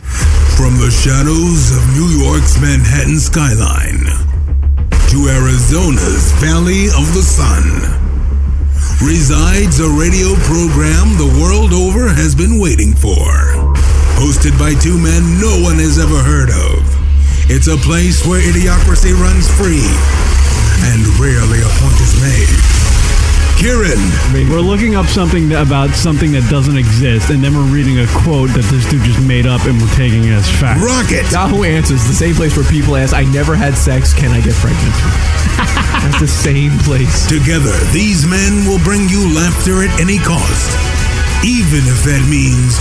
From the shadows of New York's Manhattan skyline to Arizona's Valley of the Sun resides a radio program the world over has been waiting for. Hosted by two men no one has ever heard of. It's a place where idiocracy runs free and rarely a point is made. Kieran We're looking up something that, about something that doesn't exist, and then we're reading a quote that this dude just made up, and we're taking it as fact. Rocket Yahoo Answers, the same place where people ask, I never had sex, can I get pregnant? That's the same place. Together, these men will bring you laughter at any cost, even if that means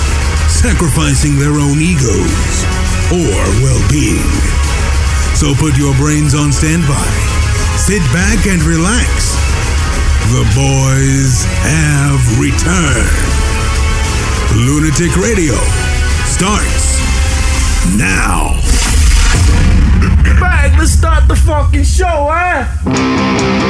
sacrificing their own egos or well being. So put your brains on standby, sit back, and relax. The boys have returned. Lunatic Radio starts now. Bang, let's start the fucking show, eh?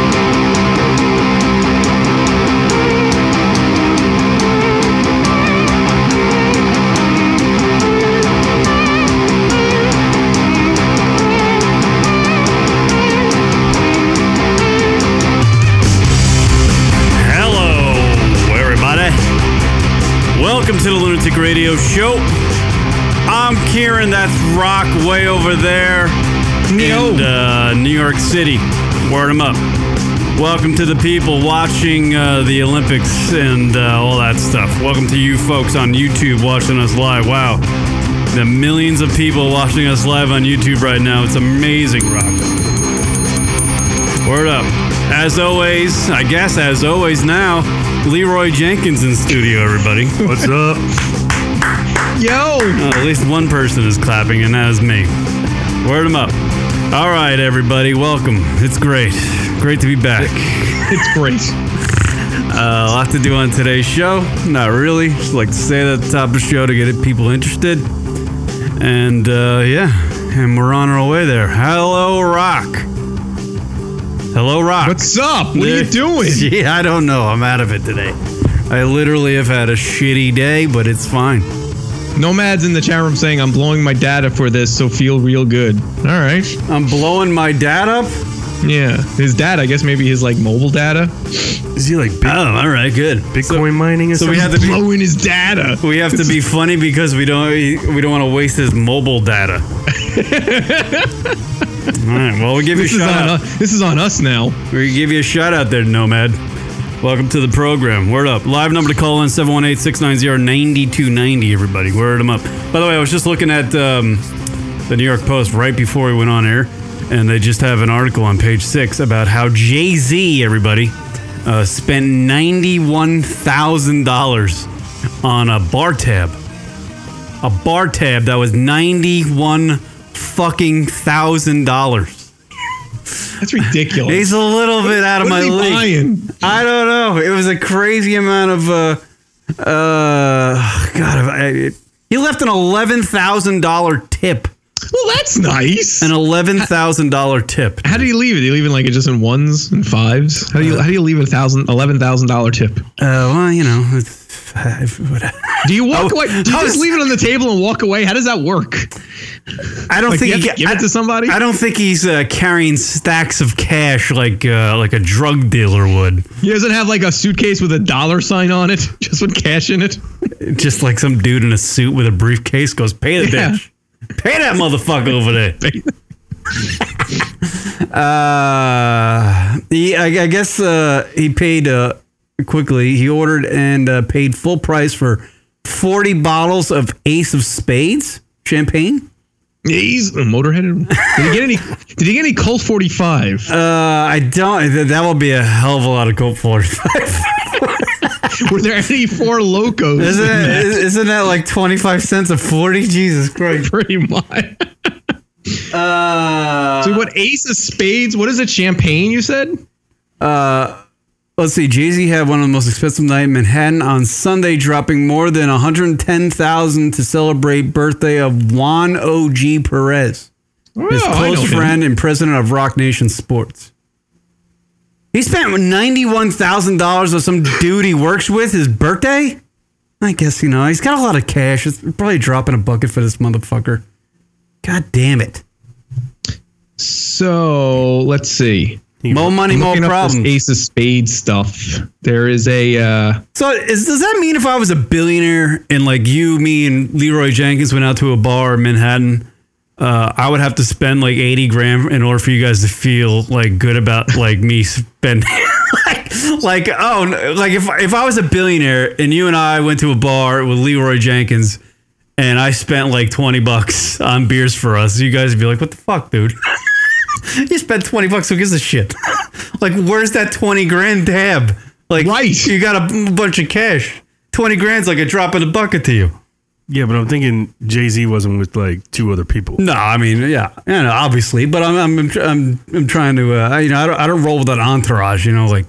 Hello, everybody. Welcome to the Lunatic Radio Show. I'm Kieran. That's Rock way over there Neo. in uh, New York City. Word 'em up. Welcome to the people watching uh, the Olympics and uh, all that stuff. Welcome to you folks on YouTube watching us live. Wow. The millions of people watching us live on YouTube right now. It's amazing, Rock. Word up. As always, I guess as always now, Leroy Jenkins in studio, everybody. What's up? Yo! at least one person is clapping, and that is me. Word him up. All right, everybody, welcome. It's great. Great to be back. It's great. Uh, a lot to do on today's show. Not really. Just like to say that at the top of the show to get people interested. And uh, yeah, and we're on our way there. Hello, Rock. Hello, Rock. What's up? What are you There- doing? Gee, I don't know. I'm out of it today. I literally have had a shitty day, but it's fine. Nomads in the chat room saying, I'm blowing my data for this, so feel real good. All right. I'm blowing my dad up. Yeah. His dad, I guess maybe his like mobile data. Is he like? Oh, all right, good. Bitcoin mining and So we have to be Blowing his data. we have to be funny because we don't we don't want to waste his mobile data. all right. Well, we give you a This is, shout on out. us, this is on us now. We give you a shout out there, Nomad. Welcome to the program. Word up. Live number to call in 718 690 9290, everybody. Word them up. By the way, I was just looking at um, the New York Post right before we went on air, and they just have an article on page six about how Jay Z, everybody, uh, spent $91,000 on a bar tab. A bar tab that was 91 fucking thousand dollars. That's ridiculous. He's a little bit out of what my are they league. buying? I don't know. It was a crazy amount of. Uh, uh, God, I, it, he left an eleven thousand dollar tip. Well, that's nice. An eleven thousand dollar tip. How do you leave it? Do you leave it like just in ones and fives? How do you Uh-huh. how do you leave a thousand eleven thousand dollar tip? Uh, well, you know, it's, I, Do you walk Oh, away? Do you how just is- leave it on the table and walk away? How does that work? I don't Like, think you he have to ca- give it I- to somebody? I don't think he's uh, carrying stacks of cash like uh, like a drug dealer would. He doesn't have like a suitcase with a dollar sign on it, just with cash in it. Just like some dude in a suit with a briefcase goes, "Pay the Yeah. bitch, pay that motherfucker over there." Uh, he, I, I guess uh, he paid uh, quickly. He ordered and uh, paid full price for 40 bottles of Ace of Spades champagne. He's a motorheaded. Did he get any? did he get any Colt forty five? Uh, I don't. th- That will be a hell of a lot of Colt 45. Were there any four locos? Isn't in that, that? is- isn't that like 25 cents a 40? Jesus Christ. Pretty much. Uh, Dude, what ace of spades? What is it? Champagne? You said? let's see. Jay Z had one of the most expensive nights in Manhattan on Sunday, dropping more than 110,000 to celebrate birthday of Juan OG Perez. his Oh, I know close him. friend and president of Rock Nation Sports. He spent ninety-one thousand dollars on some dude he works with his birthday. I guess you know he's got a lot of cash. It's probably dropping a bucket for this motherfucker. God damn it. So let's see. More money, more Looking up this problems. Ace of Spades stuff. There is a. Uh, So is, does that mean if I was a billionaire and like you, me, and Leroy Jenkins went out to a bar in Manhattan, uh, I would have to spend like eighty grand in order for you guys to feel like good about like me spending. like, like oh, no, like if if I was a billionaire and you and I went to a bar with Leroy Jenkins. And I spent like twenty bucks on beers for us. You guys would be like, "What the fuck, dude? you spent twenty bucks. Who gives a shit? like, where's that twenty grand tab? Like, Right. you got a b- bunch of cash. 20 grand's like a drop in the bucket to you. Yeah, but I'm thinking Jay Z wasn't with like two other people. No, I mean, yeah, yeah, no, obviously, but I'm, I'm, I'm, I'm, I'm trying to, uh, you know, I don't, I don't roll with that entourage, you know, like,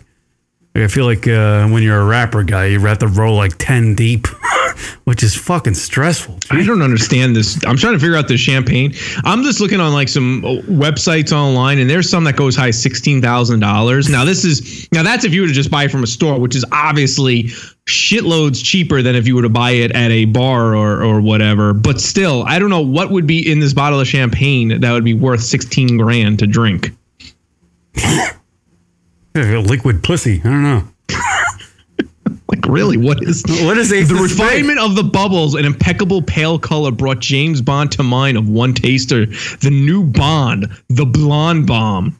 like I feel like uh, when you're a rapper guy, you have to roll like 10 deep, which is fucking stressful. I don't understand this. I'm trying to figure out the champagne. I'm just looking on like some uh, websites online, and there's some that goes high sixteen thousand dollars. Now this is now that's if you were to just buy it from a store, which is obviously shitloads cheaper than if you were to buy it at a bar or or whatever. But still, I don't know what would be in this bottle of champagne that would be worth sixteen grand to drink. Liquid pussy. I don't know. Like really, what is What is Ace The of Spades? refinement of the bubbles and impeccable pale color brought James Bond to mind of one taster, the new Bond, the blonde bomb.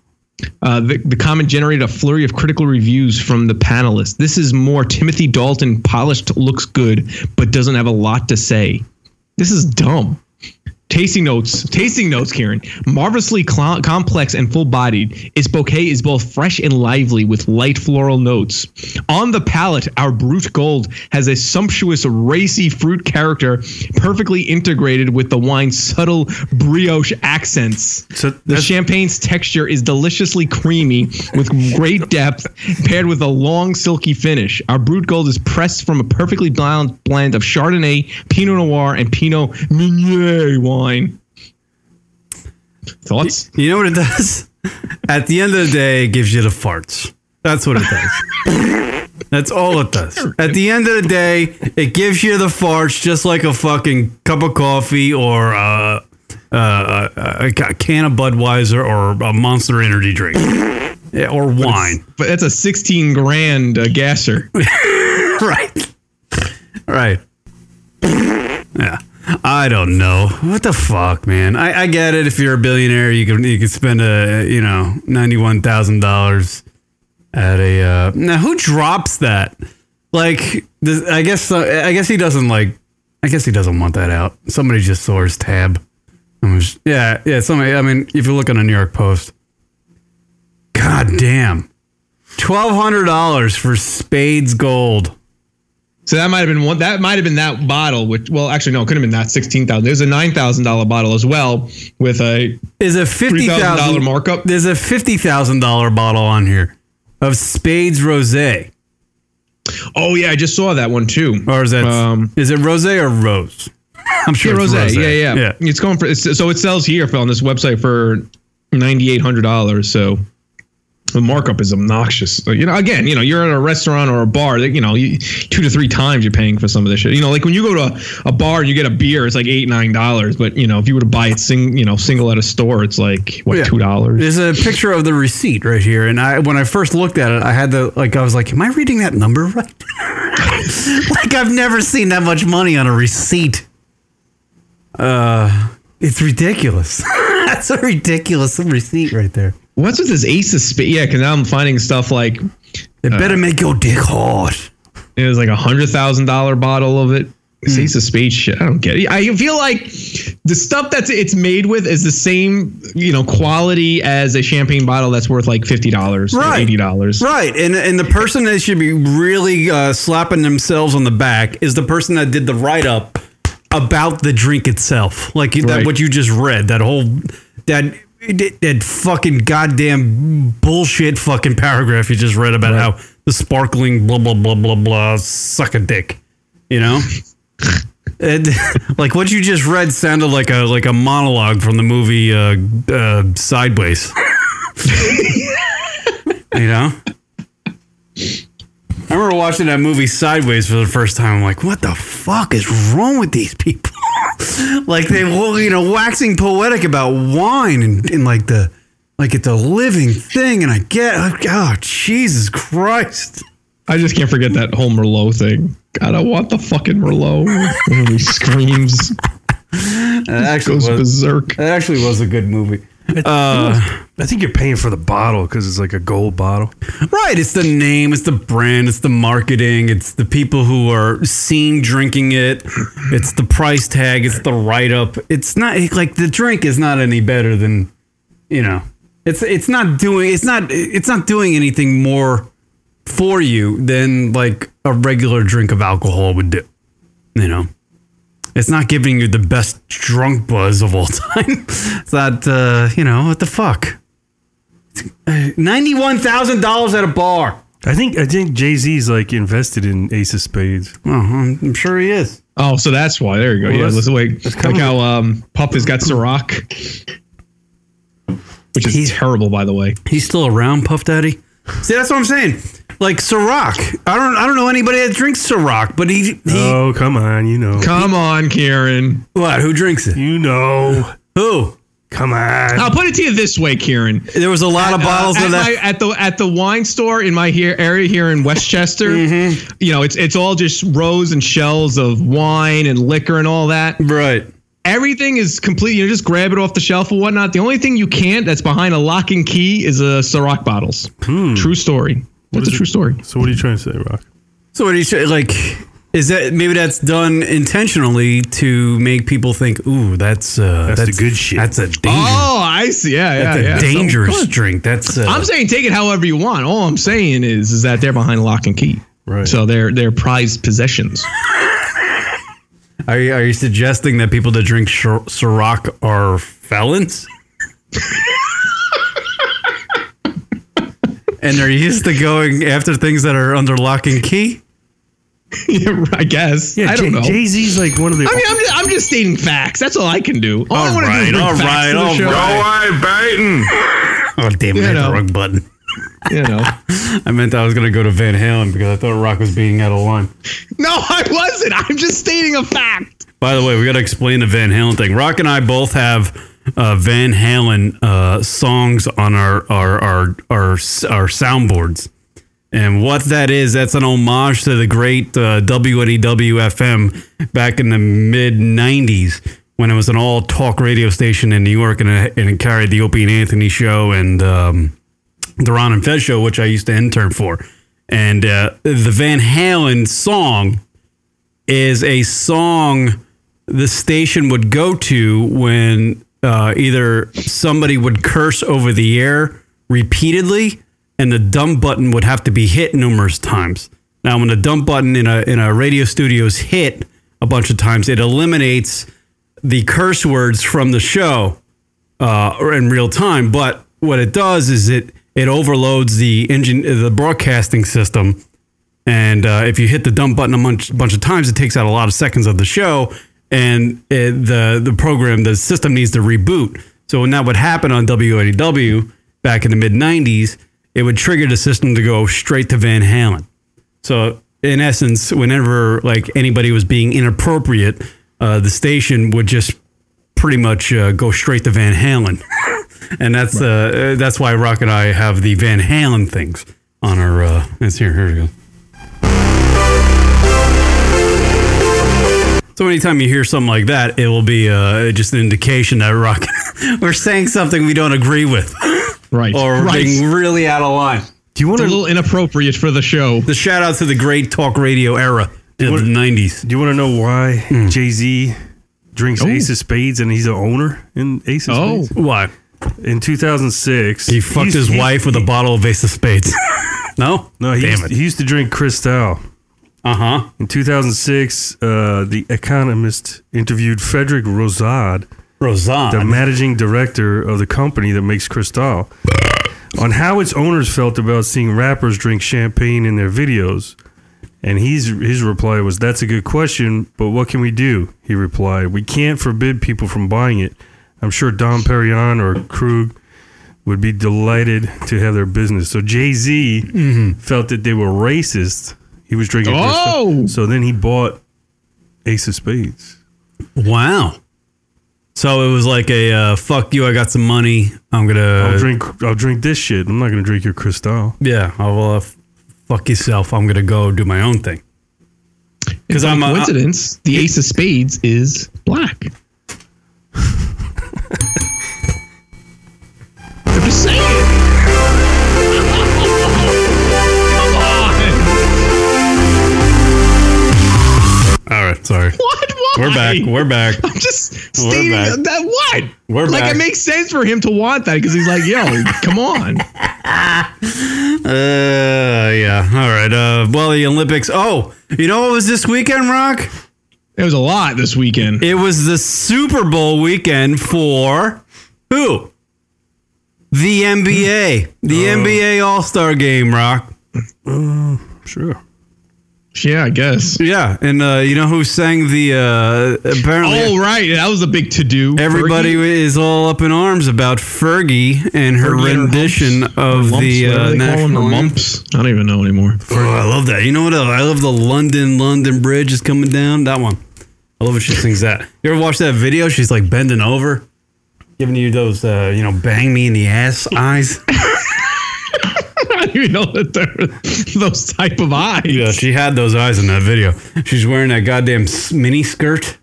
Uh, the, the comment generated a flurry of critical reviews from the panelists. This is more Timothy Dalton, polished, looks good, but doesn't have a lot to say. This is dumb. Tasting notes, tasting notes, Karen. Marvelously cl- complex and full bodied, its bouquet is both fresh and lively with light floral notes. On the palate, our brute gold has a sumptuous, racy fruit character, perfectly integrated with the wine's subtle brioche accents. So The that's- champagne's texture is deliciously creamy with great depth, paired with a long, silky finish. Our Brut Gold is pressed from a perfectly balanced blend of Chardonnay, Pinot Noir, and Pinot Meunier wine. Thoughts? You know what it does? At the end of the day, it gives you the farts. That's what it does. That's all it does. At the end of the day, it gives you the farts just like a fucking cup of coffee or uh, uh, a, a can of Budweiser or a monster energy drink Yeah, or wine. But that's a 16 grand uh, gasser. Right. Right. Yeah. I don't know. What the fuck, man? I, I get it. If you're a billionaire, you can you can spend a you know ninety one thousand dollars at a uh, now who drops that? Like does, I guess uh, I guess he doesn't like I guess he doesn't want that out. Somebody just saw his tab. And was, yeah, yeah. Somebody. I mean, if you look on the New York Post, god damn, twelve hundred dollars for Spades Gold. So that might have been one. That might have been that bottle. Which, well, actually, no, it could have been that 16,000. There's a 9,000 dollar bottle as well with a There's a fifty $3,000 thousand markup. There's a fifty thousand dollar bottle on here of Spades Rosé, Oh yeah, I just saw that one too. or is that Um, is it Rosé or Rose? I'm sure Yeah, it's rose. Rosé. Yeah, yeah, It's going for it's, so it sells here on this website for ninety eight hundred dollars. So the markup is obnoxious. So, you know, again, you know, you're at a restaurant or a bar. That, you know, you, two to three times you're paying for some of this shit. You know, like when you go to a, a bar and you get a beer, it's like eight nine dollars. But you know, if you were to buy it sing, you know, single at a store, it's like what Yeah. two dollars. There's a picture of the receipt right here, and I when I first looked at it, I had the like I was like, am I reading that number right? like I've never seen that much money on a receipt. Uh, it's ridiculous. That's a ridiculous receipt right there. What's with this Ace of Spades? Yeah, because now I'm finding stuff like It Uh, better make your dick hard. It was like a hundred thousand dollar bottle of it. It's Ace of Spades shit. I don't get it. I feel like the stuff that's it's made with is the same, you know, quality as a champagne bottle that's worth like fifty dollars or Right. eighty dollars. Right, and and the person that should be really uh, slapping themselves on the back is the person that did the write up about the drink itself, like you that Right. what you just read, that whole that that fucking goddamn bullshit fucking paragraph you just read about how the sparkling blah blah blah blah blah suck a dick, you know. And, like what you just read sounded like a like a monologue from the movie uh, uh, Sideways. you know. I remember watching that movie Sideways for the first time. I'm like, what the fuck is wrong with these people? like they were, you know, waxing poetic about wine and, and like the, like it's a living thing. And I get, oh, Jesus Christ. I just can't forget that whole Merlot thing. God, I want the fucking Merlot. And he screams, That actually, goes was, berserk. that actually was a good movie. I think you're paying for the bottle because it's like a gold bottle. Right. It's the name, it's the brand, it's the marketing, it's the people who are seen drinking it, it's the price tag, it's the write up. It's not like the drink is not any better than, you know, it's it's not doing it's not it's not doing anything more for you than like a regular drink of alcohol would do. You know. It's not giving you the best drunk buzz of all time. it's not uh, you know, what the fuck? Ninety-one thousand dollars at a bar. I think I think Jay Z's like invested in Ace of Spades. Oh, I'm, I'm sure he is. Oh, so that's why. There you go. yeah, that's- listen, wait. that's Look kind of- how um, Puff has got Ciroc, which is terrible, by the way. He's still around, Puff Daddy. See, that's what I'm saying. Like Ciroc. I don't. I don't know anybody that drinks Ciroc, but he. he Oh come on, you know, Come on, Kieran. What? Who drinks it? you know. Who? Come on. I'll put it to you this way, Kieran. There was a lot of bottles Uh, at, of that. my- at the at the wine store in my here area here in Westchester, you know, it's it's all just rows and shelves of wine and liquor and all that. right. Everything is complete. You know, just grab it off the shelf or whatnot. The only thing you can't that's behind a lock and key is a Ciroc bottles. True story. That's a is true it? story. So what are you trying to say, Rock? So what do you say? Like, is that maybe that's done intentionally to make people think, ooh, that's uh, That's the good shit. That's a danger. Oh, I see. Yeah, yeah, that's a yeah. So- dangerous drink. That's. Uh, I'm saying take it however you want. All I'm saying is is that they're behind lock and key. Right. So they're they're prized possessions. Are you, are you suggesting that people that drink Shir- Ciroc are felons? and they're used to going after things that are under lock and key? yeah, I guess. I don't know. Jay Z's like one of the. I mean, I'm just, I'm just stating facts. That's all I can do. All, I want to do is bring facts to the show. Oh, damn it, I hit know. the wrong button. You know, I meant I was going to go to Van Halen because I thought Rock was being out of line. no, I wasn't. I'm just stating a fact. By the way, we got to explain the Van Halen thing. Rock and I both have uh, Van Halen uh, songs on our our, our our s- our soundboards, and what that is, that's an homage to the great uh, WNEW FM back in the mid '90s when it was an all talk radio station in New York, and it, and it carried the Opie and Anthony show and. Um, the Ron and Fez show, which I used to intern for. And uh, the Van Halen song is a song the station would go to when uh, either somebody would curse over the air repeatedly and the dumb button would have to be hit numerous times. Now, when the dumb button in a, in a radio studio is hit a bunch of times, it eliminates the curse words from the show uh, or in real time. But what it does is it it overloads the engine, the broadcasting system, and uh, if you hit the dump button a bunch, bunch of times, it takes out a lot of seconds of the show, and it, the the program, the system needs to reboot. So when that would happen on WADW back in the mid '90s, it would trigger the system to go straight to Van Halen. So in essence, whenever like anybody was being inappropriate, uh, the station would just pretty much uh, go straight to Van Halen, and that's uh, uh, that's why Rock and I have the Van Halen things on our. Uh, it's here. Here we go. So anytime you hear something like that, it will be uh, just an indication that Rock we're saying something we don't agree with, Right. or we're right. being really out of line. do you want It's a to? little inappropriate for the show. The shout out to the great talk radio era of the nineties. do you want to know why Jay Z drinks Ace of Spades and he's an owner in Ace of Oh. Spades? Why? In 2006, He fucked he's- his he- wife with a bottle of Ace of Spades. no? No, he Damn used, it. he used to drink Cristal. Uh huh. In 2006, uh, The Economist interviewed Frederick Rozad, Rosanne. the managing director of the company that makes Cristal, on how its owners felt about seeing rappers drink champagne in their videos. And he's, his reply was, That's a good question, but what can we do? He replied, We can't forbid people from buying it. I'm sure Dom Perignon or Krug would be delighted to have their business. So Jay Z felt that they were racist. He was drinking. Cristal. Oh! So then he bought Ace of Spades. Wow. So it was like a uh, fuck you. I got some money. I'm gonna I'll drink. I'll drink this shit. I'm not gonna drink your Cristal. yeah. I'll uh, f- fuck yourself. I'm gonna go do my own thing. Because I'm I'm a- uh, coincidence. the ace of spades is black. I'm just saying. Come on. All right. Sorry. What? Why? We're back. We're back. I'm just stating back. that. What? We're like back. it makes sense for him to want that because he's like, yo, come on. Uh, yeah. All right. Uh, well, the Olympics. Oh, you know what was this weekend, Rock? It was a lot this weekend. It was the Super Bowl weekend for who? The NBA. The Oh. NBA All Star Game, Rock. Sure. yeah, I guess. Yeah, and uh, you know who sang the? Uh, apparently, Oh, right. That was a big to do. everybody is all up in arms about Fergie and her Fergie and her rendition humps. of the uh, national anthem. mumps. I don't even know anymore. Oh, I love that. You know what? Else? I love the London London Bridge is coming down. That one. I love when she sings that. You ever watch that video? She's like bending over, giving you those, uh, you know, bang me in the ass eyes. I don't even know that they're those type of eyes. You know, Uh, she had those eyes in that video. She's wearing that goddamn s- mini skirt.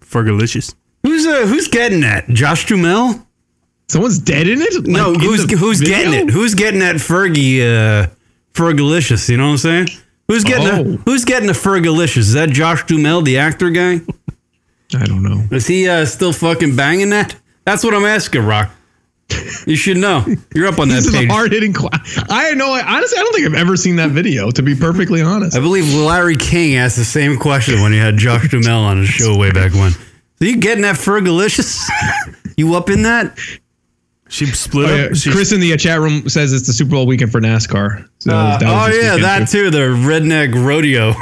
Fergalicious. Who's uh, who's getting that? Josh Dumel? Someone's dead in it? Like, No, in who's the who's video? getting it? Who's getting that Fergie uh Fergalicious, you know what I'm saying? Who's getting the, Oh. who's getting the Fergalicious? Is that Josh Dumel, the actor guy? I don't know. Is he uh, still fucking banging that? That's what I'm asking, Rock. You should know. You're up on that This is a page. hard hitting. Cl- I know. Honestly, I don't think I've ever seen that video. To be perfectly honest, I believe Larry King asked the same question when he had Josh Dumel on his show way back when. So you getting that Fergalicious? you up in that? She split Oh, yeah. up. She, Chris in the chat room says it's the Super Bowl weekend for NASCAR. So Uh, that was oh this yeah, weekend, that too. too. The redneck rodeo.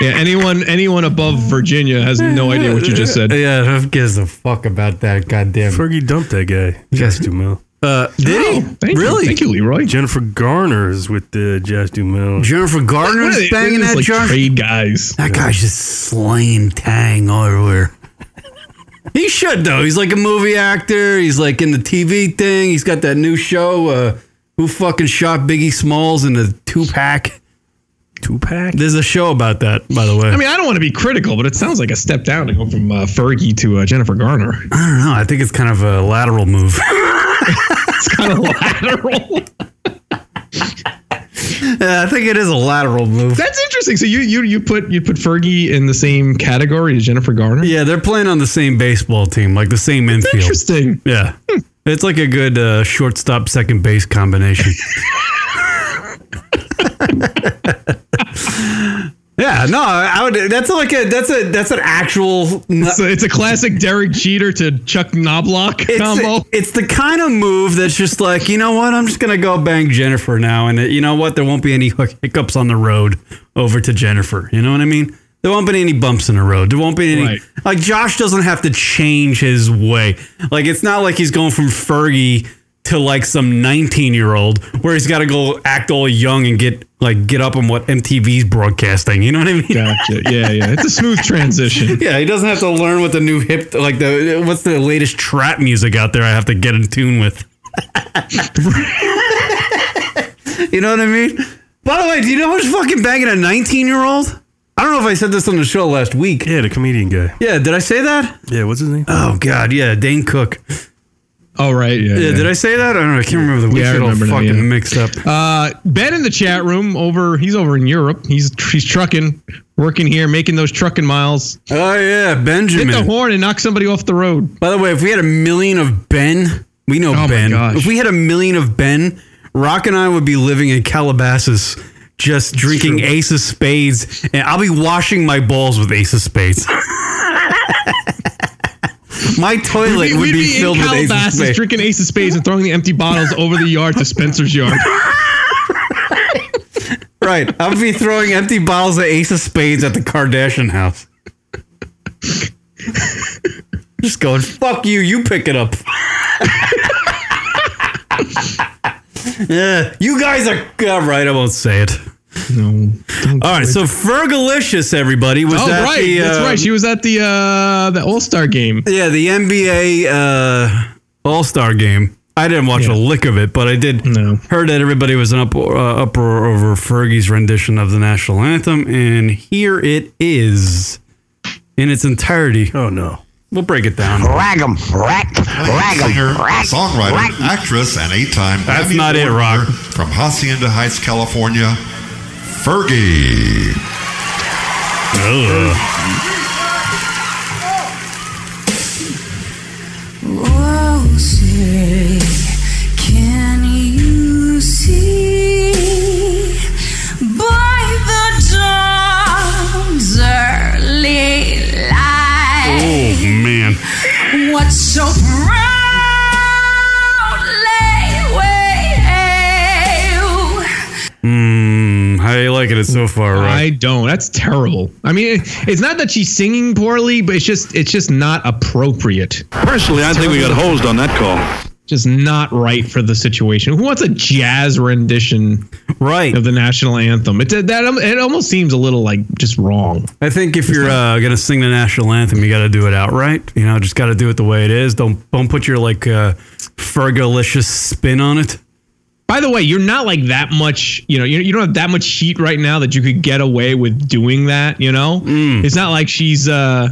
Yeah, anyone anyone above Virginia has no idea what you just said. yeah, who gives a fuck about that? Goddamn. Fergie dumped that guy. Josh Dumel. Uh, did Oh, he thank really? You. Thank you, Leroy. Jennifer Garner is with the Josh Dumel. Jennifer What Gardner's are they- banging they're that just, like Josh. trade guys. That guy's just slaying tang all everywhere. he should though. He's like a movie actor. He's like in the TV thing. He's got that new show. Uh, who fucking shot Biggie Smalls in a two pack? Two pack. There's a show about that, by the way. I mean, I don't want to be critical, but it sounds like a step down to go from uh, Fergie to uh, Jennifer Garner. I don't know. I think it's kind of a lateral move. It's kind of lateral. yeah, I think it is a lateral move. That's interesting. So you you you put you put Fergie in the same category as Jennifer Garner. Yeah, they're playing on the same baseball team, like the same infield. Interesting. Yeah. It's like a good uh, shortstop, second base combination. yeah, no, I would. That's like a that's a that's an actual. So it's a classic Derek Jeter to Chuck Knoblock It's, combo. it's the kind of move that's just like you know what I'm just gonna go bang Jennifer now, and uh, you know what there won't be any hook- hiccups on the road over to Jennifer. You know what I mean? There won't be any bumps in the road. There won't be any Right. like Josh doesn't have to change his way. Like it's not like he's going from Fergie to like some 19 year old where he's got to go act all young and get like get up on what MTV's broadcasting. You know what I mean? Gotcha. Yeah, yeah. It's a smooth transition. Yeah, he doesn't have to learn what the new hip, like the what's the latest trap music out there. I have to get in tune with. you know what I mean? By the way, do you know who's fucking banging a 19 year old? I don't know if I said this on the show last week. Yeah, the comedian guy. Yeah, did I say that? Yeah, what's his name? Oh God, yeah, Dane Cook. All right. Yeah. Yeah, did I say that? I don't know. I can't remember. The we Yeah, I should all remember now, fucking yeah. mixed up. Uh, ben in the chat room over. He's over in Europe. He's he's trucking, working here, making those trucking miles. oh yeah, Hit the Benjamin. horn and knock somebody off the road. By the way, if we had a million of Ben, we know Oh my Ben. gosh. If we had a million of Ben, Rock and I would be living in Calabasas, just drinking Ace of Spades, and I'll be washing my balls with Ace of Spades. my toilet We'd, would we'd be, be, filled in with Ace of Calabasas Spades. drinking Ace of Spades and throwing the empty bottles over the yard to Spencer's yard. right, I'll be throwing empty bottles of Ace of Spades at the Kardashian house. just going, fuck you, you pick it up. yeah, you guys are. All right, I won't say it. No. Don't All right, so Fergalicious, everybody was Oh at right, the, that's uh, right. She was at the uh, the All Star game. yeah the NBA uh, All Star game. I didn't watch Yeah. a lick of it, but I did No. heard that everybody was an up, uh, uproar over Fergie's rendition of the national anthem, and here it is in its entirety. Oh no. We'll break it down. Rag'em, rack, rag'em, singer, rack, songwriter, rack. actress, and eight-time That's Grammy not it, Award Rock. winner From Hacienda Heights, California, Fergie. Uh, Oh, Siri, can you see by the dawn's early oh, light man. what so proudly waved? Mm, how you liking it so far, right? I don't. That's terrible. I mean, it, it's not that she's singing poorly, but it's just it's just not appropriate. Personally, I think we got hosed on that call. Just not right for the situation. Who wants a jazz rendition Right. of the national anthem? It that it almost seems a little like just wrong. I think if you're uh, gonna sing the national anthem, you got to do it outright. You know, just got to do it the way it is. Don't don't put your like uh, Fergalicious spin on it. By the way, you're not like that much, you know, you, you don't have that much heat right now that you could get away with doing that, you know? It's not like she's uh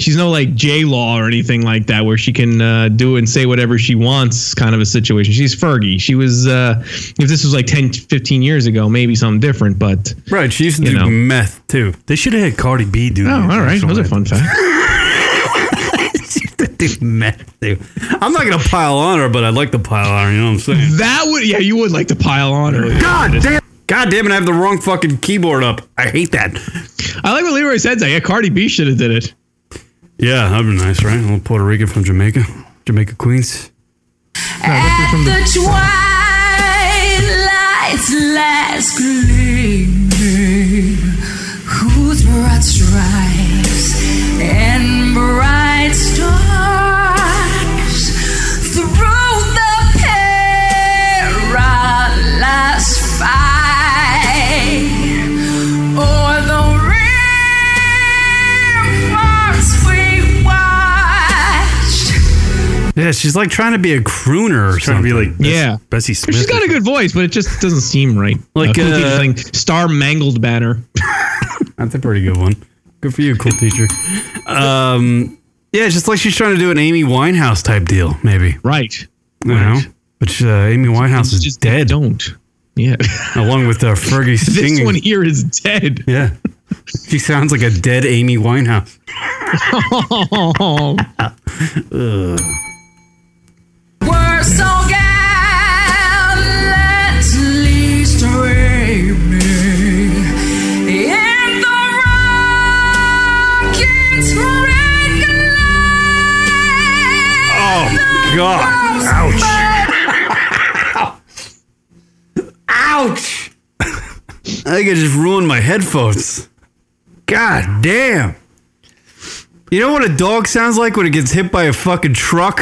she's no like J Law or anything like that where she can uh, do and say whatever she wants kind of a situation. She's Fergie. She was uh if this was like 10 15 years ago, maybe something different, but Right. She used to You do know. meth too. They should have had Cardi B do. Oh, that. all right. Those are fun facts. do meth too. I'm not gonna pile on her, but I'd like to pile on her. You know what I'm saying? that would yeah, you would like to pile on her. God damn. God damn it! I have the wrong fucking keyboard up. I hate that. I like what Leroy said that. Yeah, Cardi B should have did it. Yeah, that'd be nice, right? A little Puerto Rican from Jamaica, Jamaica Queens. At the twilight's last gleaming, whose broad stripes and bright stars through the perilous fight, o'er the ramparts we watched. Yeah, she's like trying to be a crooner or Trying to something. be like Bess- Yeah. Bessie Smith. She's got a good voice, but it just doesn't seem right. Like, cool uh, teacher thing, star mangled banner. That's a pretty good one. Good for you, cool teacher. Um, yeah, it's just like she's trying to do an Amy Winehouse type deal, maybe. Right. You know, which uh, Amy Winehouse is Just dead, Don't. Yeah. along with uh, Fergie this singing. one here is dead. yeah, she sounds like a dead Amy Winehouse. Oh. We're so gallantly streaming in the rocket's red glare. Oh God! Ouch! I think I just ruined my headphones. God damn! You know what a dog sounds like when it gets hit by a fucking truck?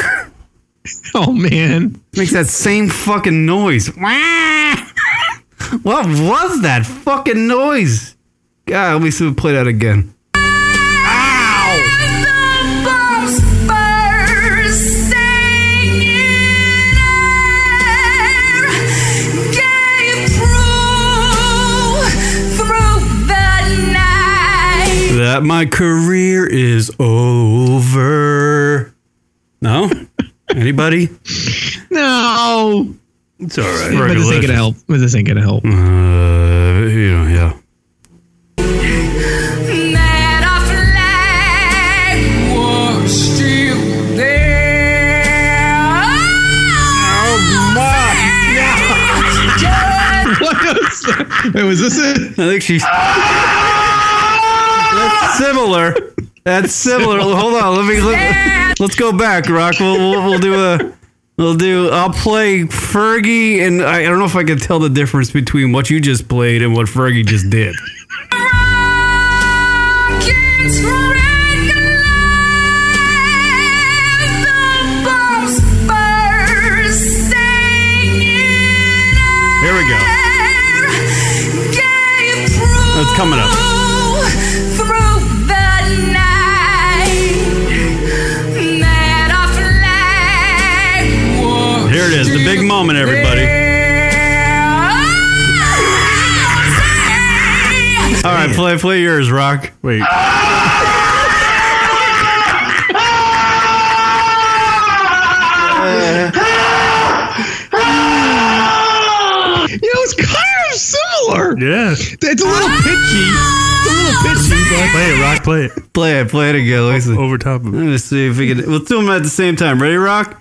oh man. makes that same fucking noise. what was that fucking noise? God, let me see if we play that again. And the bombs bursting in air gave proof through the night. That my career is over. No? Anybody? No. It's all right. But this ain't gonna help. But this ain't gonna help. Uh, you know, yeah. That our flag was still there. Oh, my! What was- Wait, was this it? I think she's. That's similar. That's similar. Hold on. Let me. Let, let's go back, Rock. We'll, we'll, we'll do a. We'll do. I'll play Fergie, and I, I don't know if I can tell the difference between what you just played and what Fergie just did. Rockets red glare, the bombs bursting in Here we go. air gave coming up. through the night. That our flag was Here it is, the big moment, everybody. All right, play play yours, Rock. Wait. You know, it's kind of similar. Yeah. It's a little pitchy. It's a little pitchy, but Play it, Rock. Play it. Play it, play it again. Let's, Over top of it. let's see if we can. We'll do them at the same time. Ready, Rock?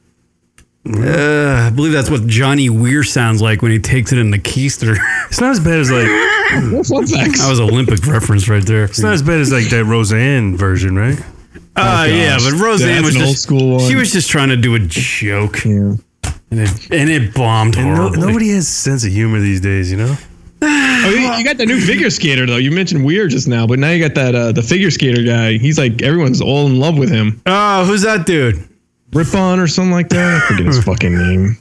Uh, I believe that's what Johnny Weir sounds like when he takes it in the keister. It's not as bad as like it's that was Olympic reference right there. not as bad as like that Roseanne version, right? Uh, yeah, but Roseanne was That's an just old school one. she was just trying to do a joke, and it and it bombed And no, horribly. nobody has a sense of humor these days, you know? Oh, you, you got the new figure skater though. You mentioned Weir just now, but now you got that uh, the figure skater guy. He's like everyone's all in love with him. oh, who's that dude? Ripon or something like that. I forget his fucking name.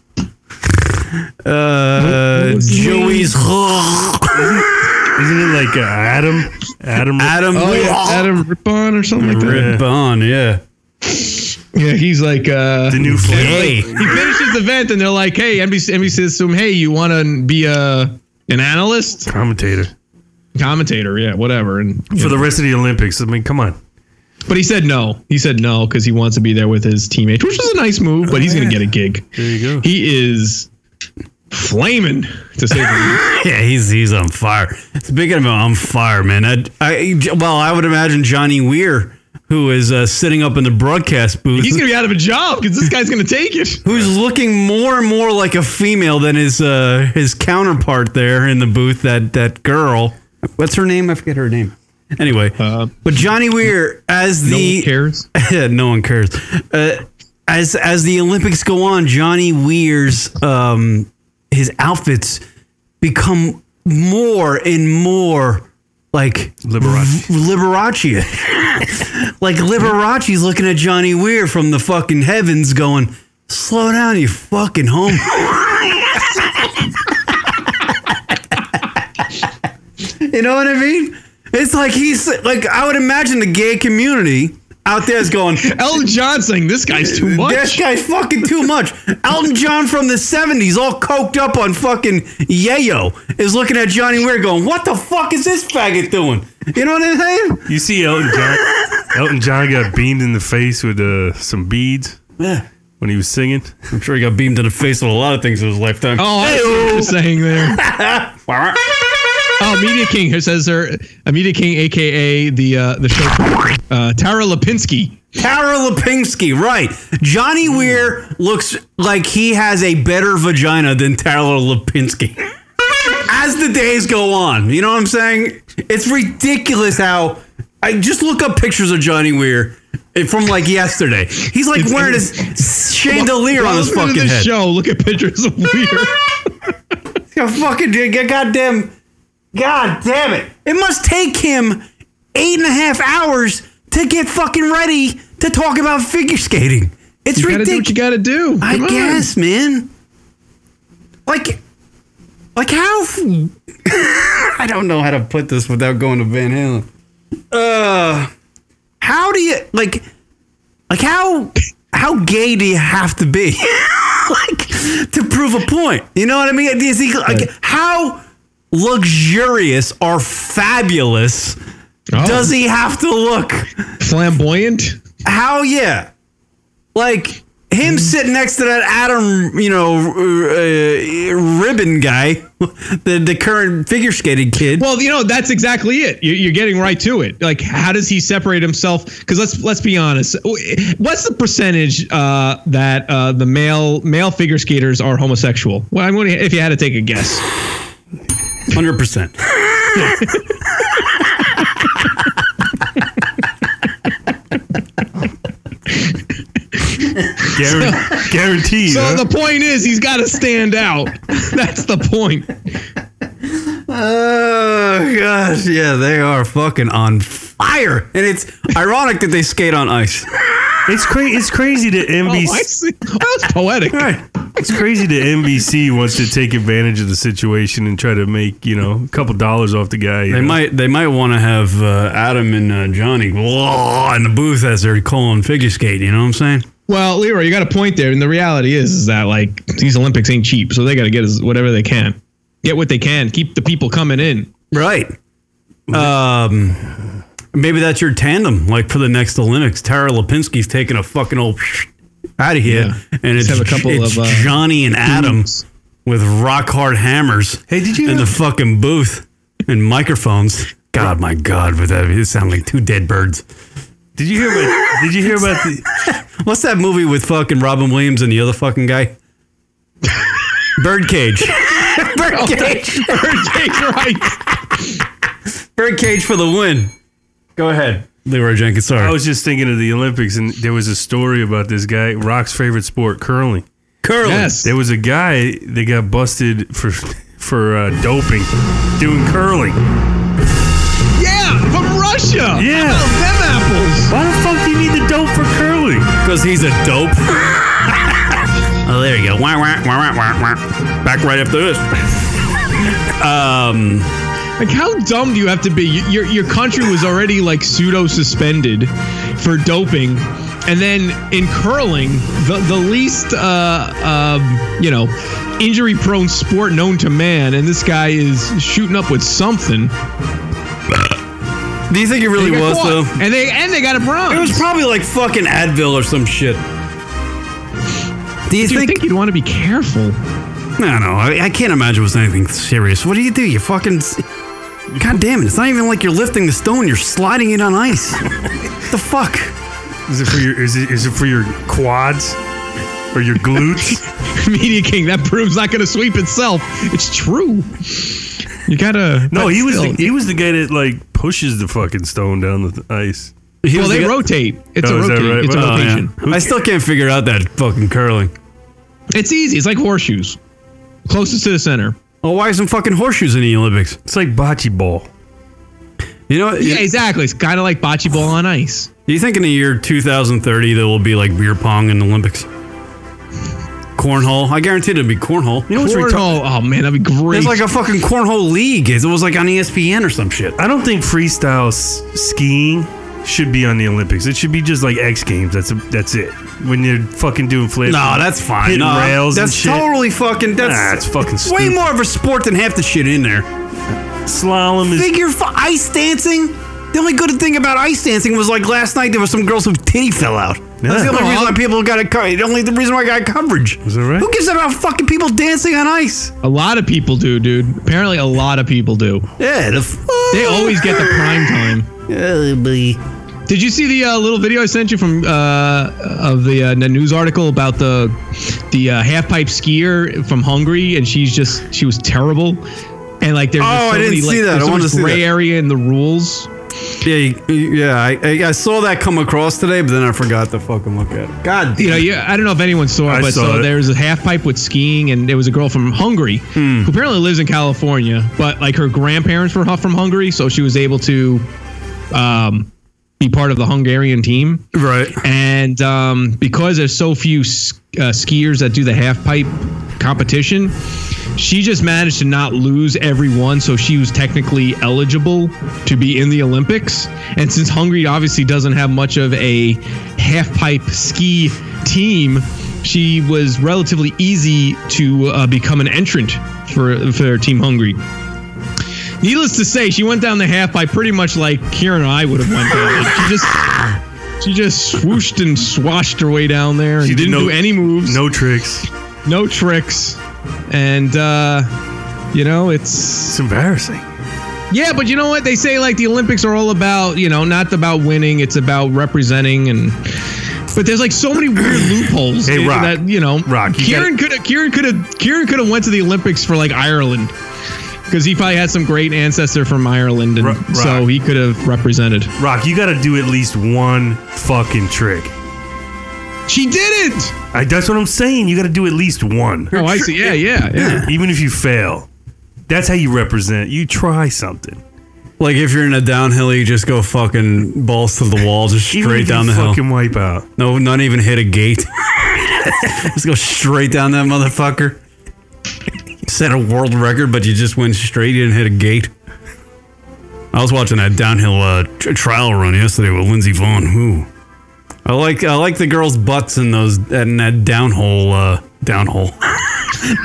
Uh, Joey's Isn't it like uh, Adam? Adam. Adam Oh yeah, Adam Ripon or something like that. Ribbon, yeah. Yeah, he's like uh, the new flavor. Hey, he finishes the vent and they're like, "Hey, NBC, NBC says to him, hey, you want to be uh, an analyst, commentator commentator, yeah, whatever." And for the rest of the Olympics. I mean, come on. but he said no. He said no because he wants to be there with his teammates, which is a nice move. But he's gonna get a gig. There you go. He is flaming to say the least. yeah, he's he's on fire. Speaking of on fire, man, I, I well, I would imagine Johnny Weir, who is uh, sitting up in the broadcast booth, He's gonna be out of a job because this guy's gonna take it. who's looking more and more like a female than his uh, his counterpart there in the booth. That that girl, what's her name? I forget her name. Anyway, Uh, but Johnny Weir as No one the cares. Yeah, no one cares. Uh, as as the Olympics go on, Johnny Weir's um, his outfits become more and more like Liberace. Liberace. like Liberace's looking at Johnny Weir from the fucking heavens, going, "Slow down, you fucking homo." you know what I mean? It's like he's like I would imagine the gay community out there is going, Elton John saying this guy's too this much. guy's fucking too much. Elton John from the 70s, all coked up on fucking yayo, is looking at Johnny Weir going, What the fuck is this faggot doing? You know what I'm saying? You see Elton John. Elton John got beamed in the face with uh, some beads Yeah. when he was singing. I'm sure he got beamed in the face with a lot of things in his lifetime. Oh, I see what you're saying there. Oh, Media King here says there. Uh, Media King, aka the uh, the show, uh, Tara Lipinski. Tara Lipinski, right. Johnny Weir looks like he has a better vagina than Tara Lipinski. As the days go on, you know what I'm saying? It's ridiculous how I just look up pictures of Johnny Weir from like yesterday. He's like wearing his chandelier on his Welcome to fucking this head. show. Look at pictures of Weir. Yeah, fucking dude, yeah, goddamn, god damn it! It must take him eight and a half hours to get fucking ready to talk about figure skating. It's You gotta do ridiculous. what you gotta do. I Come on. guess, man. Like, like how? f- I don't know how to put this without going to Van Halen. Uh, how do you like? Like how? How gay do you have to be? like to prove a point? You know what I mean? Is he, like, how luxurious or fabulous Oh, does he have to look? flamboyant? How yeah, like him sitting next to that Adam, you know, uh, ribbon guy, the the current figure skating kid. Well, you know that's exactly it. You- You're getting right to it. Like, how does he separate himself? Because let's let's be honest. What's the percentage uh, that uh, the male male figure skaters are homosexual? Well, I'm wondering if you had to take a guess. Hundred percent. Guaran- guaranteed. So huh? the point is, he's got to stand out. That's the point. Oh gosh, yeah, they are fucking on fire, and it's ironic that they skate on ice. It's crazy. It's crazy that Oh, NBC. Oh, I see. That was poetic. It's crazy that NBC wants to take advantage of the situation and try to make you know a couple dollars off the guy. you They know? might they might want to have uh, Adam and uh, Johnny whoa, in the booth as they're calling figure skate. You know what I'm saying? Well, Leroy, you got a point there, and the reality is, is that like these Olympics ain't cheap, so they got to get as whatever they can, get what they can, keep the people coming in. Right. Um, maybe that's your tandem, like for the next Olympics. Tara Lipinski's taking a fucking old out of here, and it's, Just have a couple it's of, uh, Johnny and Adam with rock hard hammers. Hey, did you in know- the fucking booth and microphones? God, my God, would that it sound like two dead birds? Did you hear about? Did you hear about the? What's that movie with fucking Robin Williams and the other fucking guy? Birdcage. Birdcage. Birdcage, right? Birdcage for the win. Go ahead, Leroy Jenkins. Sorry. I was just thinking of the Olympics, and there was a story about this guy, Rock's favorite sport, curling. Curling. Yes. There was a guy that got busted for for uh, doping, doing curling. Yeah, from Russia. Yeah. How about them apples. Why the fuck do you need the dope for curling? Because he's a dope. oh, there you go. Wah, wah, wah, wah, wah, wah. Back right after this. um, Like, how dumb do you have to be? Y- Your your country was already like pseudo suspended for doping, and then in curling, the the least uh um you know injury prone sport known to man, and this guy is shooting up with something. do you think it really They got was, caught. though? and they and they got a bronze. It was probably like fucking Advil or some shit. Do you Do you think? think you'd want to be careful? no, no. I, I can't imagine it was anything serious. What do you do? You fucking. s- God damn it. It's not even like you're lifting the stone, you're sliding it on ice. the fuck? Is it for your? Is it is it for your quads or your glutes? Media King, that broom's not going to sweep itself. It's true. You gotta. No, but Oh, he was the, still. he was the guy that like pushes the fucking stone down the th- ice. He well, was the they guy- rotate. It's Oh, a is that rotate. right? It's a Oh, yeah. rotation. I still can't figure out that fucking curling. It's easy. It's like horseshoes. Closest to the center. Oh, why isn't fucking horseshoes in the Olympics? It's like bocce ball. You know, you, Yeah, exactly. It's kind of like bocce ball on ice. you think in the year 2030 there will be like beer pong in the Olympics? Cornhole? I guarantee it'll be cornhole. You know what's retar- Cornhole. Oh man, that'd be great. There's like a fucking cornhole league. It was like on E ESPN or some shit. I don't think freestyle s- skiing should be on the Olympics. It should be just like X Games. That's a, that's it. When you're fucking doing flips. No, that's fine. Hitting No, rails and that's shit. totally fucking. That's Nah, it's fucking it's way stupid. more of a sport than half the shit in there. slalom is Figure f- ice dancing. The only good thing about ice dancing was like last night there was some girls whose titty fell out. That's the Yeah. Oh, only reason why people got it. The only the reason why I got coverage. Is that right? Who gives about fucking people dancing on ice? a lot of people do, dude. Apparently, a lot of people do. Yeah, the fuck? They always get the prime time. Oh, boy. Did you see the uh, little video I sent you from uh, of the, uh, the news article about the the uh, half pipe skier from Hungary, and she's just she was terrible, and like there's Oh, just so I didn't many, like, see that. there's I so wanted much to see gray that. area in the rules. Yeah, you- yeah. I, I, I saw that come across today, but then I forgot to fucking look at it. God you know, you, I don't know if anyone saw it, I but saw so it. there was a half pipe with skiing, and there was a girl from Hungary Hmm. who apparently lives in California, but like her grandparents were hu- from Hungary, so she was able to um, be part of the Hungarian team. Right. And um, because there's so few s- uh, skiers that do the half pipe competition, she just managed to not lose everyone, so she was technically eligible to be in the Olympics. And since Hungary obviously doesn't have much of a half pipe ski team, she was relatively easy to uh, become an entrant for for Team Hungary. Needless to say, she went down the half pipe pretty much like Kieran and I would have went down. Like, she just she just swooshed and swashed her way down there. And She she did didn't no- do any moves no tricks. no tricks and uh you know it's It's embarrassing. yeah but you know what they say like the olympics are all about you know not about winning it's about representing and but there's like so many weird loopholes Hey, in- Rock. that you know Rock, you kieran could have kieran could have kieran could have went to the olympics for like ireland because he probably had some great ancestor from ireland and Ro- Rock. so he could have represented Rock, you got to do at least one fucking trick. She didn't. I, that's what I'm saying. You got to do at least one. Oh, I see. Yeah, yeah, yeah. Even if you fail, that's how you represent. You try something. Like if you're in a downhill, you just go fucking balls to the wall, just Even straight if down you the hill. fucking wipe out. No, not even hit a gate. just go straight down that motherfucker. Set a world record, but you just went straight. You didn't hit a gate. I was watching that downhill uh, tr- trial run yesterday with Lindsey Vaughn. Who? I like I like the girls' butts in those in that downhole uh, downhole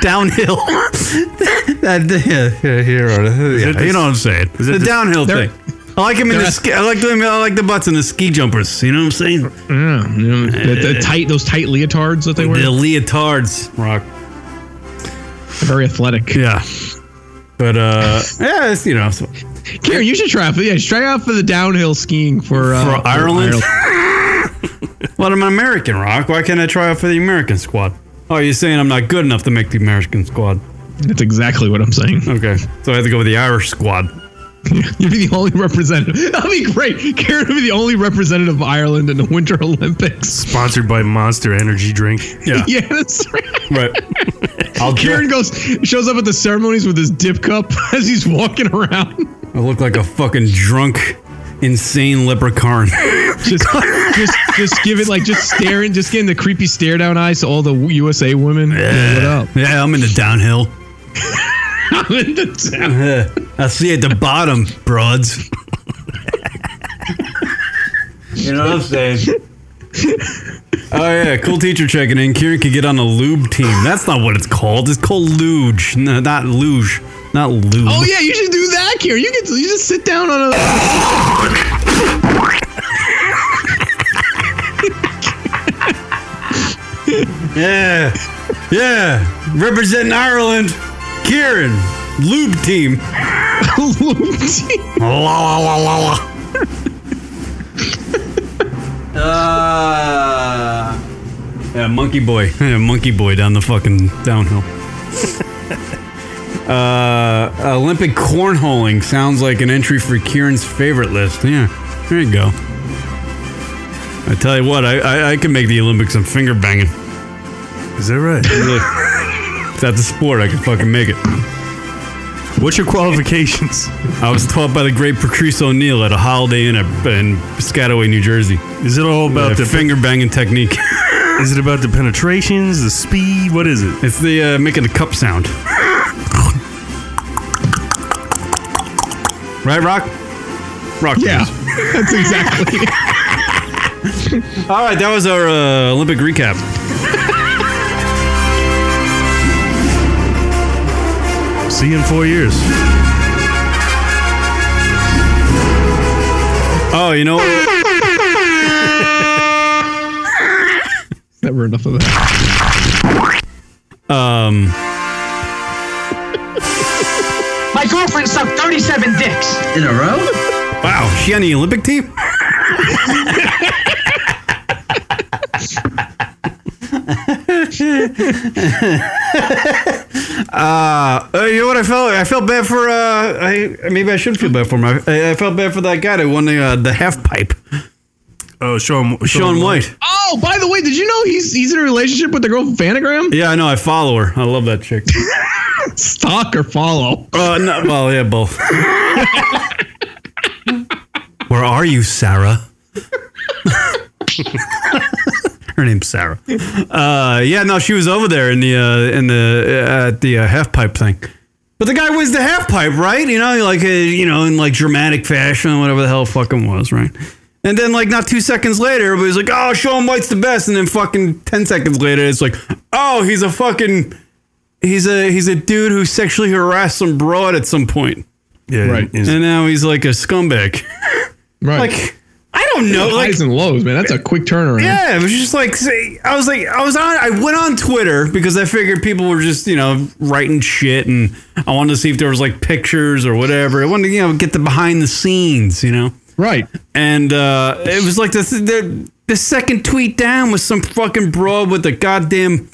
downhill. that, yeah, yeah, here are the- yeah, you know what I'm saying. Is it the this- downhill They're- thing. I like him in the They're- ski, I like them. I like the butts in the ski jumpers. You know what I'm saying? Yeah, you know, the, the tight those tight leotards that they The wear. leotards, rock. Very athletic. Yeah, but uh, yeah, it's, you know, so- Karen, you should try out for yeah, you should try out for the downhill skiing for uh, for Ireland. well, I'm an American, rock. Why can't I try out for the American squad? Oh, you're saying I'm not good enough to make the American squad? That's exactly what I'm saying. Okay, so I have to go with the Irish squad. You'd be the only representative. That'd be great. Karen would be the only representative of Ireland in the Winter Olympics. Sponsored by Monster Energy Drink. Yeah, Yeah, that's right. right. I'll Karen goes, shows up at the ceremonies with his dip cup as he's walking around. I look like a fucking drunk, insane leprechaun. Just, just, just give it like just staring, just getting the creepy stare down eyes to all the USA women. Yeah, what up? yeah, I'm in the downhill. I'm in the town. Yeah, I see at the bottom, broads. you know what I'm saying? Oh yeah, cool teacher checking in. Kieran could get on the lube team. That's not what it's called. It's called luge. No, not luge. Not lube. Oh yeah, you should do that, Karen. You can you just sit down on a. yeah, yeah. Representing Ireland, Kieran, lube team. La, la, la, la, la. Ah. yeah, monkey boy. Yeah, monkey boy down the fucking downhill. uh, Olympic cornholing sounds like an entry for Kieran's favorite list. Yeah, there you go. I tell you what, I, I, I can make the Olympics in finger banging. Is that right? Look, if that's a sport, I can fucking make it. What's your qualifications? I was taught by the great Patrice O'Neill at a Holiday Inn at- in Piscataway, New Jersey. Is it all about the the finger banging technique. Is it about the penetrations, the speed? What is it? It's the uh, making the cup sound. Right, Rock? Rock. Yeah, please. that's exactly. All right, that was our uh, Olympic recap. See you in four years. Oh, you know, Never enough of that. My girlfriend sucked 37 dicks. In a row? wow, she on the Olympic team? Uh, you know what I felt? I felt bad for. Uh, I maybe I should feel bad for him. I, I felt bad for that guy that won the uh, the half pipe. Oh, Sean. Sean White. Oh, by the way, did you know he's he's in a relationship with the girl from Fanagram? Yeah, I know. I follow her. I love that chick. Stalk or follow? Uh, no, well, yeah, both. Where are you, Sarah? Her name's Sarah. Uh, yeah, no, she was over there in the uh, in the uh, at the uh, half pipe thing. But the guy wins the half pipe, right? You know, like uh, you know, in like dramatic fashion, whatever the hell it fucking was, right? And then like not two seconds later, everybody's like, "Oh, Sean White's the best," and then fucking ten seconds later, it's like, "Oh, he's a fucking." He's a he's a dude who sexually harassed some broad at some point, Yeah, Right. is- and now he's like a scumbag. Right. Like I don't know. Like highs and lows, man. That's a quick turnaround. yeah, it was just like say, I was like I was on I went on Twitter because I figured people were just you know writing shit, and I wanted to see if there was like pictures or whatever. I wanted to you know get the behind the scenes, you know. Right. And uh, it was like the, the the second tweet down was some fucking broad with a goddamn.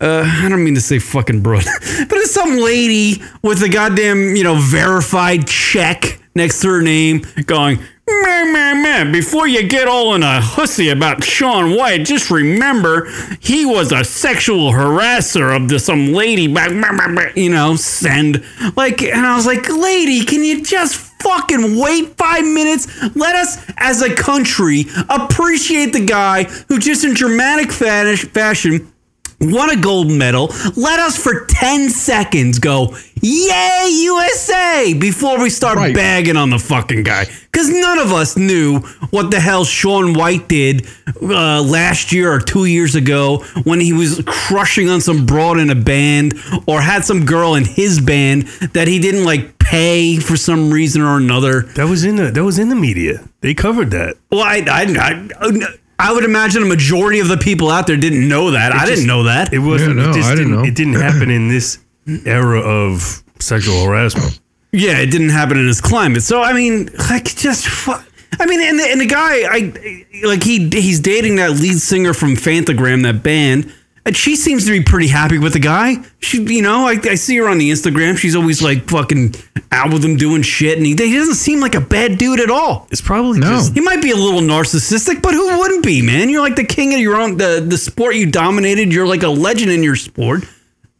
Uh, I don't mean to say fucking broad, but it's some lady with a goddamn you know verified check next to her name going. Meh, meh, meh. Before you get all in a hussy about Sean White, just remember he was a sexual harasser of the, some lady back, meh, meh, meh, you know, send. Like, and I was like, lady, can you just fucking wait five minutes? Let us, as a country, appreciate the guy who just in dramatic fa- fashion won a gold medal. Let us for 10 seconds go, Yay, USA! Before we start bagging on the fucking guy. Because none of us knew what the hell Sean White did uh, last year or two years ago when he was crushing on some broad in a band or had some girl in his band that he didn't like pay for some reason or another. That was in the that was in the media. They covered that. Well, I, I, I, I would imagine a majority of the people out there didn't know that. I didn't know that. It wasn't. Yeah, no, it, just I didn't didn't, know. it didn't happen in this era of sexual harassment. Yeah, it didn't happen in his climate. So I mean, like, just fu- I mean, and the, and the guy, I like he he's dating that lead singer from Fantagram, that band, and she seems to be pretty happy with the guy. She, you know, I, I see her on the Instagram. She's always like fucking out with him doing shit, and he, he doesn't seem like a bad dude at all. It's probably just, he might be a little narcissistic, but who wouldn't be, man? You're like the king of your own the the sport you dominated. You're like a legend in your sport.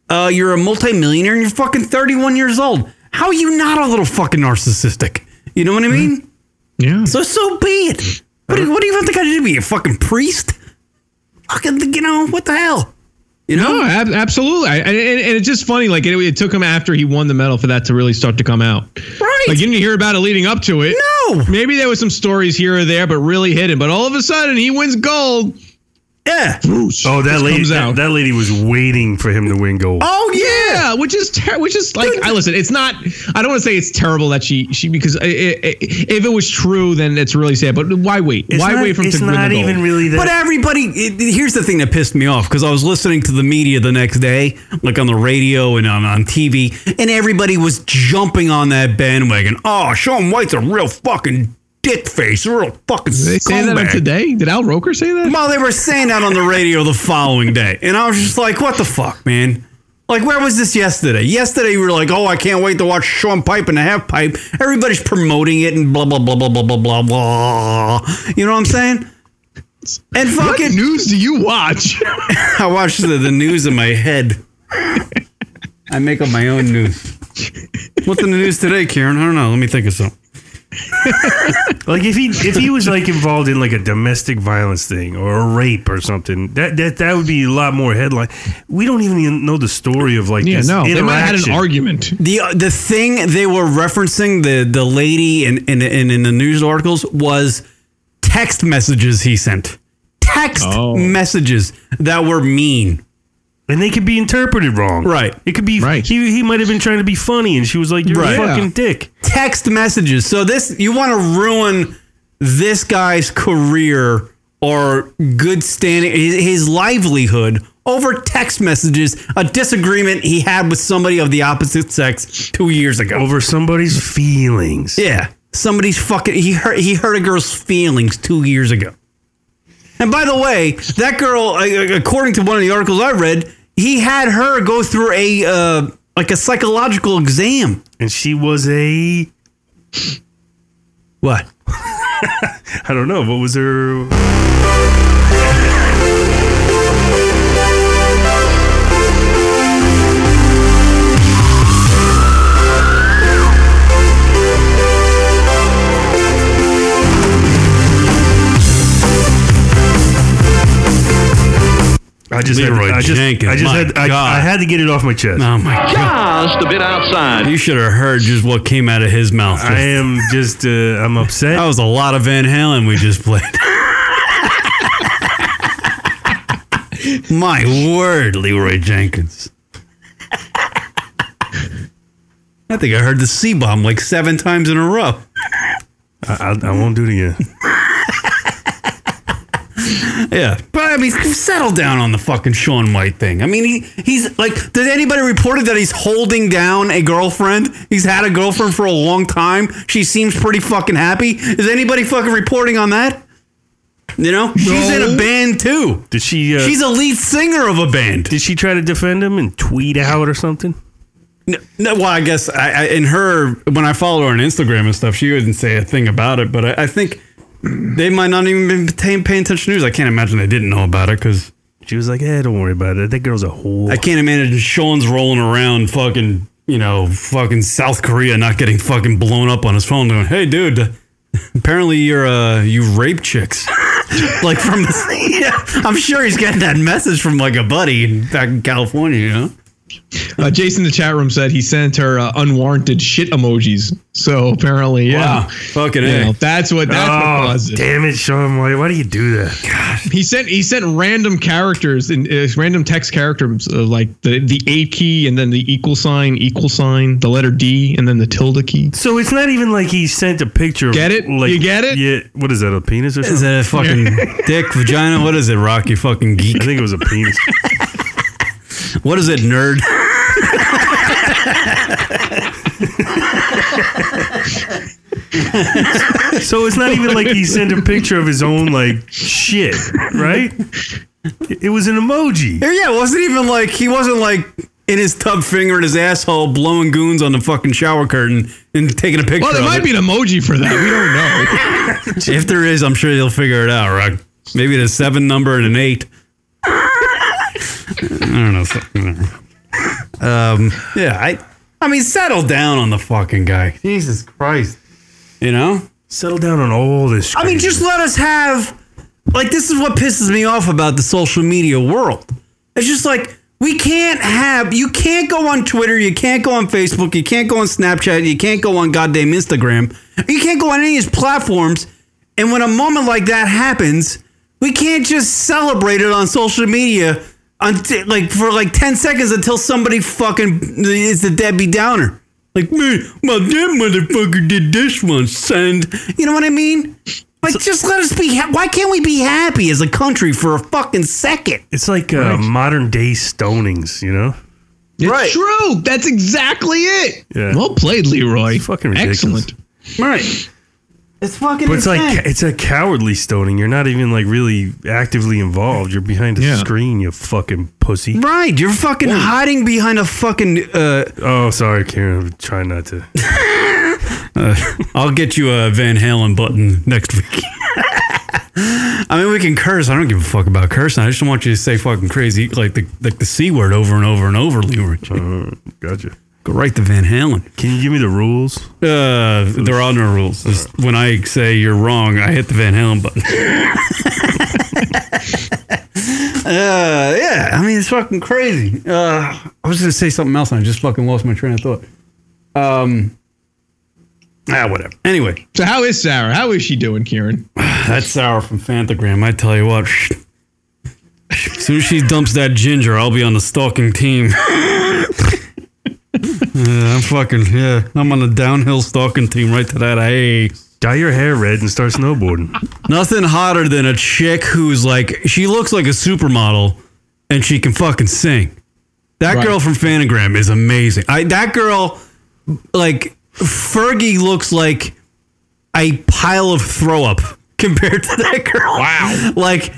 Uh, you're a multimillionaire and you're fucking 31 years old. How are you not a little fucking narcissistic? You know what I Mm-hmm. mean? Yeah. So so be it. What Uh-huh. do, what do you think I did? Be a fucking priest? Fucking, you know what the hell? You know, no, ab- absolutely. I, and, and and it's just funny. Like it, it took him after he won the medal for that to really start to come out. Right. Like you didn't hear about it leading up to it. No. Maybe there was some stories here or there, but really hidden. But all of a sudden, he wins gold. Yeah. Oh, that Just lady. comes That, out. that lady was waiting for him to win gold. Oh yeah, which is ter- which is like I listen. It's not. I don't want to say it's terrible that she she because i i i if it was true, then it's really sad. But why wait? why wait for him to win the gold? But everybody, it, it- here's the thing that pissed me off because I was listening to the media the next day, like on the radio and on, on TV, and everybody was jumping on that bandwagon. Oh, Sean White's a real fucking dick face, a real fucking Did they say that on scumbag. today? Did Al Roker say that? Well, they were saying that on the radio the following day, and I was just like, "What the fuck, man." Like, where was this yesterday? Yesterday, we were like, oh, I can't wait to watch Sean Pipe and the Half Pipe. Everybody's promoting it and blah, blah, blah, blah, blah, blah, blah, blah. You know what I'm saying? And fucking news do you watch? I watch the, the news in my head. I make up my own news. What's in the news today, Karen? I don't know. Let me think of something. like if he if he was like involved in like a domestic violence thing or a rape or something, that that that would be a lot more headline. We don't even know the story of like this interaction. The the thing they were referencing the the lady in in in, in the news articles was text messages he sent. Text messages that were mean. And they could be interpreted wrong. Right. It could be right. He he might have been trying to be funny, and she was like, "You're a fucking dick." Text messages. So this you want to ruin this guy's career or good standing his, his livelihood over text messages, a disagreement he had with somebody of the opposite sex 2 years ago. over somebody's feelings. Yeah. Somebody's fucking he hurt he hurt a girl's feelings 2 years ago. And by the way, that girl uh, according to one of the articles I read, he had her go through a uh, like a psychological exam. And she was a what? I don't know. What was her? I just Leroy had, I just, Jenkins, I just my had I, I had to get it off my chest. Oh my god! Just a bit outside. You should have heard just what came out of his mouth. I am just, uh, I'm upset. That was a lot of Van Halen we just played. my word, Leroy Jenkins. I think I heard the C bomb like seven times in a row. I, I, I won't do it again. Yeah, but I mean, settle down on the fucking Sean White thing. I mean, he he's like, did anybody report it that he's holding down a girlfriend? He's had a girlfriend for a long time. She seems pretty fucking happy. Is anybody fucking reporting on that? You know, she's in a band too. Did she? Uh, She's a lead singer of a band. Did she try to defend him and tweet out or something? No, no, well, I guess I, I, in her when I follow her on Instagram and stuff, she wouldn't say a thing about it. But I, I think they might not even be paying, paying attention to news. I can't imagine they didn't know about it because she was like, "Eh, don't worry about it. That girl's a whore." I can't imagine Sean's rolling around, fucking, you know, fucking South Korea, not getting fucking blown up on his phone. Going, "Hey, dude, apparently you're uh, you rape chicks." like from, yeah, I'm sure he's getting that message from like a buddy back in California, you know. Uh, Jason in the chat room said he sent her uh, unwarranted shit emojis. So apparently, yeah, Wow. Fucking You A. know, that's what that's what Oh, caused it. damn it, Sean! Why, why do you do that? He sent he sent random characters in uh, random text characters uh, like the the A key and then the equal sign equal sign the letter D and then the tilde key. So it's not even like he sent a picture. Get it? Like, You get it? Yeah. What is that? A penis or something? Is that a fucking dick, vagina? What is it, Rock? You fucking geek. I think it was a penis. What is it, nerd? so it's not even like he sent a picture of his own like shit, right? It was an emoji. Yeah, it wasn't even like he wasn't like in his tub finger in his asshole blowing goons on the fucking shower curtain and taking a picture. Well, there of might it. be an emoji for that. We don't know. If there is, I'm sure they'll figure it out, Rock. Maybe the seven number and an eight. I don't know. something. Um, yeah, I. I mean, settle down on the fucking guy. Jesus Christ. You know. Settle down on all this. I mean, crazy. just let us have. Like, this is what pisses me off about the social media world. It's just like, we can't have. You can't go on Twitter. You can't go on Facebook. You can't go on Snapchat. You can't go on goddamn Instagram. You can't go on any of these platforms. And when a moment like that happens, we can't just celebrate it on social media. Until, like for like 10 seconds until somebody fucking is the Debbie Downer. Like, man, well, that motherfucker did this one, send. You know what I mean? Like, just let us be. Ha- Why can't we be happy as a country for a fucking second? it's like uh, modern day stonings, you know? It's Right. true. That's exactly it. Yeah. Well played, Leroy. It's fucking ridiculous. Excellent. Right. It's fucking But it's insane. like it's a cowardly stoning. You're not even like really actively involved. You're behind a Yeah. screen, you fucking pussy. right. You're fucking hiding behind a fucking. Uh, Oh, sorry, Karen. I'm trying not to. I'll get you a Van Halen button next week. I mean, we can curse. I don't give a fuck about cursing. I just want you to say fucking crazy, like the like the c word over and over and over, Leroy. Uh, gotcha. Go right to Van Halen. Can you give me the rules? Uh, there are no rules. Just When I say you're wrong, I hit the Van Halen button. uh, yeah, I mean it's fucking crazy. Uh, I was gonna say something else and I just fucking lost my train of thought. Um, ah, whatever. Anyway, So how is Sarah? How is she doing, Kieran? that's sour from Fantagram. I tell you what. As soon as she dumps that ginger, I'll be on the stalking team. yeah, I'm fucking yeah. I'm on the downhill stalking team right to that A. Dye your hair red and start snowboarding. Nothing hotter than a chick who's like she looks like a supermodel and she can fucking sing. That Right. girl from Fanagram is amazing. I that girl like Fergie looks like a pile of throw up compared to that girl. Wow. Like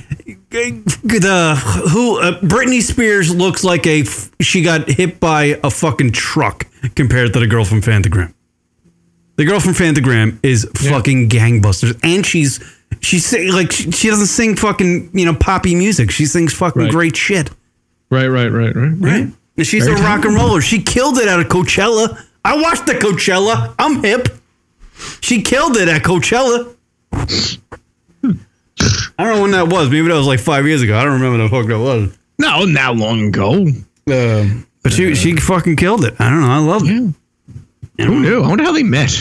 the who uh, Britney Spears looks like a f- she got hit by a fucking truck compared to the girl from Fantagram. The girl from Fantagram is fucking gangbusters, and she's she's sing, like she, she doesn't sing fucking you know poppy music. She sings fucking Right. great shit, Right, right, right, right, right? And she's Very a rock and roller. She killed it at a Coachella. I watched the Coachella. I'm hip. She killed it at Coachella. I don't know when that was. Maybe that was like five years ago. I don't remember the fuck that was. No, not long ago. Um, but she she fucking killed it. I don't know. I love it. Yeah. Who knew? I wonder how they met.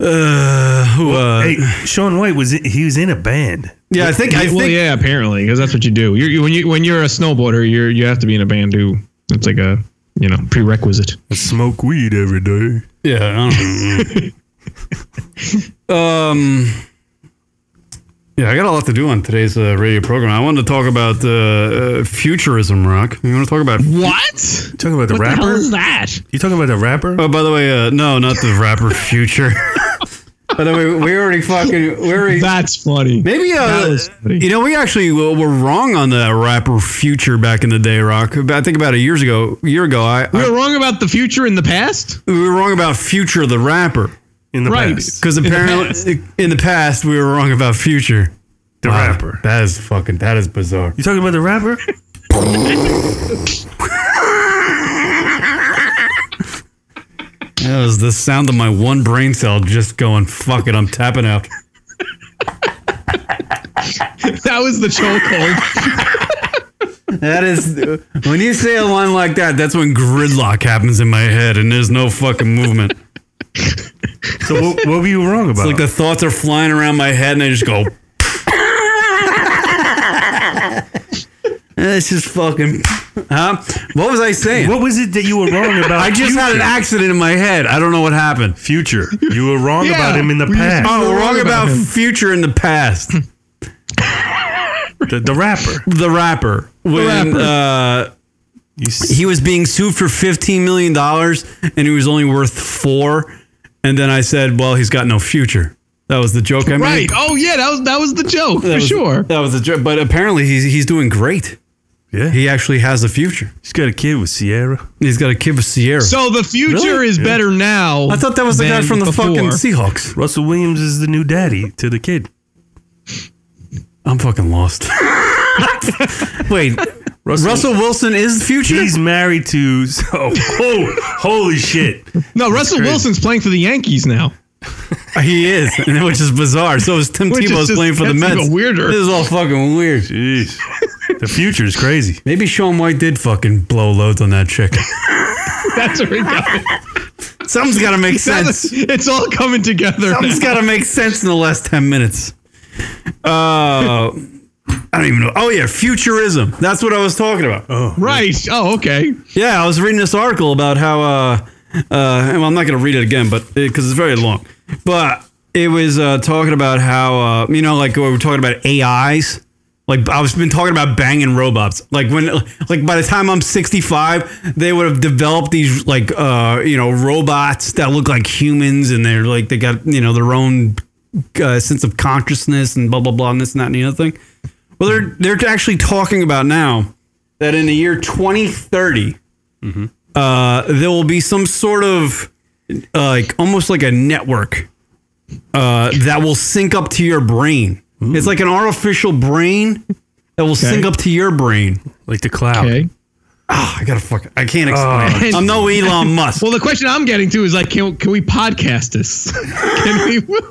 Uh, who, uh, hey, Sean White was in, he was in a band. yeah, I think I well, think yeah, apparently, because that's what you do. You're, you when you when you're a snowboarder, you're you have to be in a band too. It's like a you know prerequisite. I smoke weed every day. Yeah, I don't know. um, yeah, I got a lot to do on today's uh, radio program. I wanted to talk about uh, uh, futurism, rock. You want to talk about? What? You talking about the What the rapper? hell is that? you talking about the rapper? Oh, by the way, uh, no, not the rapper Future. But then we, we already fucking we already. That's funny. Maybe uh, you know we actually were were wrong on the rapper future back in the day, Rock. But I think about a years ago, year ago, I we were wrong about the future in the past. We were wrong about future the rapper in the right. past because apparently in the, past we were wrong about future the Wow, rapper. That is fucking that is bizarre. You talking about the rapper? That was the sound of my one brain cell just going fuck it. I'm tapping out. that was the chokehold. that is when you say a line like that. That's when gridlock happens in my head, and there's no fucking movement. So what, what were you wrong It's about? like the thoughts are flying around my head, and I just go. This is fucking. Huh? What was I saying? What was it that you were wrong about? I just had an Future? accident in my head. I don't know what happened. Future. You were wrong about him in the past. Oh, we're wrong about future in the past. the, the rapper. The rapper. When uh, he was being sued for fifteen million dollars, and he was only worth four. And then I said, "Well, he's got no future." That was the joke I made. Right. Oh yeah, that was that was the joke for was- sure. That was a joke. But apparently, he's he's doing great. Yeah. He actually has a future. He's got a kid with Sierra. He's got a kid with Sierra. So the future Really? is better now. I thought that was the guy than from the before. fucking Seahawks. Russell Williams is the new daddy to the kid. I'm fucking lost. Wait, Russell, Wilson is the future? He's married to. Oh, oh holy shit! No, Russell crazy. Wilson's playing for the Yankees now. he is, which is bizarre. So is Tim Which is Tebow's just- playing for the that's Mets. even weirder. This is all fucking weird. Jeez, the future is crazy. Maybe Sean White did fucking blow loads on that chick. That's where we got Something's got to make sense. it. It's all coming together. Something's got to make sense in the last 10 minutes. Uh, I don't even know. Oh, yeah, futurism. That's what I was talking about. Right. Oh, okay. Yeah, I was reading this article about how. Uh, uh, well, I'm not going to read it again, but because it's very long. But it was uh, talking about how uh, you know, like we were talking about AIs. Like I was been talking about banging robots. Like when, like by the time I'm 65, they would have developed these like uh, you know robots that look like humans, and they're like they got you know their own uh, sense of consciousness and blah blah blah and this and that and the other thing. Well, they're they're actually talking about now that in the year 2030, uh, there will be some sort of uh, like almost like a network uh, that will sync up to your brain. It's like an artificial brain that will sync up to your brain. Like the cloud. Okay. Ah, I gotta fuck. I can't explain. it. I'm no Elon Musk. Well, the question I'm getting to is like, can can we podcast this? can we? Will,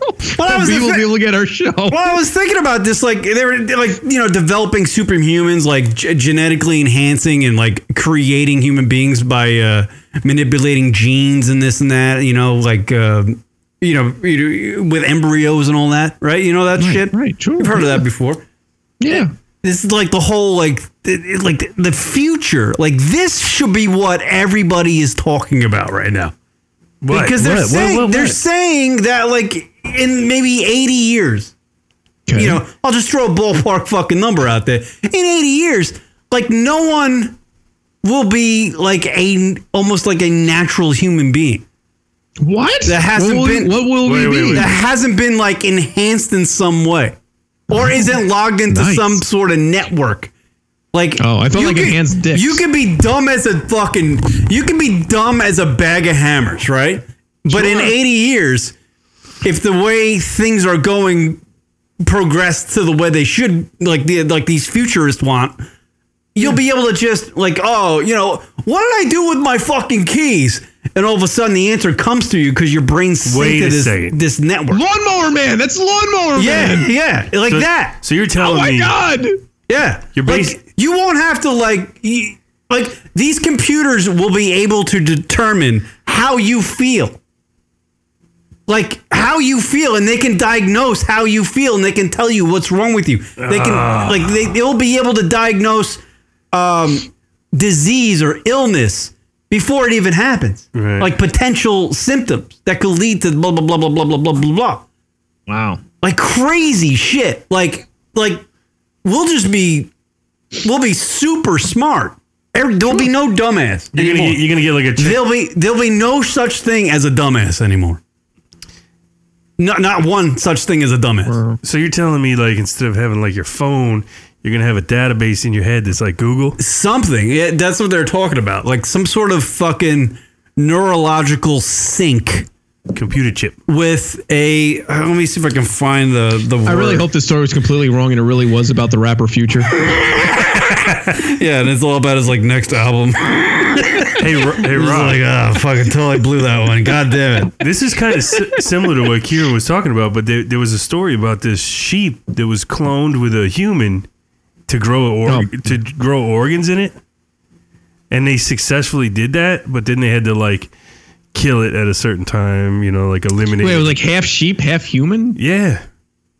I was we will afraid- be able to get our show. Well, I was thinking about this, like they were they're like you know developing superhumans, like g- genetically enhancing and like creating human beings by uh, manipulating genes and this and that. You know, like uh, you know you know, with embryos and all that, right? You know that shit. right, sure. You've heard of that before. Yeah. This is like the whole like th- it- like th- the future. Like this should be what everybody is talking about right now. What? Because they're What? What? saying What? What? they're saying that like in maybe 80 years, Okay. you know, I'll just throw a ballpark fucking number out there. In 80 years, like no one will be like a almost like a natural human being. what? That hasn't what will, been- What will Wait, we wait, be? That hasn't been like enhanced in some way or isn't logged into Nice. some sort of network. Like Oh, I felt you like could- enhanced dicks. You can be dumb as a fucking you can be dumb as a bag of hammers, right? But in Sure. 80 years, if the way things are going progress to the way they should, like the like these futurists want, you'll be able to just like, oh, you know, what did I do with my fucking keys? And all of a sudden, the answer comes to you because your brain's synced Wait to a this, second. this network. Lawnmower man. That's lawnmower Yeah, man. yeah, like So- that. So you're Oh telling my me god. Yeah, You're bas- like, you won't have to like y- like these computers will be able to determine how you feel. Like how you feel, and they can diagnose how you feel, and they can tell you what's wrong with you. They can Ah. like they, they'll be able to diagnose um, disease or illness before it even happens, Right. like potential symptoms that could lead to blah blah blah blah blah blah blah blah blah Wow. like crazy shit. Like like we'll just be we'll be super smart. Every, there'll be no dumbass you're gonna anymore. get, you're gonna get like a chick there'll be there'll be no such thing as a dumbass anymore. Not not one such thing as a dumbass. So you're telling me like instead of having like your phone, you're gonna have a database in your head that's like Google. Something. Yeah, that's what they're talking about. Like some sort of fucking neurological sync. Computer chip with a. uh, Let me see if I can find the the. I really word. hope this story was completely wrong and it really was about the rapper Future. yeah, and it's all about his like next album. hey, Ro- hey, It's Rob. like, ah, fucking totally blew that one. God damn it. This is kind of si- similar to what Kieran was talking about, but there, there was a story about this sheep that was cloned with a human to grow or- to grow organs in it, and they successfully did that. But then they had to like kill it at a certain time, you know, like eliminate. Wait, it it. was like half sheep, half human. yeah,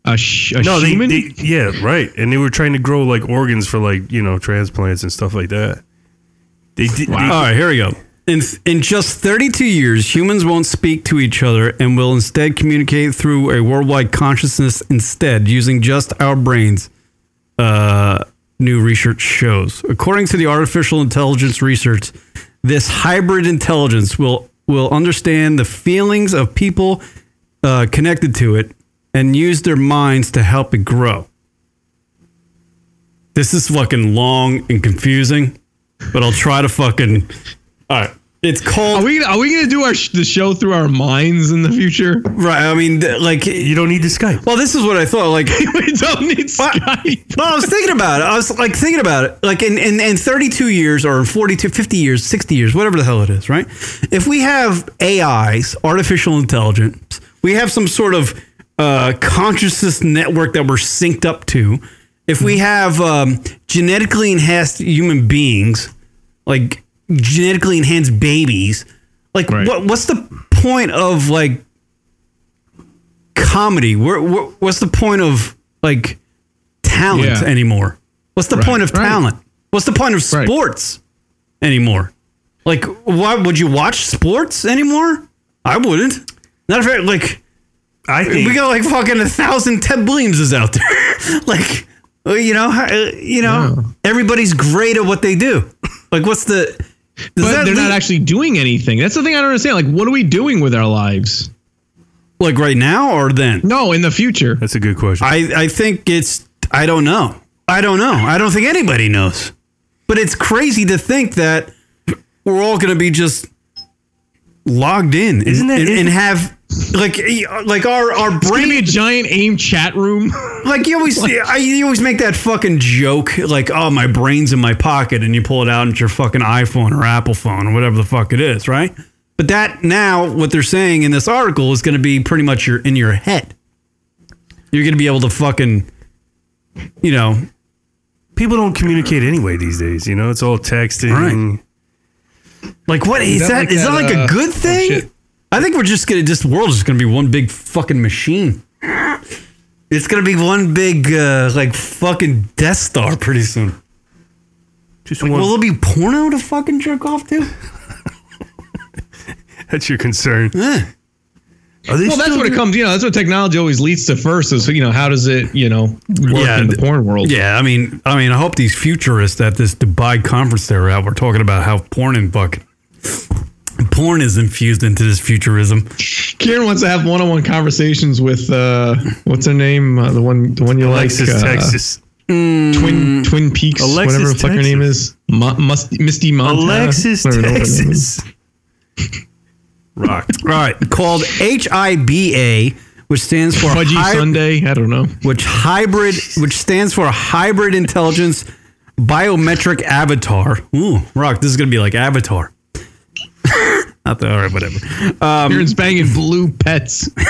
A, sh- a no, they, human. they yeah, right. And they were trying to grow like organs for like you know transplants and stuff like that. They did. All right, here we go. In, in just 32 years, humans won't speak to each other and will instead communicate through a worldwide consciousness instead, using just our brains, uh, new research shows. According to the artificial intelligence research, this hybrid intelligence will, will understand the feelings of people uh, connected to it and use their minds to help it grow. This is fucking long and confusing, but I'll try to fucking. All right. It's called. Are we are we gonna do our sh- the show through our minds in the future? Right. I mean, th- like. Oh. You don't need to Skype. Well, this is what I thought. Like, we don't need Skype. no, I was thinking about it. I was like thinking about it. Like in, in, in 32 years or in 42, 50 years, 60 years, whatever the hell it is, right? If we have AIs, artificial intelligence, we have some sort of uh, consciousness network that we're synced up to. If we have um, genetically enhanced human beings, like genetically enhanced babies, like what, what's the point of like comedy? Where, where, what's the point of like talent Yeah. anymore? What's the point of talent? What's the point of sports anymore? Like, why would you watch sports anymore? I wouldn't. Not if I, like I think we got like fucking a thousand Ted Williams is out there. like, uh, you know, how- uh, you know, everybody's great at what they do. Like, what's the? does But that they're not lead- actually doing anything. That's the thing I don't understand. Like, what are we doing with our lives? like right now or then. No, in the future. that's a good question. I, I think it's I don't know. I don't know. I don't think anybody knows. But it's crazy to think that we're all going to be just logged in, and- Isn't that- and, and isn't- have like eh, like our our It's gonna brain be a giant AIM chat room. like you always I, you always make that fucking joke like oh my brain's in my pocket and you pull it out and it's your fucking iPhone or Apple phone or whatever the fuck it is, right? But that now what they're saying in this article is going to be pretty much your in your head. You're going to be able to fucking you know, People don't communicate anyway these days. You know, it's all texting. like what is Is that that? like Is that that, like a uh, good oh, thing? shit. I think we're just going to this world is just going to be one big fucking machine. It's going to be one big uh, like fucking Death Star pretty soon. Just Like, one. will there be porno to fucking jerk off to? that's your concern. Are they Well, that's still- what it comes. You know, that's what technology always leads to first. Is you know, how does it you know work Yeah, in the th- porn world? Yeah, I mean, I mean, I hope these futurists at this Dubai conference they're at, we're talking about how porn and fuck, porn is infused into this futurism. Kieran wants to have one-on-one conversations with uh, what's her name? Uh, the one, the one you Alexis, like, uh, Texas. Twin Twin Peaks, Alexis, whatever the fuck her name is, Ma- Must, Misty Montana. Alexis, I don't know what her name is. Texas. Rock. All right, called HIBA, which stands for Fudgy hy- Sunday. I don't know. which hybrid, which stands for hybrid intelligence biometric avatar. Ooh, rock! This is gonna be like Avatar. Not the, all right, whatever. Kieran's banging blue pets. Can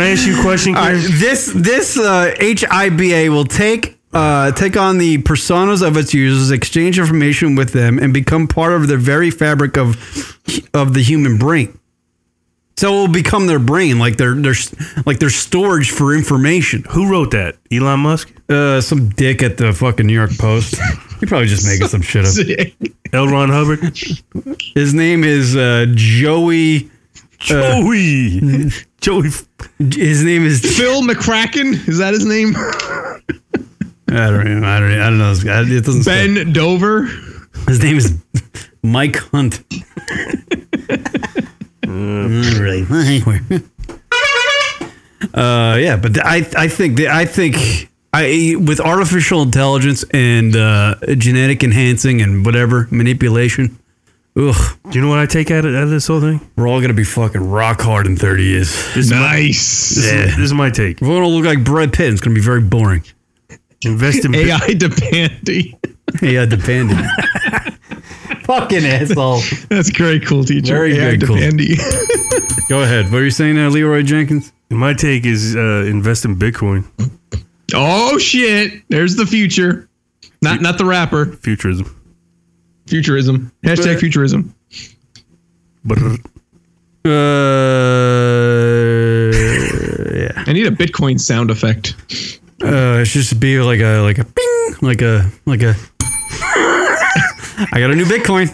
I ask you a question? All right, Kieran? this this uh, HIBA will take uh, take on the personas of its users, exchange information with them, and become part of the very fabric of of the human brain. So it will become their brain, like their their like their storage for information. Who wrote that? Elon Musk? Uh, some dick at the fucking New York Post. You're probably just making some shit up. L. Ron Hubbard? His name is uh, Joey. Joey. Joey. F- His name is Phil McCracken is that his name? I don't know. I don't, I don't know. this guy. It doesn't. spell. Ben Dover. His name is Mike Hunt. All right. Anyway. Uh, yeah, but th- I I think that I think I with artificial intelligence and uh, genetic enhancing and whatever manipulation. Ugh. Do you know what I take out of, out of this whole thing? We're all gonna be fucking rock hard in thirty years. This is my- Nice. this is- Yeah. this is my take. We're gonna look like Brad Pitt. It's gonna be very boring. Invest in AI dependy. yeah, depending. fucking asshole. That's very cool, teacher. Very AI good, cool. dependy. Go ahead. What are you saying, there, Leroy Jenkins? My take is uh, invest in Bitcoin. oh shit! There's the future. Not not the rapper. Futurism. Futurism. Hashtag futurism. But Uh, yeah. I need a Bitcoin sound effect. Uh, it should just be like a like a ping, like a like a. I got a new Bitcoin.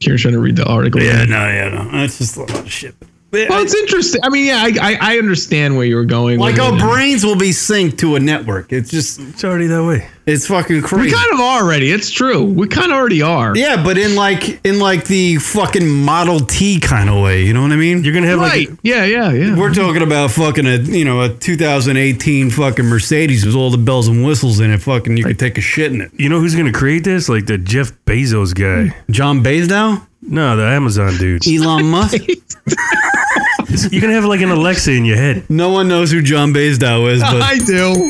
Here, trying to read the article. no, yeah, no. That's just a lot of shit. Well, it's interesting. I mean, yeah, I I, I understand where you were going. Like with our it. brains will be synced to a network. It's just it's already that way. it's fucking we crazy. kind of are already. It's true. We kind of already are. yeah, but in like in like the fucking Model T kind of way. You know what I mean? You're gonna have Right. like yeah. Yeah. Yeah. We're talking about fucking a you know a 2018 fucking Mercedes with all the bells and whistles in it. Fucking you could take a shit in it. you know who's gonna create this? Like the Jeff Bezos guy. John Baysdow, No, the Amazon dude. Elon Musk. You can have like an Alexa in your head. No one knows who John Baysdow is, but I do.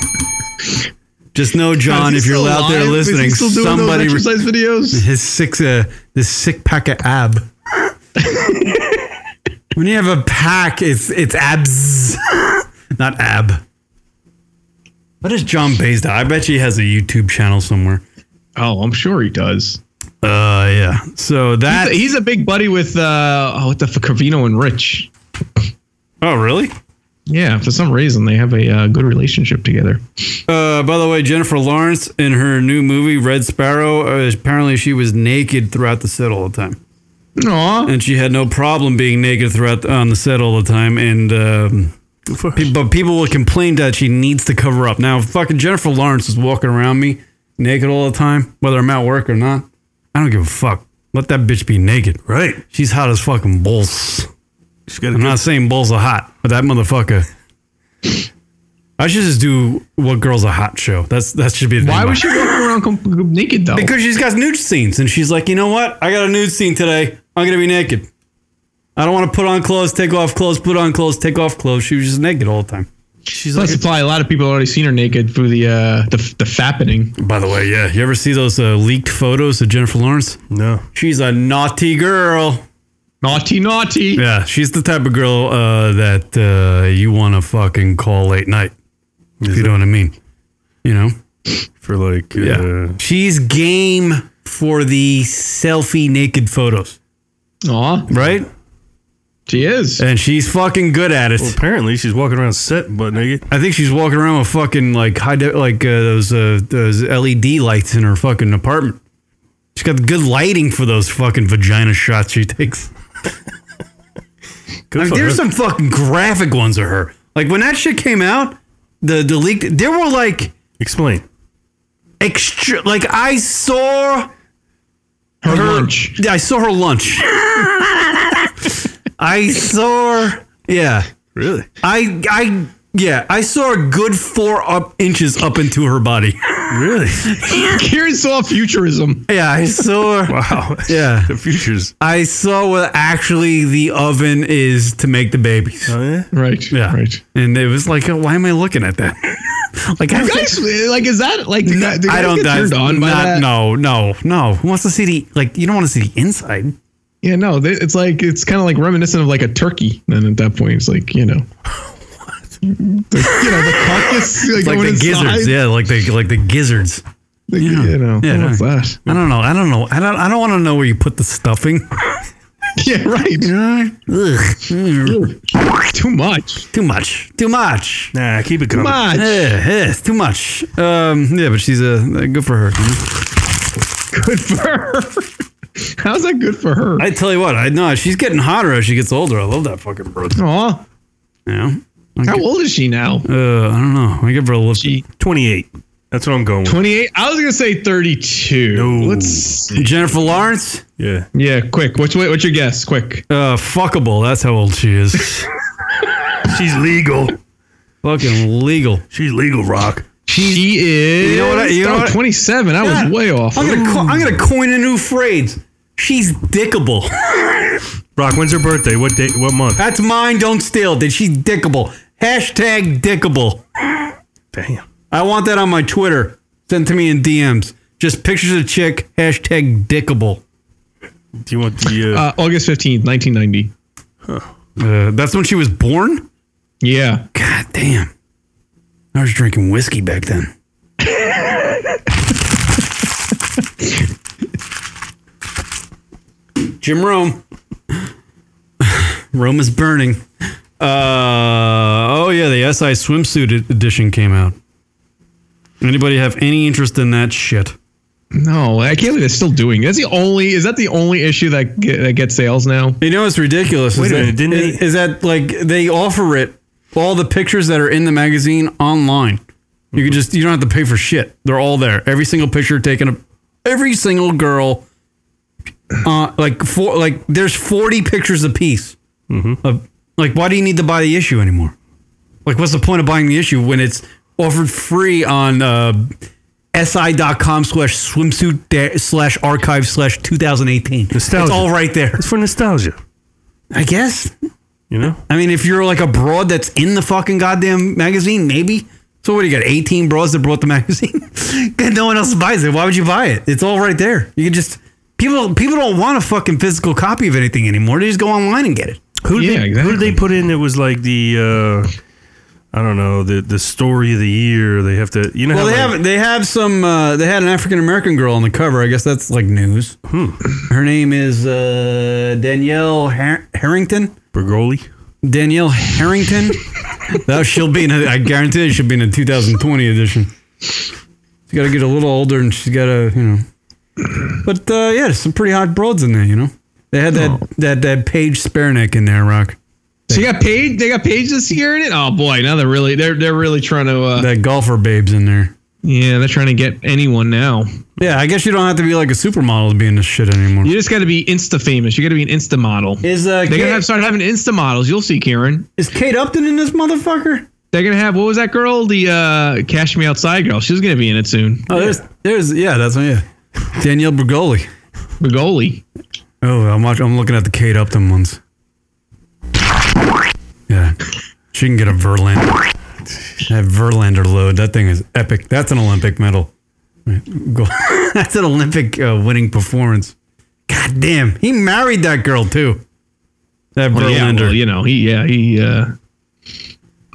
Just know, John, Is if he you're still out there alive? Is he listening, still doing those somebody exercise videos. his six uh this sick pack of ab. when you have a pack, it's it's abs, not ab. What is John Baysdow? I bet he has a YouTube channel somewhere. Oh, I'm sure he does. Uh, yeah. So that. He's a big buddy with uh oh, what the f- Covino and Rich. oh, really? Yeah, for some reason they have a uh, good relationship together. Uh, by the way, Jennifer Lawrence in her new movie Red Sparrow. Uh, apparently, she was naked throughout the set all the time. Aw. and she had no problem being naked throughout on the set all the time. And um, pe- but people will complain that she needs to cover up. Now, if fucking Jennifer Lawrence is walking around me naked all the time, whether I'm at work or not. I don't give a fuck. Let that bitch be naked. Right. She's hot as fucking bulls. She's got a I'm not saying bulls are hot, but that motherfucker. I should just do what girls are hot show. That's that should be. The Why name was she walking around com- naked though? because she's got nude scenes and she's like, you know what? I got a nude scene today. I'm gonna be naked. I don't want to put on clothes, take off clothes, put on clothes, take off clothes. She was just naked all the time. she's like Plus, probably a lot of people already seen her naked through the uh the the fappening. By the way, yeah, you ever see those uh, leaked photos of Jennifer Lawrence? no. She's a naughty girl. Naughty, naughty. Yeah, she's the type of girl uh, that uh, you want to fucking call late night. if you know what I mean, you know. For like uh, she's game for the selfie naked photos, Aw, right? she is. And she's fucking good at it. well, apparently she's walking around set butt naked. I think she's walking around with fucking like high de- like uh, those uh, those LED lights in her fucking apartment. She's got good lighting for those fucking vagina shots she takes. I Good mean, for there's her. some fucking graphic ones of her. Like when that shit came out, the the leaked there were like Explain. extra like I saw Her, lunch. I saw her lunch. I saw yeah. Really? I I yeah, I saw a good 4 up inches up into her body. Really? Karen saw futurism. Yeah, I saw. Wow. Yeah, The futures. I saw what actually the oven is to make the babies. Oh yeah. Right. Yeah, Right. And it was like, oh, why am I looking at that? like, I, You guys, like, is that like? do guys I don't. get That's turned on by not- that? No, no, no. Who wants to see the like? You don't want to see the inside. Yeah, no. They, it's like it's kind of like reminiscent of like a turkey. Then at that point, it's like you know. The, you know the carcass, like, Like going the inside. gizzards. Yeah, like the like the gizzards. Like, you know, Yeah, what's no. that? I don't know. I don't know. I don't. I don't want to know where you put the stuffing. Yeah, right. Ugh. Too much. Too much. Too much. Nah, keep it coming. Much. Yeah, yeah, it's too much. Um, yeah, but she's a uh, good for her. Good for her. How's that good for her? I tell you what, I know she's getting hotter as she gets older. I love that fucking broad. Aw, Yeah. how old is she now? Uh, I don't know. I give her a little. She Twenty eight. That's what I'm going with. 28. I was gonna say 32. No. Let's Jennifer Lawrence. Yeah. Yeah. Quick. What's what's your guess? Quick. Uh, fuckable. That's how old she is. She's legal. Fucking legal. She's legal, Rock. She is. You know what I- you know oh, what I- 27. I was way off. I'm gonna co- I'm gonna coin a new phrase. She's dickable. Rock, when's her birthday? What date? What month? That's mine. Don't steal. Did she dickable? Hashtag dickable. Damn. I want that on my Twitter. Send to me in DMs. Just pictures of chick. Hashtag dickable. Do you want the? Uh, Uh, August 15th, 1990. Uh, that's when she was born. Yeah. God damn. I was drinking whiskey back then. Jim Rome. Rome is burning. Uh, oh yeah, the SI swimsuit e- edition came out. Anybody have any interest in that shit? No, I can't believe they're still doing. it. That's the only. Is that the only issue that get, that gets sales now? You know it's ridiculous. Wait is a that- minute, didn't is, they- is that like they offer it all the pictures that are in the magazine online? You Mm-hmm. can just you don't have to pay for shit. They're all there. Every single picture taken of every single girl. Uh, like four like there's 40 pictures a piece. Mm-hmm. Of, like why do you need to buy the issue anymore? Like what's the point of buying the issue when it's offered free on uh, si.com slash swimsuit da- slash archive slash 2018? It's Nostalgia. all right there. It's for nostalgia. I guess. You know. I mean, if you're like a broad that's in the fucking goddamn magazine, maybe. So what do you got? 18 bras that brought the magazine? and no one else buys it. Why would you buy it? It's all right there. You can just people people don't want a fucking physical copy of anything anymore. They just go online and get it. Who did Yeah, they, exactly. who did they put in that was like the uh I don't know, the the story of the year. They have to you know Well, how they like- have they have some uh, they had an African American girl on the cover. I guess that's like news. Her name is uh, Danielle Har- Harrington. Bergoli? Danielle Harrington. that she'll be in. A, I guarantee she'll be in a 2020 edition. She's got to get a little older, and she's got to you know. But uh, yeah, there's some pretty hot broads in there. You know, they had that that that Paige Spernick in there, Rock. So you got paid. They got Paige this year in it. Oh boy, now they're really they're they're really trying to. Uh, That golfer babes in there. yeah, they're trying to get anyone now. Yeah, I guess you don't have to be like a supermodel to be in this shit anymore. You just got to be insta famous. You got to be an insta model. They're Is uh, Kate, gonna have, start having insta models. You'll see, Karen. is Kate Upton in this motherfucker? They're gonna have what was that girl? The uh, Cash Me Outside girl. She's gonna be in it soon. Oh, there's there's yeah, that's yeah. Danielle Bergoli. The goalie. Oh, I'm watch, I'm looking at the Kate Upton ones. Yeah, she can get a Verlander. That Verlander load. That thing is epic. That's an Olympic medal. Go- That's an Olympic uh, winning performance. God damn, he married that girl too. That Well, yeah, Verlander. well, you know, he yeah he uh,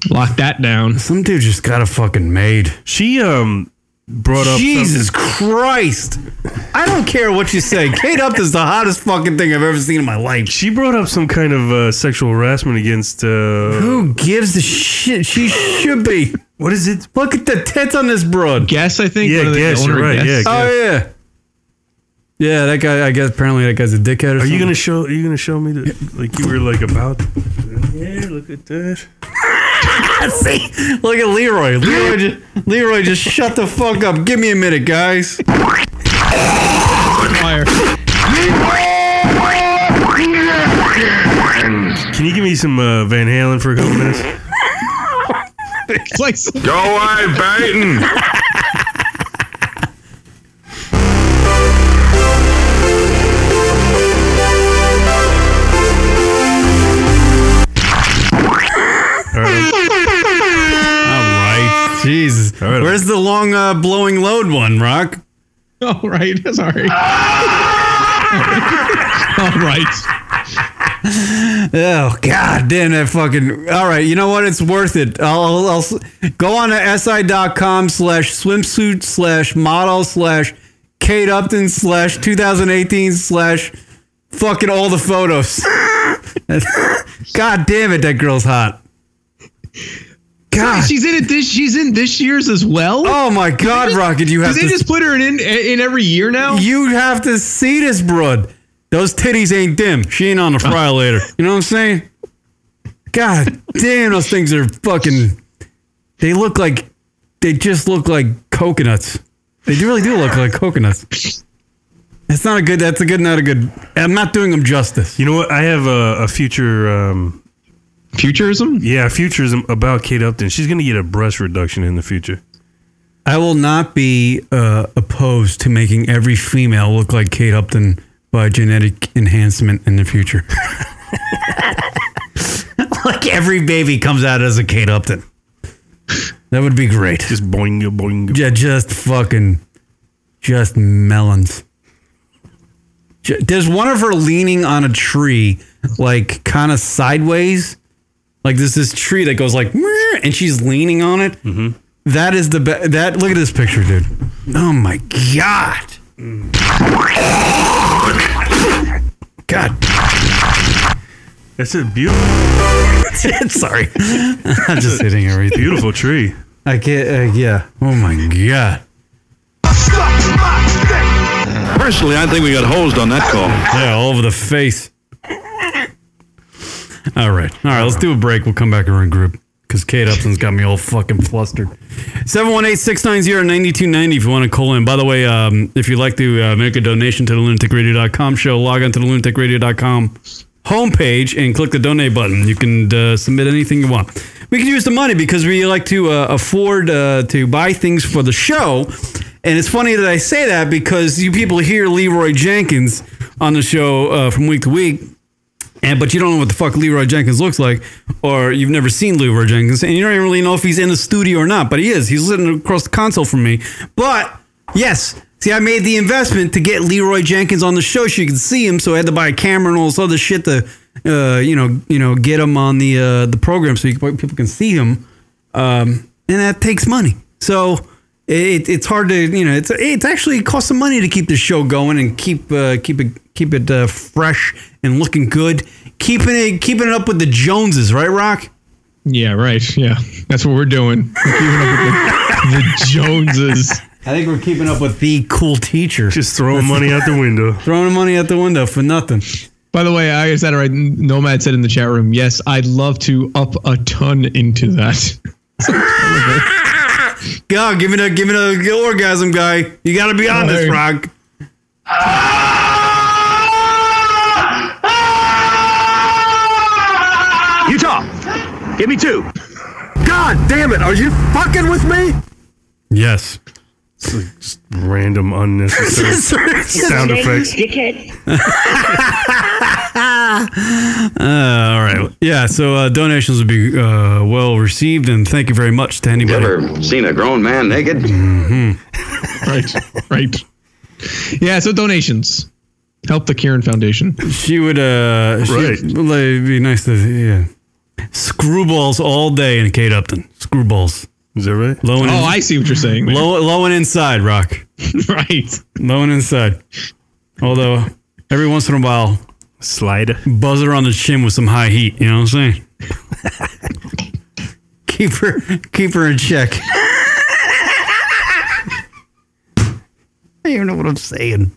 locked that down. Some dude just got a fucking maid. She um brought up some- Jesus Christ! I don't care what you say. Kate Upton's the hottest fucking thing I've ever seen in my life. she brought up some kind of uh, sexual harassment against uh Who gives a shit? She should be. what is it? Look at the tits on this broad. Guess I think. Yeah, What are they, the Guess, you're owner of right, Guess? yeah. Oh yeah. Yeah, that guy. I guess apparently that guy's a dickhead. Or Are something. you gonna show are you gonna show me that like you were like about Yeah, look at that. see? Look at Leroy. Leroy, just, Leroy, just shut the fuck up. Give me a minute, guys. Fire. Can you give me some uh, Van Halen for a couple minutes? It's like Go away, Baton. All right, Jesus. All right. Where's the long uh, blowing load one, Rock? All right. Sorry. All right. Oh God, damn that fucking! All right, you know what? It's worth it. I'll, I'll, I'll s- go on to si.com slash swimsuit slash model slash Kate Upton slash 2018 slash fucking all the photos. God damn it, that girl's hot. God, She's in it this. She's in this year's as well. oh my God, Rocket, you Do have they to. just put her in in every year now? You have to see this, broad. Those titties ain't dim. She ain't on the fry later. You know what I'm saying? God damn, those things are fucking. They look like they just look like coconuts. They do- really do look like coconuts. That's not a good. That's a good. Not a good. I'm not doing them justice. You know what? I have a, a future. Um, futurism? Yeah, futurism about Kate Upton. She's going to get a breast reduction in the future. I will not be uh, opposed to making every female look like Kate Upton by genetic enhancement in the future. like every baby comes out as a Kate Upton. That would be great. Just boing, boing. Yeah, just fucking, just melons. Ju- There's one of her leaning on a tree, like kind of sideways. Like there's this tree that goes like, "Meow," and she's leaning on it. That is the best. That look at this picture, dude. Oh my god. God. That's a beautiful. Sorry, I'm just hitting everything. Beautiful tree. I can't. Uh, yeah. Oh my god. Personally, I think we got hosed on that call. Yeah, all over the face. All right. All right, let's do a break. We'll come back and regroup because Kate Upton's got me all fucking flustered. 718 690 9290 if you want to call in. By the way, um, if you'd like to uh, make a donation to the lunaticradio.com show, log on to the lunaticradio.com homepage and click the donate button. You can uh, submit anything you want. We can use the money because we like to uh, afford uh, to buy things for the show. And it's funny that I say that because you people hear Leroy Jenkins on the show uh, from week to week and but you don't know what the fuck Leroy Jenkins looks like, or you've never seen Leroy Jenkins, and you don't even really know if he's in the studio or not. But he is. He's sitting across the console from me. But yes, see, I made the investment to get Leroy Jenkins on the show so you could see him. So I had to buy a camera and all this other shit to, uh, you know, you know, get him on the uh, the program so you, can- people can see him. Um, and that takes money. So. It, it's hard to you know it's it's actually costs some money to keep the show going and keep uh, keep it keep it uh, fresh and looking good keeping it keeping it up with the Joneses right Rock Yeah, right. Yeah, that's what we're doing. We're keeping up with the, the Joneses. I think we're keeping up with the cool teacher just throwing money out the window throwing money out the window for nothing By the way, I said it right. Nomad said in the chat room, "Yes, I'd love to up a ton into that." God, give me the give me the orgasm guy you got to be on this Alright. Rock Utah, give me two. God damn it, are you fucking with me? yes It's like just random unnecessary sound effects. Uh, all right. Yeah. So uh, donations would be uh, well received, and thank you very much to anybody. Ever seen a grown man naked? right, right. Yeah, so donations help the Kieran Foundation. She would, uh, she- Right. well, it'd be nice to, yeah. Screwballs all day in Kate Upton. Screwballs. Is that right? Low and Oh, I see what you're saying. man. low, low and inside, Rock. right. Low and inside. Although every once in a while, slide buzz her on the chin with some high heat. You know what I'm saying? keep her, keep her in check. I don't even know what I'm saying.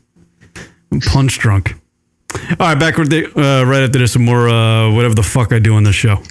I'm punch drunk. All right, back with the, uh, right after this, some more uh, whatever the fuck I do on this show.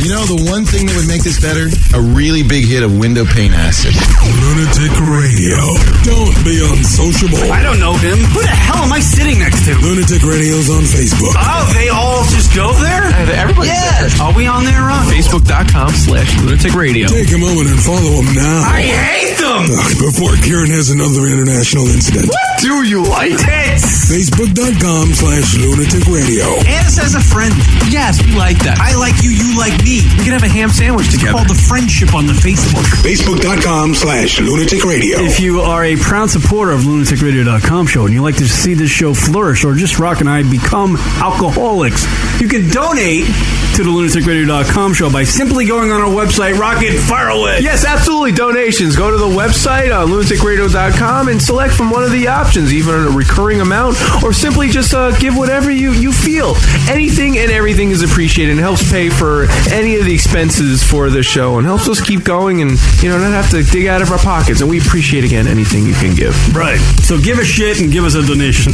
You know, the one thing that would make this better? A really big hit of window paint acid. Lunatic Radio. Don't be unsociable. I don't know him. Who the hell am I sitting next to? Lunatic Radio's on Facebook. Oh, they all just go there? Uh, everybody's yeah. Are we on there, Ron? Facebook.com slash lunatic radio. Take a moment and follow him now. I hate them! Before Kieran has another international incident. What do you like? Tits! Facebook.com slash lunatic radio. Add us as a friend. Yes, we like that. I like you, you like me. We can have a ham sandwich together. It's called the friendship on the Facebook. Facebook.com slash lunatic radio. If you are a proud supporter of lunaticradio.com show and you like to see this show flourish or just Rock and I become alcoholics, you can donate to the lunaticradio.com show by simply going on our website, Rocket Fire Away. Yes, absolutely. Donations. Go to the website, uh, lunaticradio.com, and select from one of the options, even a recurring amount, or simply just uh, give whatever you, you feel. Anything and everything is appreciated and helps pay for any of the expenses for the show and helps us keep going and, you know, not have to dig out of our pockets. And we appreciate, again, anything you can give. Right. So give a shit and give us a donation.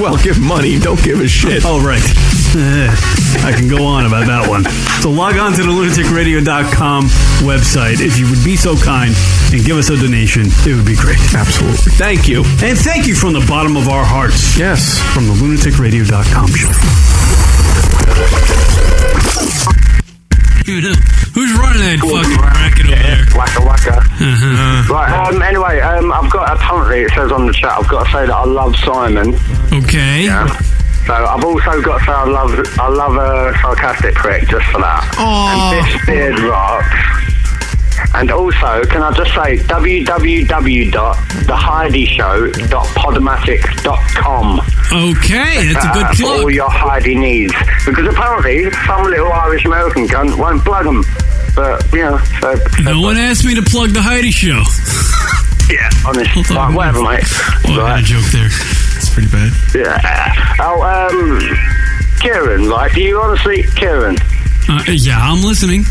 well, give money. Don't give a shit. Oh, right. Eh, I can go on about that one. So log on to the lunaticradio.com website if you would be so kind and give us a donation. It would be great. Absolutely. Thank you. And thank you from the bottom of our hearts. Yes. From the lunaticradio.com show. Dude, who's running that fucking racket over there? Waka waka. Right. Um, anyway, um, I've got apparently it says on the chat. I've got to say that I love Simon. Okay. Yeah. So I've also got to say I love I love a sarcastic prick just for that. Aw. And this beard rocks. And also, can I just say www.thehideshow.podomatic.com. Okay, that's a good Uh, for plug. all your Heidi needs. Because apparently, some little Irish American cunt won't plug them. But, you know, so. No one asked me to plug the Heidi show. yeah, honestly. Right, whatever, mate. Well, Oh, I had a joke there. It's pretty bad. Yeah. Oh, um, Kieran, like, do you honestly, Kieran? Uh, yeah, I'm listening.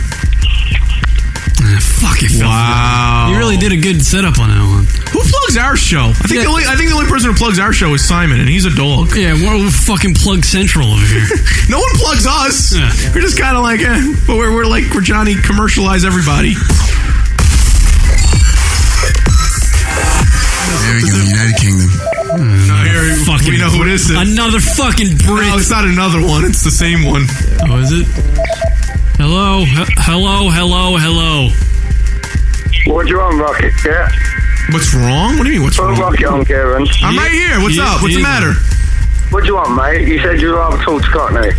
Ah, fuck it, Wow. You really did a good setup on that one. Who plugs our show? I think the only I think the only person who plugs our show is Simon, and he's a dog. Yeah, we're fucking plug central over here. no one plugs us. We're just kind of like, eh, but we're, we're like we're Johnny commercialize everybody. There we go, United Kingdom. fucking Hmm. we know who this is. Another fucking Brit. No, it's not another one. It's the same one. Oh, is it? Hello, he- hello, hello, hello. What do you want, Rocket? Yeah. What's wrong? What do you mean? What's wrong? Rocket on, Kieran. I'm right here. What's up? What's the matter? What do you want, mate? You said you'd rather talk to Cockney.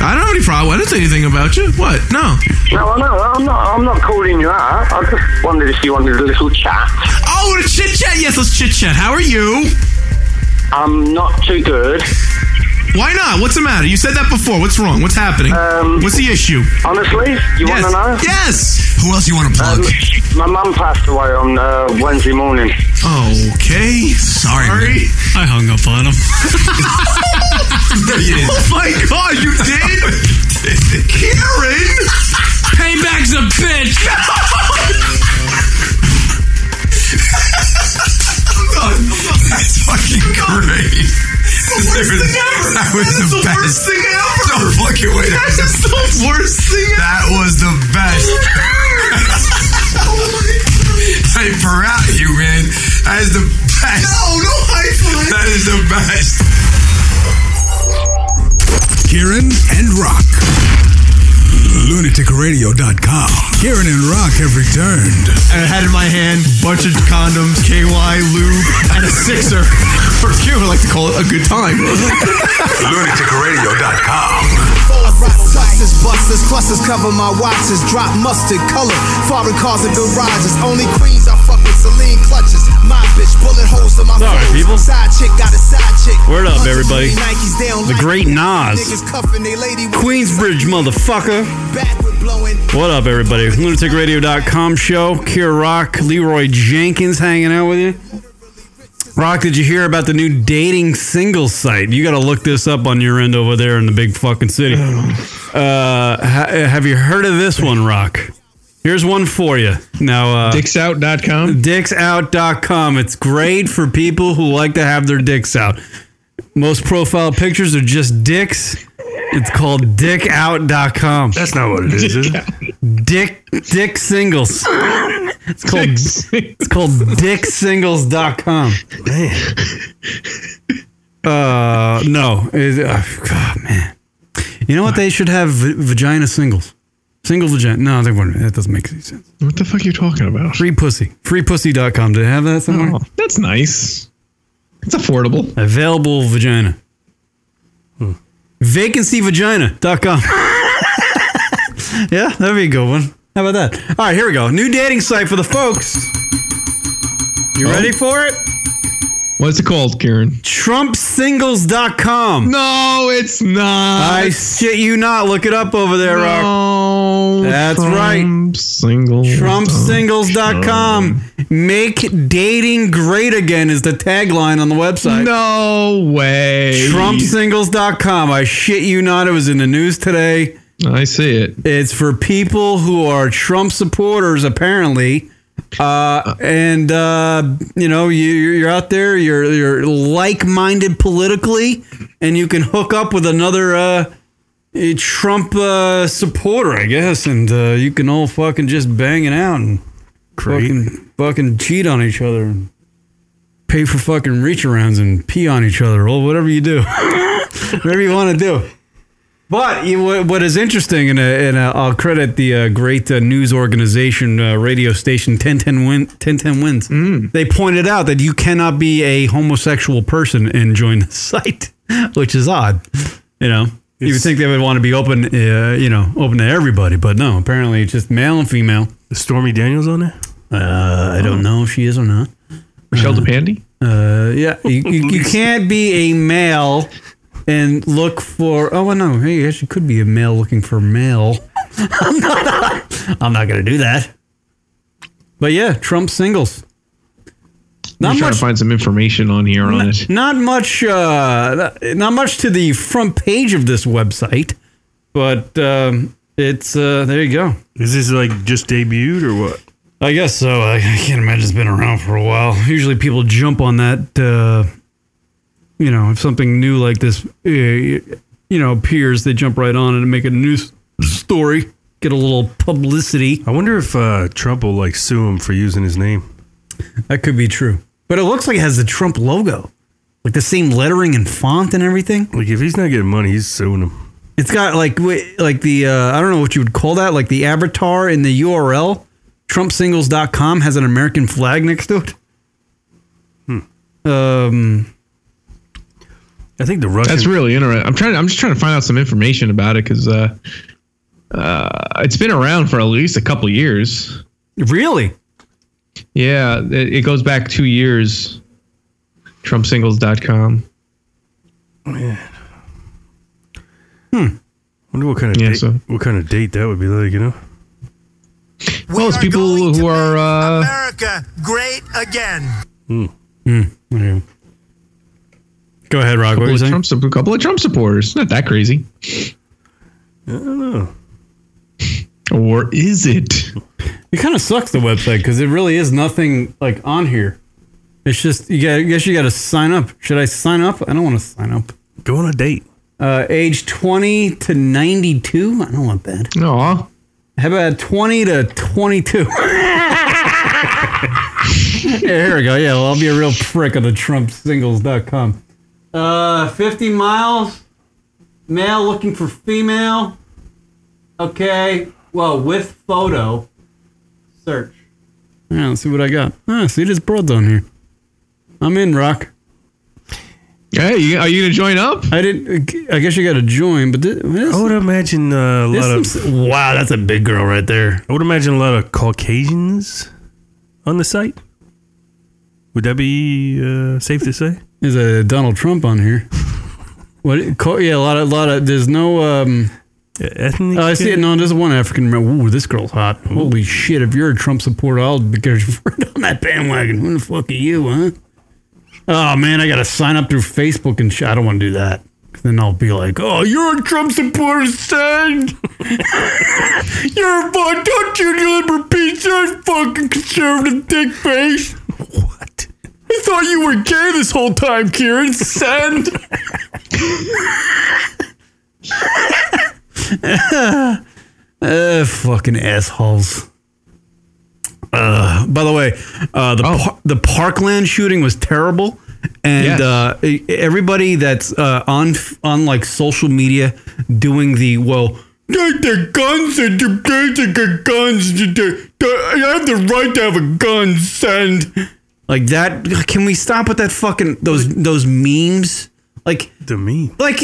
I don't have any problem. I didn't say anything about you. What? No. No, I know. I'm not. I'm not calling you out. I just wondered if you wanted a little chat. Oh, the chit chat. Yes, let's chit chat. How are you? I'm not too good. Why not? What's the matter? You said that before. What's wrong? What's happening? Um, What's the issue? Honestly, you yes. want to know? Yes. Who else you want to plug? Uh, My mum passed away on uh, Wednesday morning. Okay. Sorry. I hung up on him. Oh my god, you did? Karen! Payback's a bitch! That's fucking great. The worst thing ever. That was the, worst thing ever. Don't fucking wait. That is the worst thing ever. That was the best. Hyper out you, man. That is the best. No, no hyper. That is the best. Kieran and Rock. LunaticRadio.com. Kieran and Rock have returned. I had in my hand a bunch of condoms, KY, lube, and a sixer. For Kieran would like to call it a good time. LunaticRadio.com. Boxes, busters, clusters cover my watches. Drop mustard color, foreign cars and Bill Rogers. Only queens I fuck with Celine clutches. My bitch, bullet holes in my Sorry, foes. people. Side chick got a side chick. Word up, everybody. Nikes, they don't The like great it. Nas. Niggas cuffing they lady with Queensbridge, motherfucker. backward blowing. What up, everybody? LunaticRadio.com show. Kier Rock, Leroy Jenkins hanging out with you. Rock, did you hear about the new dating single site? You got to look this up on your end over there in the big fucking city. Uh, ha- have you heard of this one, Rock? Here's one for you. Now, uh, dicksout.com? Dicksout.com. It's great for people who like to have their dicks out. Most profile pictures are just dicks. It's called dickout.com. That's not what it is, is it? Dick dick singles. It's called it's called dicksingles.com. Man. Uh no, It- uh, God, man. You know what they should have v- vagina singles. Single vagina. No, they wouldn't. That doesn't make any sense. What the fuck are you talking about? Free pussy. Freepussy.com. Do they have that somewhere? that's nice. It's affordable. Available vagina. VacancyVagina.com. yeah, that'd be a good one. How about that? All right, here we go. New dating site for the folks. You Oh. ready for it? What's it called, Karen? TrumpSingles.com. No, it's not. I shit you not. Look it up over there, Rock. That's right. Single. TrumpSingles.com. Make dating great again is the tagline on the website. No way. TrumpSingles.com. I shit you not. It was in the news today. I see it. It's for people who are Trump supporters, apparently. Uh, and uh, you know you you're out there. You're you're like minded politically, and you can hook up with another uh, a Trump uh, supporter, I guess, and uh, you can all fucking just bang it out and fucking, fucking cheat on each other and pay for fucking reach arounds and pee on each other or whatever you do, whatever you want to do. But you, what- what is interesting, and, uh, and uh, I'll credit the uh, great uh, news organization, uh, radio station 1010, win, 1010 Wins, they pointed out that you cannot be a homosexual person and join the site, which is odd. You know, you would think they would want to be open, uh, you know, open to everybody, but no, apparently it's just male and female. Is Stormy Daniels on there? Uh, I don't know if she is or not. Michelle DePandy? Uh, yeah, you, you, you can't be a male and look for. Oh well, no, hey, yes, you could be a male looking for male. I'm not. I'm not gonna do that. But yeah, Trump singles. I'm Not trying much. to find some information on here on it. Not much. Uh, not much to the front page of this website, but um, it's uh, there. You go. Is this like just debuted or what? I guess so. I, I can't imagine it's been around for a while. Usually people jump on that, uh, you know, if something new like this, uh, you know, appears, they jump right on it and make a news story, get a little publicity. I wonder if uh, Trump will like sue him for using his name. That could be true. But it looks like it has the Trump logo, like the same lettering and font and everything. Like if he's not getting money, he's suing him. It's got like wi- like the uh, I don't know what you would call that, like the avatar in the URL. TrumpSingles.com has an American flag next to it. Um, I think the Russian. That's really interesting. I'm trying. I'm just trying to find out some information about it because uh, uh, it's been around for at least a couple years. Really? Yeah, it, it goes back two years. TrumpSingles.com. Wonder what kind of Yeah, date, so- what kind of date that would be like. You know, Well, it's people who are. Uh, America great again. Go ahead, Rock. Couple of, Trump, sup- couple of Trump supporters. Not that crazy. I don't know. Or is it? It kind of sucks the website because it really is nothing like on here. It's just you got. I guess you got to sign up. Should I sign up? I don't want to sign up. Go on a date. Uh, age twenty to ninety-two. I don't want that. No. How about twenty to twenty-two? yeah, here we go. Yeah, well, I'll be a real prick on the TrumpSingles.com. Uh, fifty miles. Male looking for female. Okay. Well, with photo. Search. Yeah, let's see what I got. Ah, see, there's broads on here. I'm in, Rock. Hey, you, are you gonna join up? I didn't. I guess you got to join, but thi- this, I would imagine uh, a There's lot of. some- wow, that's a big girl right there. I would imagine a lot of Caucasians on the site. Would that be uh, safe to say? There's a Donald Trump on here. What? co- Yeah, a lot of lot of. There's no. um E-, Ethnic. oh, I see it. No, there's one African American. Ooh, this girl's hot. Holy shit! If you're a Trump supporter, I'll because you're on that bandwagon. Who the fuck are you, huh? Oh man, I gotta sign up through Facebook and shit. I don't want to do that. 'Cause Then I'll be like, oh, you're a Trump supporter, son. you're a fuck, don't you liberal piece of fucking conservative dick face. What? I thought you were gay this whole time, Kieran. Send. uh, fucking assholes. Uh, by the way, uh, the par- the Parkland shooting was terrible, and Yes. uh, e- everybody that's uh, on f- on like social media doing the well. Take the guns and you take the guns. You do- do- I have the right to have a gun, send. Like that. Can we stop with that fucking those those memes? Like The meme. like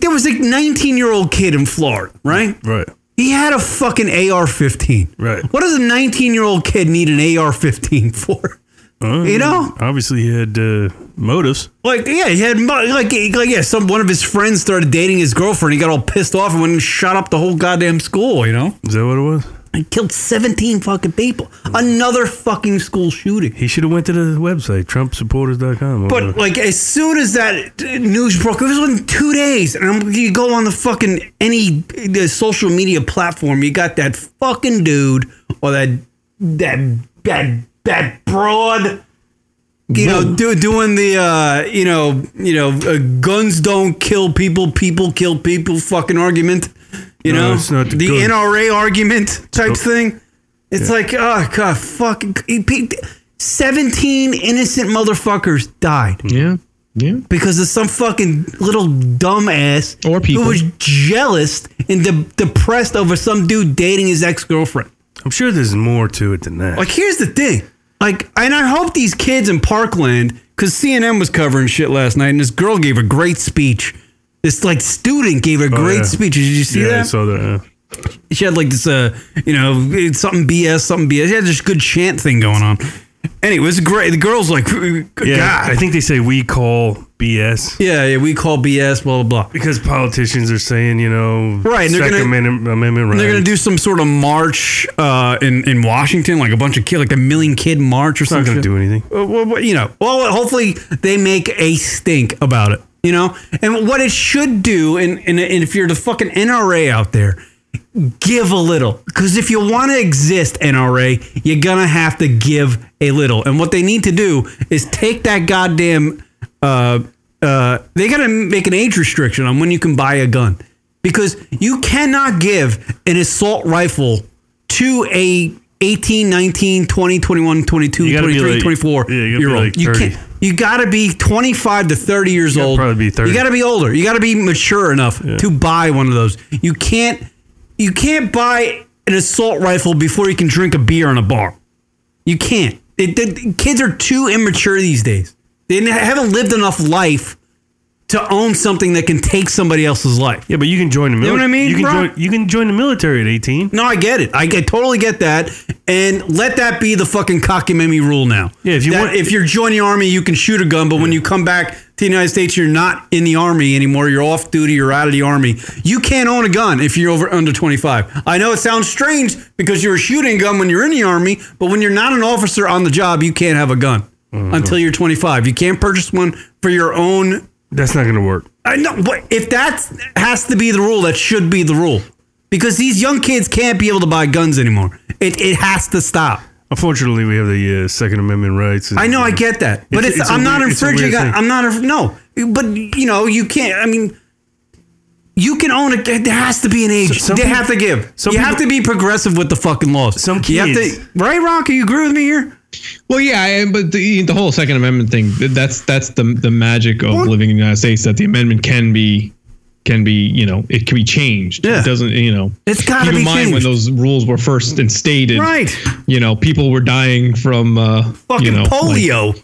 there was a 19 year old kid in Florida, right? Right. He had a fucking AR 15. Right. What does a 19 year old kid need an AR 15 for? Um, You know? Obviously, he had uh, motives. Like, yeah, he had, mo- like, like, yeah, some one of his friends started dating his girlfriend. He got all pissed off and went and shot up the whole goddamn school, you know? Is that what it was? And killed 17 fucking people. Another fucking school shooting. He should have went to the website TrumpSupporters.com. But, like, as soon as that uh, news broke, it was within two days. And I'm- you go on the fucking any uh, social media platform, you got that fucking dude or that, that, that, that broad. you know, do, doing the uh, you know, you know, uh, guns don't kill people, people kill people fucking argument. You No, know, it's not the the guns. NRA argument type thing. It's Yeah. like, oh god, fucking he picked- seventeen innocent motherfuckers died. Hmm. Yeah. Yeah. Because of some fucking little dumbass or people who was jealous and de- depressed over some dude dating his ex girlfriend. I'm sure there's more to it than that. Like, here's the thing. Like, and I hope these kids in Parkland, because CNN was covering shit last night, and this girl gave a great speech. This like student gave a Oh, great yeah. speech. Did you see yeah, I that? saw that. yeah. she had like this, uh, you know, it's something BS, something BS. She had this good chant thing going on. Anyway, it's great. The girl's like, yeah, Yeah, I think they say we call BS. Yeah, yeah, we call BS, blah blah blah. Because politicians are saying, you know, Right, and they're 2nd gonna- Amendment, Amendment They're right. gonna do some sort of march uh, in in Washington, like a bunch of kid, like a million kid march or not something. gonna do anything. Uh, well, well, you know, well, hopefully they make a stink about it. You know, and what it should do, and and, and if you're the fucking NRA out there, give a little, because if you want to exist, NRA, you're gonna have to give a little. And what they need to do is take that goddamn. Uh, uh, they gotta make an age restriction on when you can buy a gun because you cannot give an assault rifle to a 18 19 20 21 22 You gotta be 23 like- 24 yeah, you gotta year be old like you 30. can't you gotta be 25 to 30 years old probably be 30. you gotta be older you gotta be mature enough to buy one of those you can't you can't buy an assault rifle before you can drink a beer in a bar you can't. It, the- kids are too immature these days. They n- haven't lived enough life to own something that can take somebody else's life. Yeah, but you can join the You know what I mean, You can bro? join. You can join the military at 18. No, I get it. I, get- totally get that. And let that be the fucking cockamamie rule now. Yeah, if you that, want- if you're joining the army, you can shoot a gun, but when you come back to the United States, you're not in the army anymore. You're off duty. You're out of the army. You can't own a gun if you're over under 25. I know it sounds strange because you were shooting a gun when you're in the army, but when you're not an officer on the job, you can't have a gun until you're 25. You can't purchase one for your own. That's not gonna work. I know, but if that has to be the rule, that should be the rule because these young kids can't be able to buy guns anymore. It it has to stop. Unfortunately, we have the uh, Second Amendment rights. and- I know, I get that, but It's- it's, it's a I'm not weird- it's a weird infringing. on- thing. I'm not inf- no, but you know, you can't. I mean, you can own a. There has to be an age. some they peop- have to give. some you have to people- be progressive with the fucking laws. Some You have kids- to, right, Rock? You agree with me here? Well, yeah, I- but the, the whole Second Amendment thing—that's that's the the magic of living in the United States. That the amendment can be can be you know it can be changed. Yeah. It doesn't you know. It's gotta keep in be mind when those rules were first instated. Right. You know, people were dying from uh, Fucking you know, like- polio.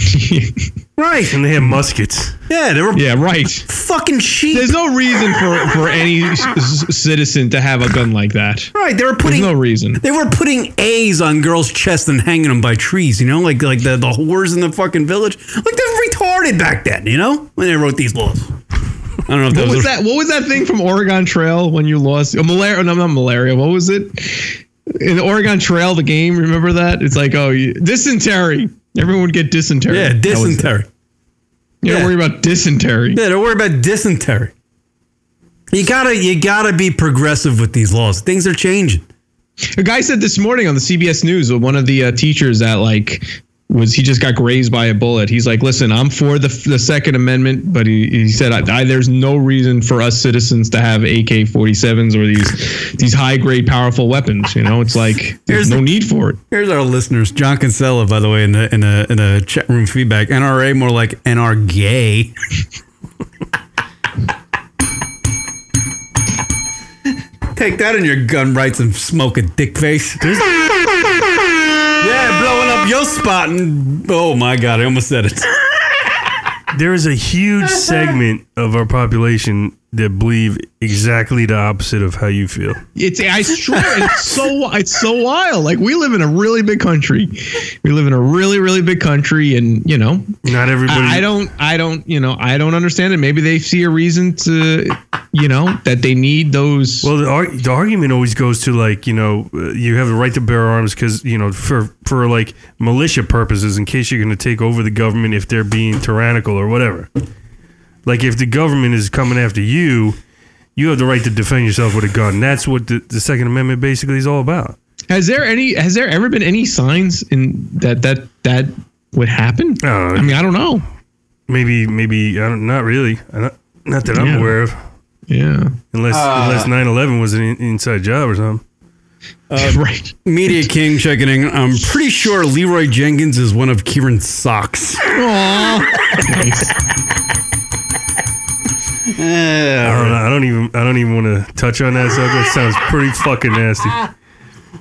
right. And they have muskets. Yeah, they were yeah, right. fucking sheep. There's no reason for for any s- s- citizen to have a gun like that. Right, they were putting There's no reason. They were putting A's on girls' chests and hanging them by trees, you know, like like the, the whores in the fucking village. Like they're retarded back then, you know, when they wrote these laws. I don't know if What those was are- that? What was that thing from Oregon Trail when you lost oh, malaria? No, not malaria. What was it? In Oregon Trail, the game. Remember that? It's like oh, you, dysentery. Everyone would get dysentery. Yeah, That was it. dysentery. You don't Yeah. worry about dysentery. Yeah, don't worry about dysentery. You gotta you gotta be progressive with these laws. Things are changing. A guy said this morning on the CBS News that one of the uh, teachers that like was he just got grazed by a bullet. He's like, listen, I'm for the, the Second Amendment, but he, he said I, I, there's no reason for us citizens to have AK-47s or these these high grade powerful weapons. You know, it's like there's no need for it. Here's our listeners, John Kinsella, by the way, in the in the in the chat room feedback. NRA more like NR gay. Take that in your gun rights and smoke a dick face. yeah, blowing up your spot and oh my god, I almost said it. There is a huge segment of our population that believe exactly the opposite of how you feel. It's I swear it's so it's so wild. Like we live in a really big country. We live in a really really big country, and you know, Not everybody. I, I don't I don't you know I don't understand it. Maybe they see a reason to you know that they need those. Well, the, ar- the argument always goes to like you know uh, you have the right to bear arms because you know for for like militia purposes in case you're going to take over the government if they're being tyrannical or whatever. Like if the government is coming after you, you have the right to defend yourself with a gun. That's what the, the Second Amendment basically is all about. Has there any has there ever been any signs in that that that would happen? Uh, I mean, I don't know. Maybe, maybe I don't. Not really. I don't, not that I'm Yeah. aware of. Yeah. Unless Uh, unless 9/11 was an in- inside job or something. um, right. Media King checking in. I'm pretty sure Leroy Jenkins is one of Kieran's socks. I don't. know. I don't even. I don't even want to touch on that subject. Sounds pretty fucking nasty.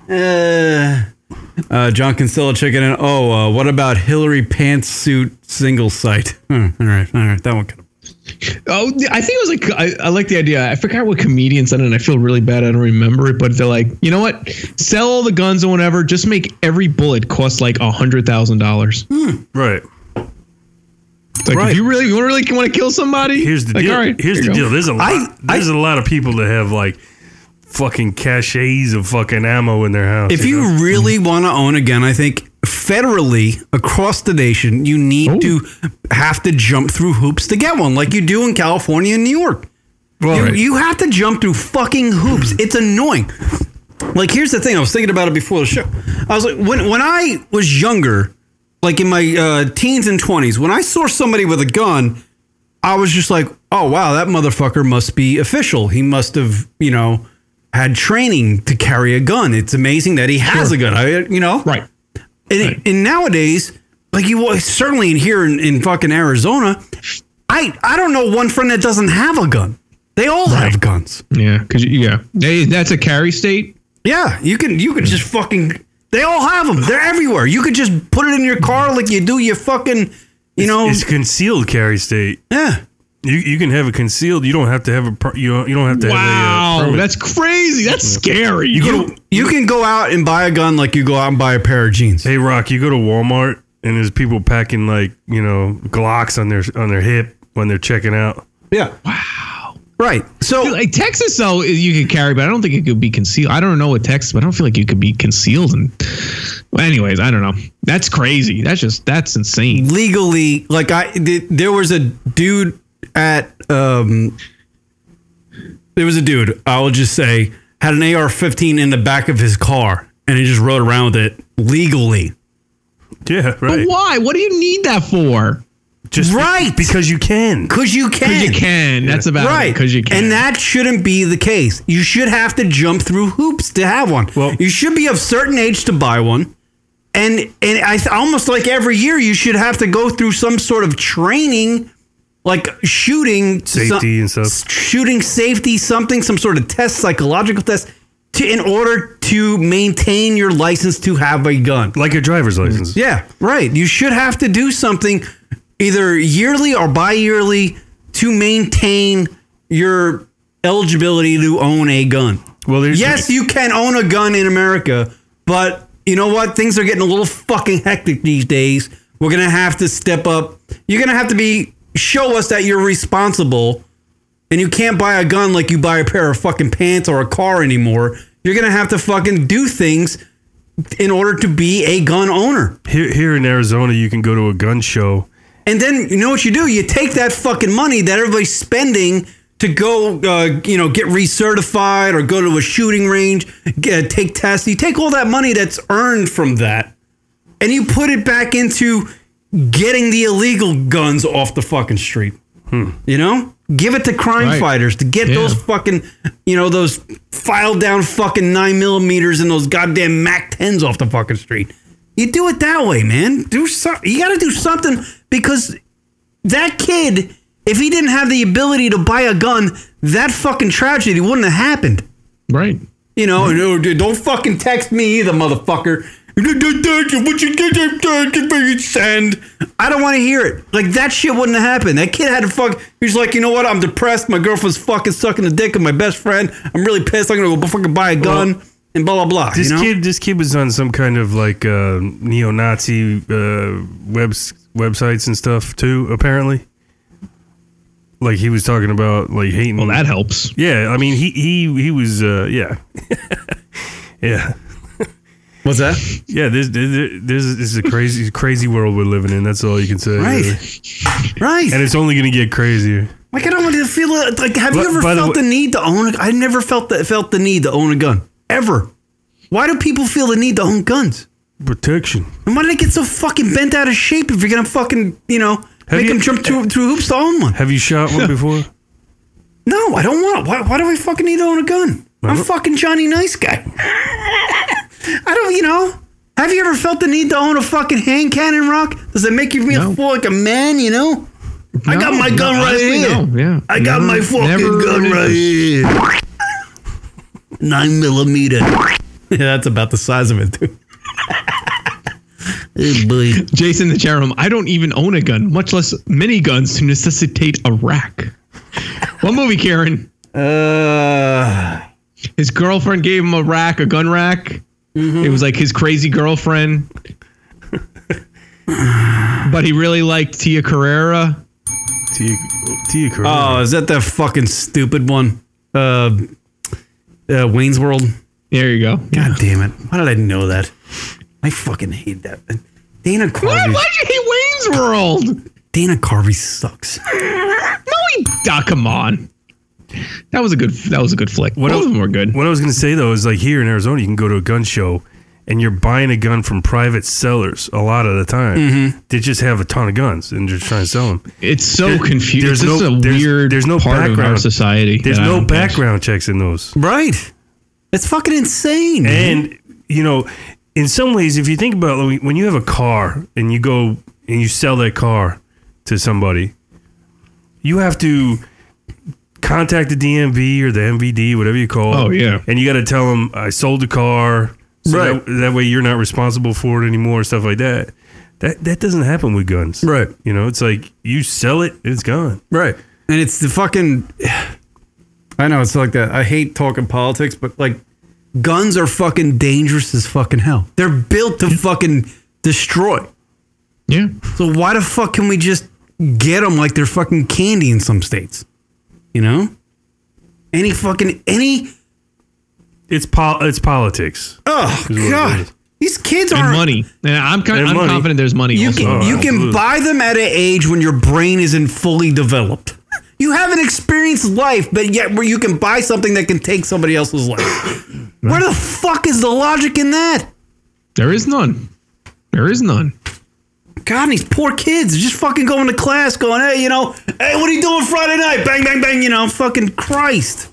Uh, uh, John Kinsella checking in. Oh, uh, what about Hillary pantsuit single site? Hmm, all right, all right, that one. Could Oh, I think it was like I, I like the idea. I forgot what comedian said it. and I feel really bad. I don't remember it, but they're like, you know what? Sell all the guns and whatever. Just make every bullet cost like a hundred thousand dollars. Right. Like if you really, you really want to kill somebody, Here's the like, deal. all right, Here's here the you deal. go. There's a lot. there's a lot of people that have like fucking caches of fucking ammo in their house. If you really want to own a gun, I think federally across the nation, you need to have to jump through hoops to get one, like you do in California and New York. Well, you, right. you have to jump through fucking hoops. It's annoying. Like here's the thing. I was thinking about it before the show. I was like, when when I was younger, like in my uh, teens and twenties, when I saw somebody with a gun, I was just like, oh wow, that motherfucker must be official. He must have, you know, had training to carry a gun. It's amazing that he has a gun. I, you know, right. And, and nowadays, like you certainly in here in, in fucking Arizona, I I don't know one friend that doesn't have a gun. They all have guns. Yeah, because yeah, Hey, that's a carry state. Yeah, you can you can just fucking. They all have them. They're everywhere. You could just put it in your car like you do your fucking. You know, it's concealed carry state. Yeah. You, you can have it concealed. You don't have to have a per, you don't, you don't have to Wow, have a uh, permit. that's crazy. That's scary. You go to- you can go out and buy a gun like you go out and buy a pair of jeans. Hey Rock, you go to Walmart and there's people packing like, you know, Glocks on their on their hip when they're checking out. Yeah. Right. So like Texas though you could carry, but I don't think it could be concealed. I don't know what Texas, but I don't feel like you could be concealed and well, anyways, I don't know. That's crazy. That's just that's insane. legally like i th- there was a dude at um there was a dude i will just say had an ar-15 in the back of his car and he just rode around with it legally yeah But why? What do you need that for? Just be- Right. because you can. because you can you can. That's about it, right 'cause you can. and that shouldn't be the case you should have to jump through hoops to have one well you should be of certain age to buy one and and i th- almost like every year you should have to go through some sort of training like shooting some- Safety and stuff. shooting safety something some sort of test psychological test to, in order to maintain your license to have a gun like your driver's license yeah right you should have to do something either yearly or bi-yearly to maintain your eligibility to own a gun well yes you can own a gun in america but you know what things are getting a little fucking hectic these days we're gonna have to step up you're gonna have to be show us that you're responsible and you can't buy a gun like you buy a pair of fucking pants or a car anymore. You're gonna have to fucking do things in order to be a gun owner. Here here in Arizona you can go to a gun show. And then you know what you do? You take that fucking money that everybody's spending to go, uh, you know, get recertified or go to a shooting range, get, uh, take tests. You take all that money that's earned from that, and you put it back into getting the illegal guns off the fucking street. You know, give it to crime Right. fighters to get Yeah. those fucking, you know, those filed down fucking nine millimeters and those goddamn Mac tens off the fucking street. You do it that way, man. Do something. You got to do something because that kid, if he didn't have the ability to buy a gun, that fucking tragedy wouldn't have happened. Right. You know, and, oh, dude, don't fucking text me either, motherfucker. Send. I don't want to hear it. Like that shit wouldn't have happened. That kid had to fuck. He's like, you know what? I'm depressed. My girlfriend's fucking sucking the dick of my best friend. I'm really pissed. I'm gonna go fucking buy a gun and blah blah blah. This you know? kid this kid was on some kind of like uh, neo-Nazi uh, webs websites and stuff too apparently. Like he was talking about like hating Well, that helps. Yeah, I mean he he he was uh, yeah. yeah. What's that? Yeah, this this, this is a crazy crazy world we're living in. That's all you can say. Right. really. Right. And it's only going to get crazier. Like I don't want to feel it. Like, have But- you ever by the felt way- the, need to own? A, I never felt that felt the need to own a gun ever. Why do people feel the need to own guns? Protection. And why do they get so fucking bent out of shape if you're gonna fucking you know Have make you- them jump through, through hoops to own one? Have you shot one before? No, I don't want. Why, why do I fucking need to own a gun? I'm fucking Johnny Nice Guy. I don't, you know. Have you ever felt the need to own a fucking hand cannon rock? Does that make you feel feel like a man? You know. I got No, my gun no, right honestly, here. no, yeah. I got Never- my fucking never gun right really- here. Nine millimeter. yeah, that's about the size of it, dude. Jason the Cherem, I don't even own a gun, much less many guns to necessitate a rack. what movie, Karen? Uh, his girlfriend gave him a rack, a gun rack. Mm-hmm. It was like his crazy girlfriend. but he really liked Tia Carrera. Tia, Tia Oh, is that that fucking stupid one? Uh, uh Wayne's World. There you go. God damn it! Why did I know that? I fucking hate that. Dana Carvey. Why'd you hate Wayne's World? Dana Carvey sucks. No, he. Ah, come on. That was a good. That was a good flick. What Both I- of them were good. What I was going to say though is like here in Arizona, you can go to a gun show, and you're buying a gun from private sellers a lot of the time. Mhm. They just have a ton of guns and they're just trying to sell them. It's so confusing. It's just a there's, weird There's no part of our background society There's that I no don't catch. background checks in those. Right. It's fucking insane. And Mm-hmm. you know, in some ways, if you think about it, when you have a car and you go and you sell that car to somebody, you have to contact the DMV or the MVD, whatever you call. Oh, it, yeah. and you got to tell them I sold the car. So Right. That, that way, you're not responsible for it anymore, stuff like that. That that doesn't happen with guns, Right. You know, it's like you sell it, it's gone. Right. And it's the fucking. I know it's like that. I hate talking politics, but like, guns are fucking dangerous as fucking hell. They're built to fucking destroy. Yeah. So why the fuck can we just get them like they're fucking candy in some states? You know. Any fucking any. It's pol- it's politics. Oh Is what it god. is. These kids And are money. And I'm, kind And I'm money. confident there's money. You also. can Oh, you can buy them at an age when your brain isn't fully developed. You haven't experienced life, but yet where you can buy something that can take somebody else's life. Where the fuck is the logic in that? There is none. There is none. God, and these poor kids are just fucking going to class, going, hey, you know, hey, what are you doing Friday night? Bang, bang, bang, you know, fucking Christ.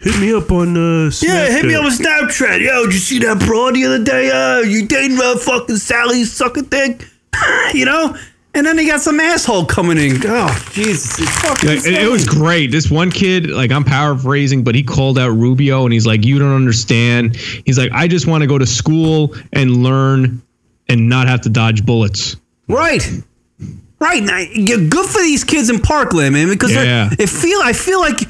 Hit me up on uh, Yeah, hit me Snapchat. up with Snapchat. Yo, did you see that broad the other day? Uh, you dating uh, fucking Sally sucker dick? Ah, you know? And then they got some asshole coming in. Oh, Jesus. It's fucking Yeah, it, it was great. This one kid, like I'm paraphrasing, but he called out Rubio and he's like, "You don't understand." He's like, "I just want to go to school and learn and not have to dodge bullets." Right. Right. Now, you're good for these kids in Parkland, man, because they're- Yeah. it feel I feel like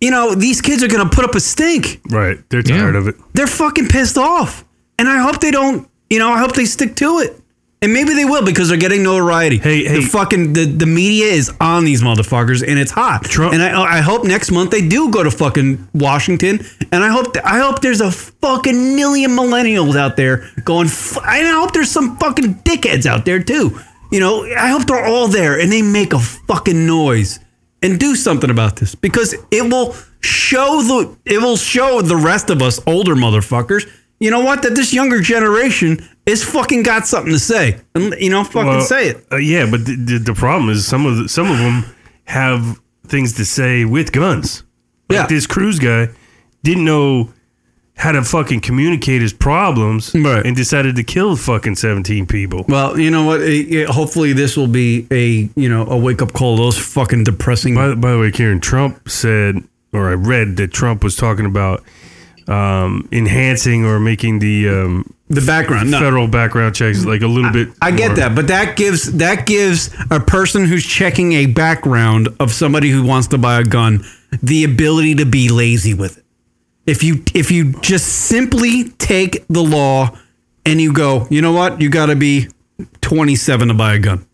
you know, these kids are gonna put up a stink. Right, they're tired of it. They're fucking pissed off. And I hope they don't, you know, I hope they stick to it. And maybe they will because they're getting notoriety. Hey, The hey. fucking the, the media is on these motherfuckers and it's hot. Trump- And I I hope next month they do go to fucking Washington and I hope th- I hope there's a fucking million millennials out there going f- and I hope there's some fucking dickheads out there too. You know, I hope they're all there and they make a fucking noise and do something about this because it will show the it will show the rest of us older motherfuckers you know what that this younger generation is fucking got something to say and you know fucking Well, say it uh, yeah, but the, the, the problem is some of the, some of them have things to say with guns. Like Yeah. this cruise guy didn't know how to fucking communicate his problems and decided to kill fucking 17 people. well you know what It- it- hopefully this will be a you know a wake up call to those fucking depressing By, by the way, Karen, Trump said, or I read that Trump was talking about um, enhancing or making the um, the background no. federal background checks like a little bit. I get more- that, but that gives that gives a person who's checking a background of somebody who wants to buy a gun the ability to be lazy with it. If you if you just simply take the law and you go, you know what? You got to be 27 to buy a gun.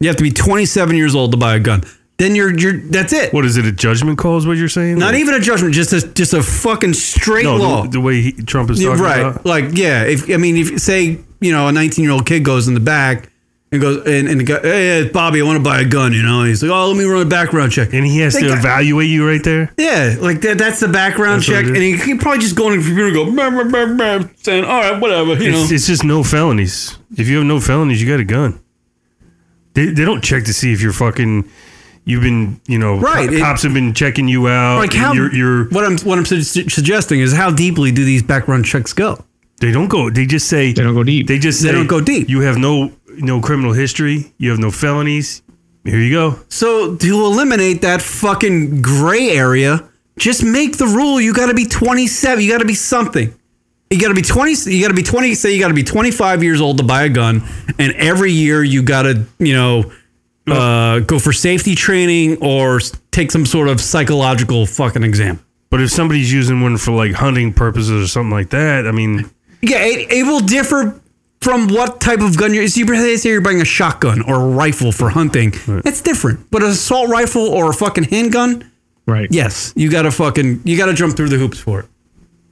You have to be 27 years old to buy a gun. Then you're you're that's it. What is it? A judgment call is what you're saying? Not even a judgment, just a just a fucking straight no, the- law. The, way he, Trump is Yeah, talking right. about. Like, yeah, if I mean, if say you know a 19 year old kid goes in the back and goes and, and the guy, hey, hey, Bobby, I want to buy a gun, you know. And he's like, oh, let me run a background check, and he has to evaluate you right there. Yeah, like that, that's the background That's what check, it and he, he probably just go on the computer and go, "Bah, bah, bah, bah," saying, all right, whatever, you It's, know. it's just no felonies. If you have no felonies, you got a gun. They, they don't check to see if you're fucking. You've been, you know, Right, co- it- cops have been checking you out. like how you're, you're what I'm what I'm su- su- suggesting is how deeply do these background checks go? They don't go. They just say they don't go deep. They just They say don't go deep. You have no no criminal history. You have no felonies. Here you go. So to eliminate that fucking gray area, just make the rule you got to be 27. You got to be something. You got to be 20. You got to be 20. Say you got to be 25 years old to buy a gun, and every year you got to you know uh, go for safety training or s- take some sort of psychological fucking exam. But if somebody's using one for like hunting purposes or something like that, I mean, Yeah, it, it will differ from what type of gun you're. So you they say you're buying a shotgun or a rifle for hunting. That's different. But an assault rifle or a fucking handgun, right? Yes, you gotta fucking you gotta jump through the hoops for it.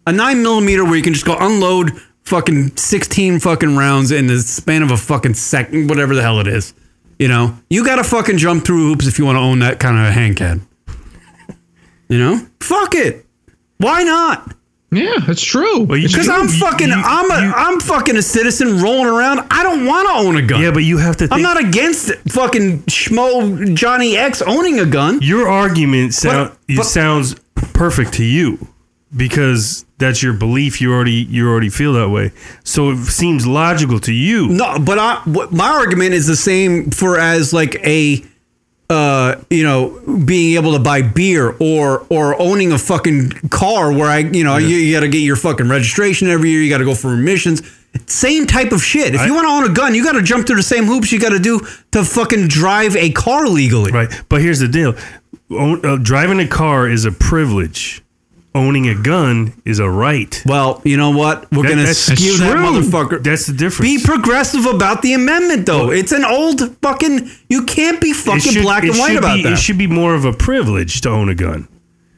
A nine millimeter where you can just go unload fucking sixteen fucking rounds in the span of a fucking second, whatever the hell it is. You know, you gotta fucking jump through hoops if you want to own that kind of handcad. You know, fuck it. Why not? Yeah, that's true. Because I'm fucking, I'm a, am fucking a citizen rolling around. I don't want to own a gun. Yeah, but you have to. Think, I'm not against fucking schmo Johnny X owning a gun. Your argument sound, But- it but- sounds perfect to you because that's your belief. You already you already feel that way, so it seems logical to you. No, but I, what, my argument is the same for as like a, uh, you know, being able to buy beer or or owning a fucking car where I, you know, you, you got to get your fucking registration every year. You got to go for emissions. Same type of shit. If you want to own a gun, you got to jump through the same hoops you got to do to fucking drive a car legally. Right, but here's the deal: Own, uh, driving a car is a privilege. Owning a gun is a right. Well, you know what? We're gonna skew that motherfucker. That's the difference. Be progressive about the amendment, though. it's an old fucking. You can't be It fucking should- black it and white should about be, that. It should be more of a privilege to own a gun.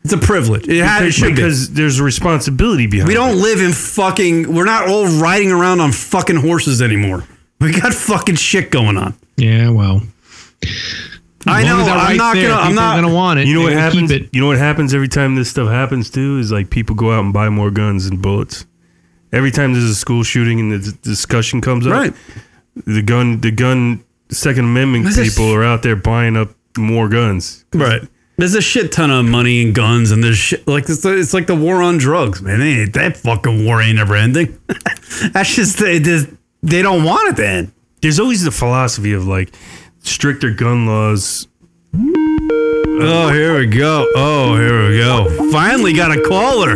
It's a privilege. It, ha- because, it should be. because there's responsibility behind. We it. don't live in fucking. We're not all riding around on fucking horses anymore. We got fucking shit going on. Yeah, well. I know. I'm not gonna. I'm not gonna want it. You know They what will keep happens? it. You know what happens every time this stuff happens too is like people go out and buy more guns and bullets. Every time there's a school shooting and the d- discussion comes up, Right. The gun, the gun, Second Amendment This is- people are out there buying up more guns. Right. There's a shit ton of money and guns and there's shit like it's, it's like the war on drugs, man. They ain't, that fucking war ain't never ending. That's just they, just- they don't want it to end. There's always the philosophy of like stricter gun laws. Oh, here we go. Oh, here we go. Finally got a caller.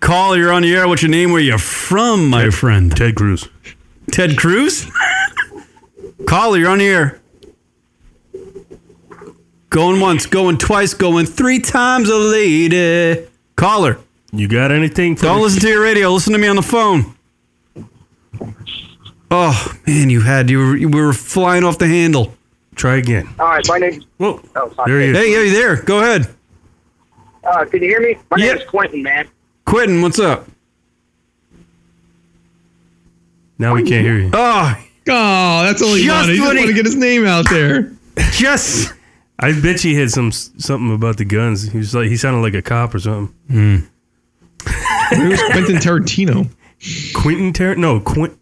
Call, you're on the air. What's your name? Where you from, my friend? Ted Cruz. Ted Cruz? Caller, you're on the air. Going once, going twice, going three times a lady. Caller. You got anything? For Don't me? listen to your radio. Listen to me on the phone. Oh man, you had you were, you were flying off the handle. Try again. All right, my name. Whoa. Oh, sorry. There he is. Hey, are you there? Go ahead, Uh, can you hear me? My Yeah. name is Quentin, man. Quentin. What's up? Now we can't hear you. Oh, oh, that's all he Just wanted. He what just he- want to get his name out there. Yes. I bet you had some something about the guns. He was like he sounded like a cop or something. Who's Quentin Tarantino? Quentin Tar no Quint.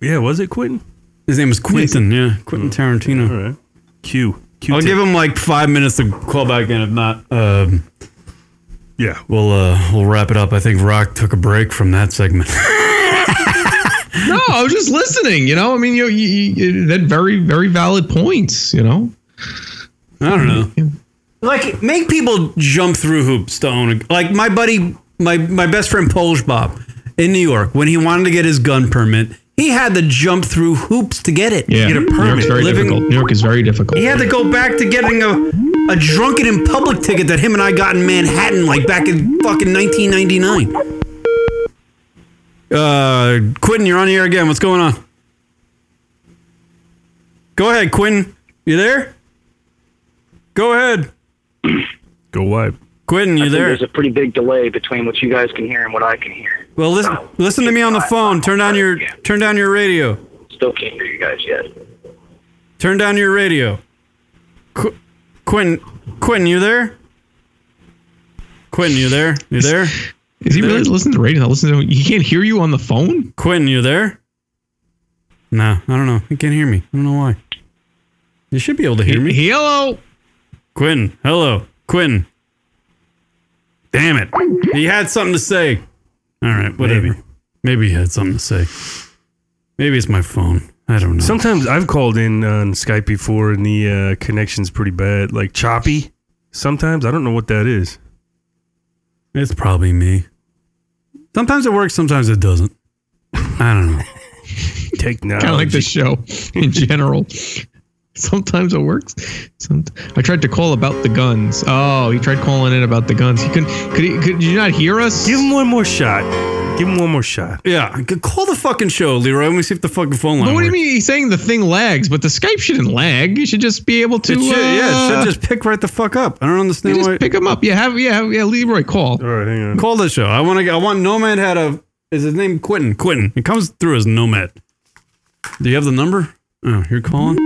Yeah, was it Quentin? His name was Quentin. Yeah, Quentin Tarantino. All right. Q. Q. I'll give him like five minutes to call back in. If not, um, yeah, we'll uh, we'll wrap it up. I think Rock took a break from that segment. No, I was just listening. You know, I mean, you, you, you that very very valid points. You know, I don't know. Like, make people jump through hoops to own a like my buddy, my my best friend Polish Bob in New York. When he wanted to get his gun permit, he had to jump through hoops to get it. yeah. to get a New permit. York's very Living- difficult. New York is very difficult. He had to go back to getting a a drunken in public ticket that him and I got in Manhattan, like back in fucking 1999. Uh, Quentin, you're on the air again. What's going on? Go ahead, Quentin. You there? Go ahead. Go wide. Quentin, I you think there? There's a pretty big delay between what you guys can hear and what I can hear. Well, listen, listen to me on the phone. Turn down your turn down your radio. still can't hear you guys yet. Turn down your radio. Qu- Quentin, Quentin, you there? Quentin, you there? You there? Is he There- really listening to the radio? Listen to he can't hear you on the phone. Quentin, you there? No, I don't know. He can't hear me. I don't know why. You should be able to hear me. Hello, Quentin. Hello, Quentin. Damn it! He had something to say. All right, whatever. Maybe, he had something to say. Maybe it's my phone. I don't know. Sometimes I've called in on Skype before, and the uh, connection's pretty bad, like choppy. Sometimes I don't know what that is. It's probably me. Sometimes it works. Sometimes it doesn't. I don't know. Technology. Kind of like this show in general. Sometimes it works. Some, I tried to call about the guns. Oh, he tried calling in about the guns. He couldn't. Could he? Could you not hear us? Give him one more shot. Give him one more shot. Yeah, c- call the fucking show, Leroy. Let me see if the fucking phone line. But what do you works. mean he's saying the thing lags? But the Skype shouldn't lag. You should just be able to. It should- yeah, it should uh, just pick right the fuck up. I don't understand you why- just pick him up. Yeah, have yeah, have, yeah. Leroy, call. All right, hang on. Call the show. I want to. I want Nomad had a. Is his name Quentin? Quentin. It comes through as Nomad. Do you have the number? Oh, you're calling.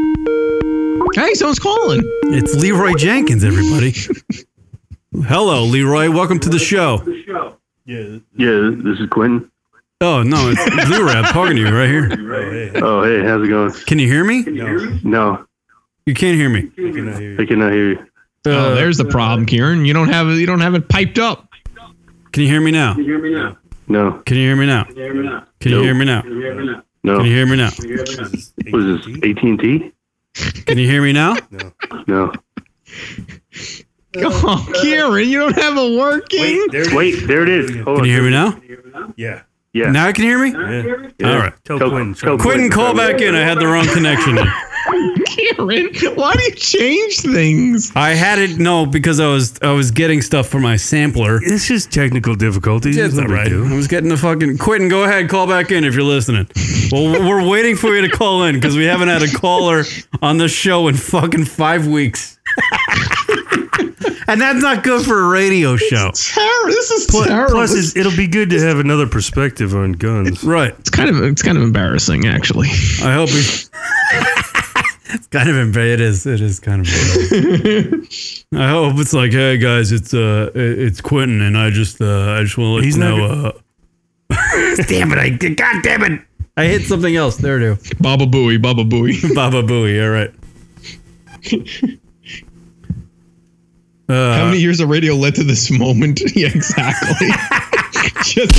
Hey, someone's calling. It's Leroy Jenkins, everybody. Hello, Leroy. Welcome to the show. Yeah. Yeah, this is Quentin. Oh no, it's Leroy. I'm talking to you right here. Oh, hey, how's it going? Can you hear me? No, You can't hear me. I cannot hear you. oh, there's the problem, Kieran. You don't have you don't have it piped up. Can you hear me now? hear me now? No. Can you hear me now? Can you hear me now? Can you hear me now? No. Can you hear me now? What is this, AT&T? Can you hear me now? No. Oh, Kieran, you don't have it working. Wait, there it is. Hold Can on. you hear me now? Yeah. Yeah. Now you can hear me? Yeah. All right. Tell Tell- Quentin. tell Quentin, call back in. I had the wrong connection. Kieran, why do you change things? I had it no because I was I was getting stuff for my sampler. It's just technical difficulties. That's not right. I was getting the fucking Quentin. Go ahead, call back in if you're listening. well, we're waiting for you to call in because we haven't had a caller on the show in fucking five weeks, and that's not good for a radio show. Terror. This is Plus, terrible. plus it's, it'll be good to have another perspective on guns. Right. It's kind of it's kind of embarrassing, actually. I hope we. it's kind of embarrassing. It is. It is kind of. embarrassing. I hope it's like, hey guys, it's uh, it- it's Quentin, and I just uh, I just want to let He's you not know. gonna- Uh, damn it! I god damn it! I hit something else. There it is. Baba Booey, Baba Booey. Baba Booey. All right. How many years of radio led to this moment? yeah, exactly. Just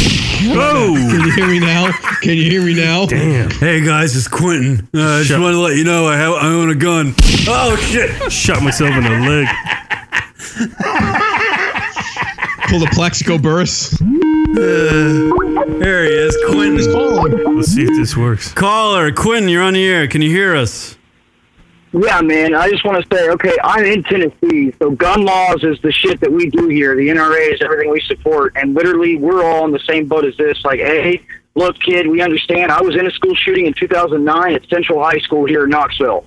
Whoa. Can you hear me now? Can you hear me now? Damn. Hey guys, it's Quentin. Uh, I just want to let you know I have I own a gun. Oh shit! Shot myself in the leg. Pull the Plexico burst. There he is, Quentin. Let's see if this works. Caller, Quentin, you're on the air. Can you hear us? Yeah, man. I just want to say, okay, I'm in Tennessee, so gun laws is the shit that we do here. The NRA is everything we support, and literally, we're all in the same boat as this. Like, hey, look, kid, we understand. I was in a school shooting in 2009 at Central High School here in Knoxville.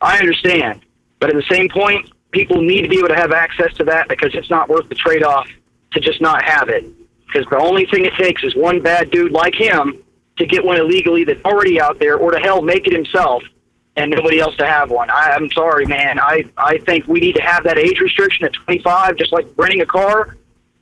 I understand, but at the same point, people need to be able to have access to that because it's not worth the trade-off to just not have it. Because the only thing it takes is one bad dude like him to get one illegally that's already out there, or to hell, make it himself and nobody else to have one. I, I'm sorry, man. I, I think we need to have that age restriction at 25, just like renting a car.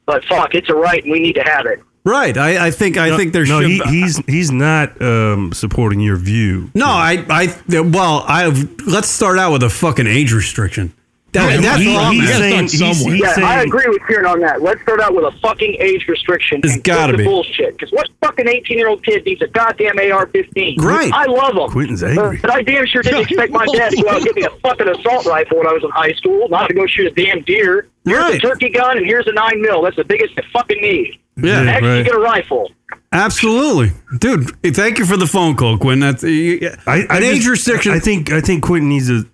But fuck, it's a right, and we need to have it. Right. I, I think I no, think there no, should. he, he's he's not um, supporting your view. no, I I well I let's start out with a fucking age restriction. That, Yeah, that's he- all I'm he's asking. saying- he's- he's yeah, I saying- agree with Kieran on that. Let's start out with a fucking age restriction. It's and quit gotta the be. bullshit. Because what fucking 18 year old kid needs a goddamn AR-15? Right. I love them. Quentin's angry. But I damn sure didn't expect my dad to go out and give me a fucking assault rifle when I was in high school, not to go shoot a damn deer. Here's a Right. turkey gun, and here's a nine mil. That's the biggest I fucking need. Yeah, Next, you right. get a rifle. Absolutely, dude. eh, Thank you for the phone call, Quinn. That's you, I, I an age just- restriction. I think I think Quentin needs to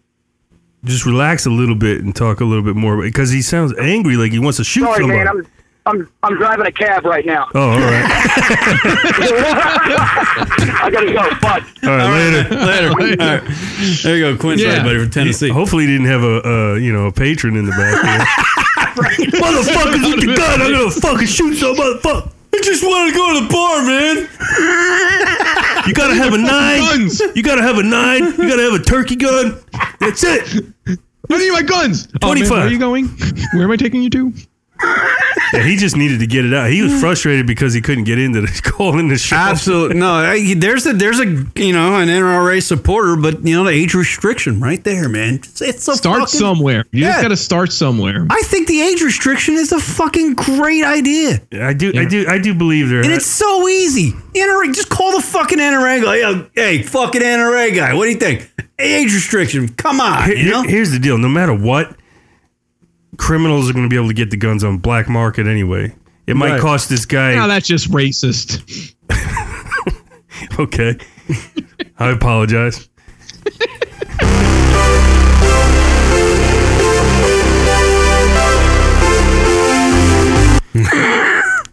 just relax a little bit and talk a little bit more because he sounds angry, like he wants to shoot Sorry, somebody. man. I'm I'm I'm driving a cab right now. oh, all right, I gotta go. Fuck. all right, later. Later. All right. There you go, Quinn. Yeah. Everybody from Tennessee. Hopefully, he didn't have a uh, you know a patron in the back. there. Motherfuckers with the gun, I'm gonna fucking shoot some motherfucker. I just want to go to the bar, man. You gotta have a nine. You gotta have a nine. You gotta have a turkey gun. That's it. I need my guns. Oh, man, 25. where are you going? Where am I taking you to? Yeah, he just needed to get it out. He was frustrated because he couldn't get into the call in the show. Absolutely no. I- There's a there's a you know an NRA supporter, but you know the age restriction right there, man. It's, it's a Start fucking- somewhere. You Yeah. just got to start somewhere. I think the age restriction is a fucking great idea. I do, I do, I do believe there. And it's so easy. NRA, just call the fucking NRA guy. Yo, Hey, fucking NRA guy, what do you think? Age restriction. Come on. Here- here- here's the deal: no matter what, criminals are going to be able to get the guns on black market anyway. It might Right. cost this guy. Now that's just racist. okay, I apologize.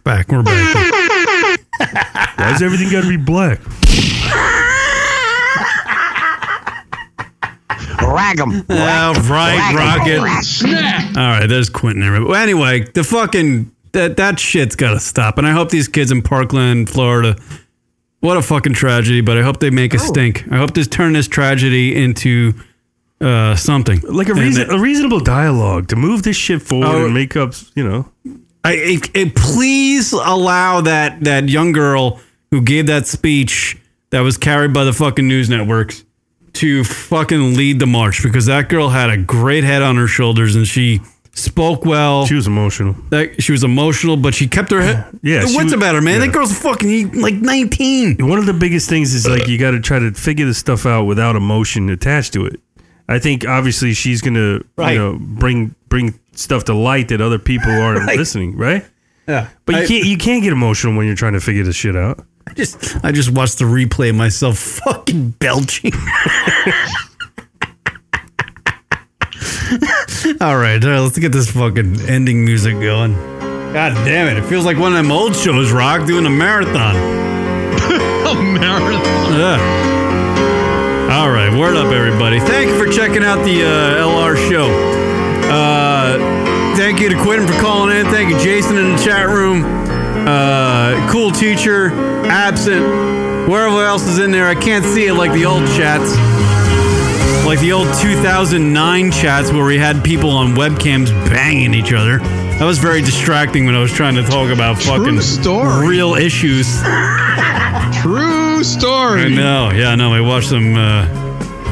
back. We're back. Why's everything got to be black? Rag him. All right, Rocket. All right, there's Quentin. Everybody. Well, anyway, the fucking that that shit's got to stop. And I hope these kids in Parkland, Florida. What a fucking tragedy! But I hope they make a stink. I hope this turn this tragedy into uh, something Like a And reason, that- a reasonable dialogue to move this shit forward Oh. and make up. You know, I, it, it, please allow that that young girl who gave that speech that was carried by the fucking news networks to fucking lead the march because that girl had a great head on her shoulders and she spoke well. she was emotional. That she was emotional, but she kept her head. Yeah, she what's was- about her, man? yeah. That girl's fucking like nineteen. One of the biggest things is like you got to try to figure this stuff out without emotion attached to it. I think obviously she's gonna Right. you know bring bring stuff to light that other people aren't Right. listening, right? Yeah, But you I- can't you can't get emotional when you're trying to figure this shit out. I just I just watched the replay of myself fucking belching. all right, all right, let's get this fucking ending music going. God damn it! It feels like one of them old shows, Rock, doing a marathon. Oh, a marathon. Yeah. All right, word up, everybody. Thank you for checking out the uh, LR show. Uh, thank you to Quentin for calling in. Thank you, Jason, in the chat room. Uh, cool teacher, absent. Wherever else is in there, I can't see it like the old chats. Like the old 2009 chats where we had people on webcams banging each other. That was very distracting when I was trying to talk about fucking story. real issues. True story. I know. Yeah, I know. I watched some. Uh,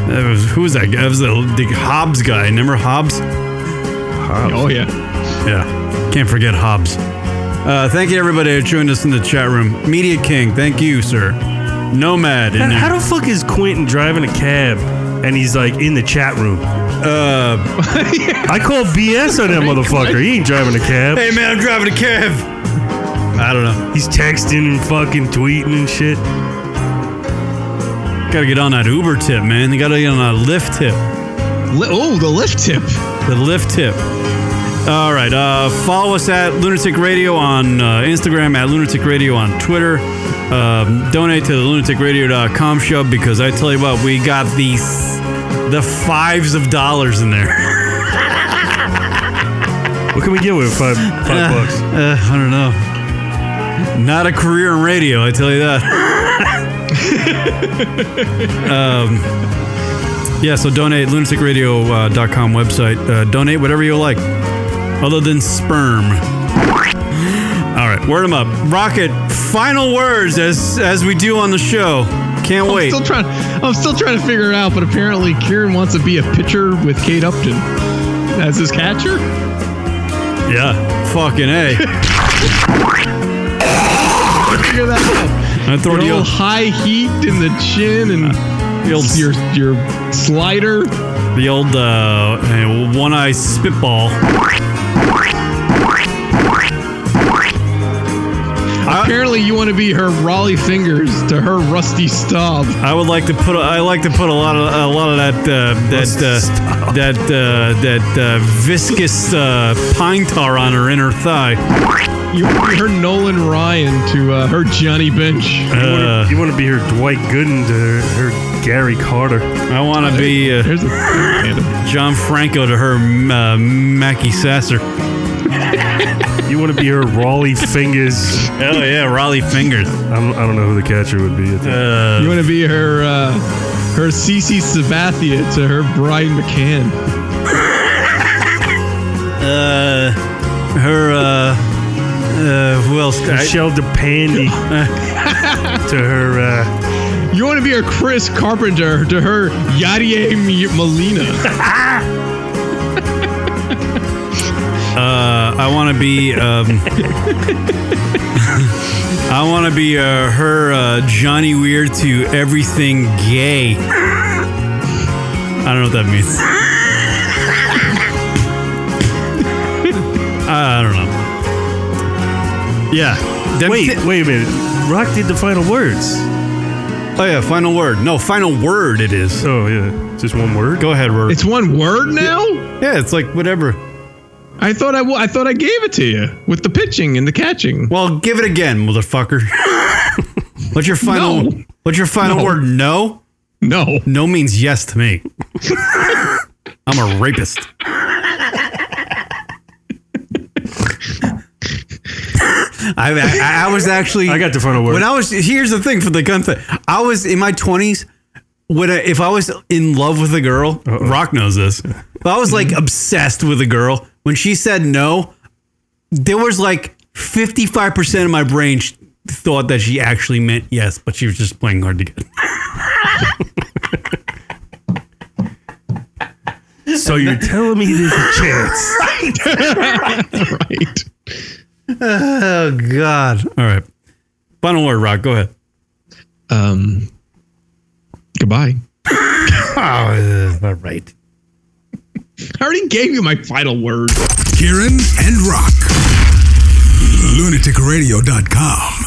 that was, who was that guy? That was the, the Hobbs guy. Remember Hobbs? Oh yeah. Yeah. Can't forget Hobbs. Uh, thank you, everybody, who joined us in the chat room. Media King, thank you, sir. Nomad in How, there. how the fuck is Quentin driving a cab and he's like in the chat room? Uh, I call BS on that motherfucker. He ain't driving a cab. hey, man, I'm driving a cab. I don't know. He's texting and fucking tweeting and shit. Gotta get on that Uber tip, man. You gotta get on that Lyft tip. Li- oh, the lift tip. The Lyft tip. All right. Uh, follow us at Lunatic Radio on uh, Instagram, at Lunatic Radio on Twitter. Um, donate to the lunaticradio.com show because I tell you what, we got the, s- the fives of dollars in there. What can we get with five five bucks? Uh, I don't know. Not a career in radio, I tell you that. um, yeah, so donate, lunaticradio.com website. Uh, donate whatever you like, other than sperm. All right, word them up. Rocket, final words as as we do on the show. Can't I'm wait. still trying. I'm still trying to figure it out, but apparently Kieran wants to be a pitcher with Kate Upton as his catcher. yeah, fucking A. Figure that I out. throw Your the old old, high heat in the chin and Uh, your your slider. the old uh, one eye spitball. Uh, Apparently, you want to be her Raleigh fingers to her rusty stub. I would like to put a, I like to put a lot of a lot of that uh, that uh, that uh, that uh, viscous uh, pine tar on her inner thigh. You want to be her Nolan Ryan to uh, her Johnny Bench. uh. you want to be her Dwight Gooden to her, her Gary Carter. I want to uh, be uh, John Franco to her uh, Mackie Sasser. You want to be her Raleigh Fingers? Hell yeah, Raleigh Fingers. I'm, I don't know who the catcher would be. At that. you want to be her uh, her Cece Sabathia to her Brian McCann. Uh, her, uh, uh, who else? Michelle DePandy to her, uh, You want to be her Chris Carpenter to her Yadier M- Molina. Uh, I want to be. Um, I want to be uh, her uh, Johnny Weir to everything gay. I don't know what that means. I don't know. Yeah. wait, wait a minute. Rock did the final words. Oh yeah, final word. No, final word. It is. Oh yeah, just one word. Go ahead, word. It's one word now. Yeah, it's like whatever. I thought I, wa- I thought I gave it to you with the pitching and the catching. Well, give it again, motherfucker. what's your final? What's your final No. word? No. No. No means yes to me. I'm a rapist. I, I, I was actually. I got the final word. When I was here's the thing for the gun thing. I was in my twenties. When I, if I was in love with a girl, Rock knows this. If I was like obsessed with a girl, when she said no, there was like fifty five percent of my brain sh- thought that she actually meant yes, but she was just playing hard to get. So you're telling me there's a chance? right. Oh God! All right, final word, Rock. Go ahead. Um. Goodbye. Oh, all right. I already gave you my final word. Kieran and Rock. LunaticRadio.com.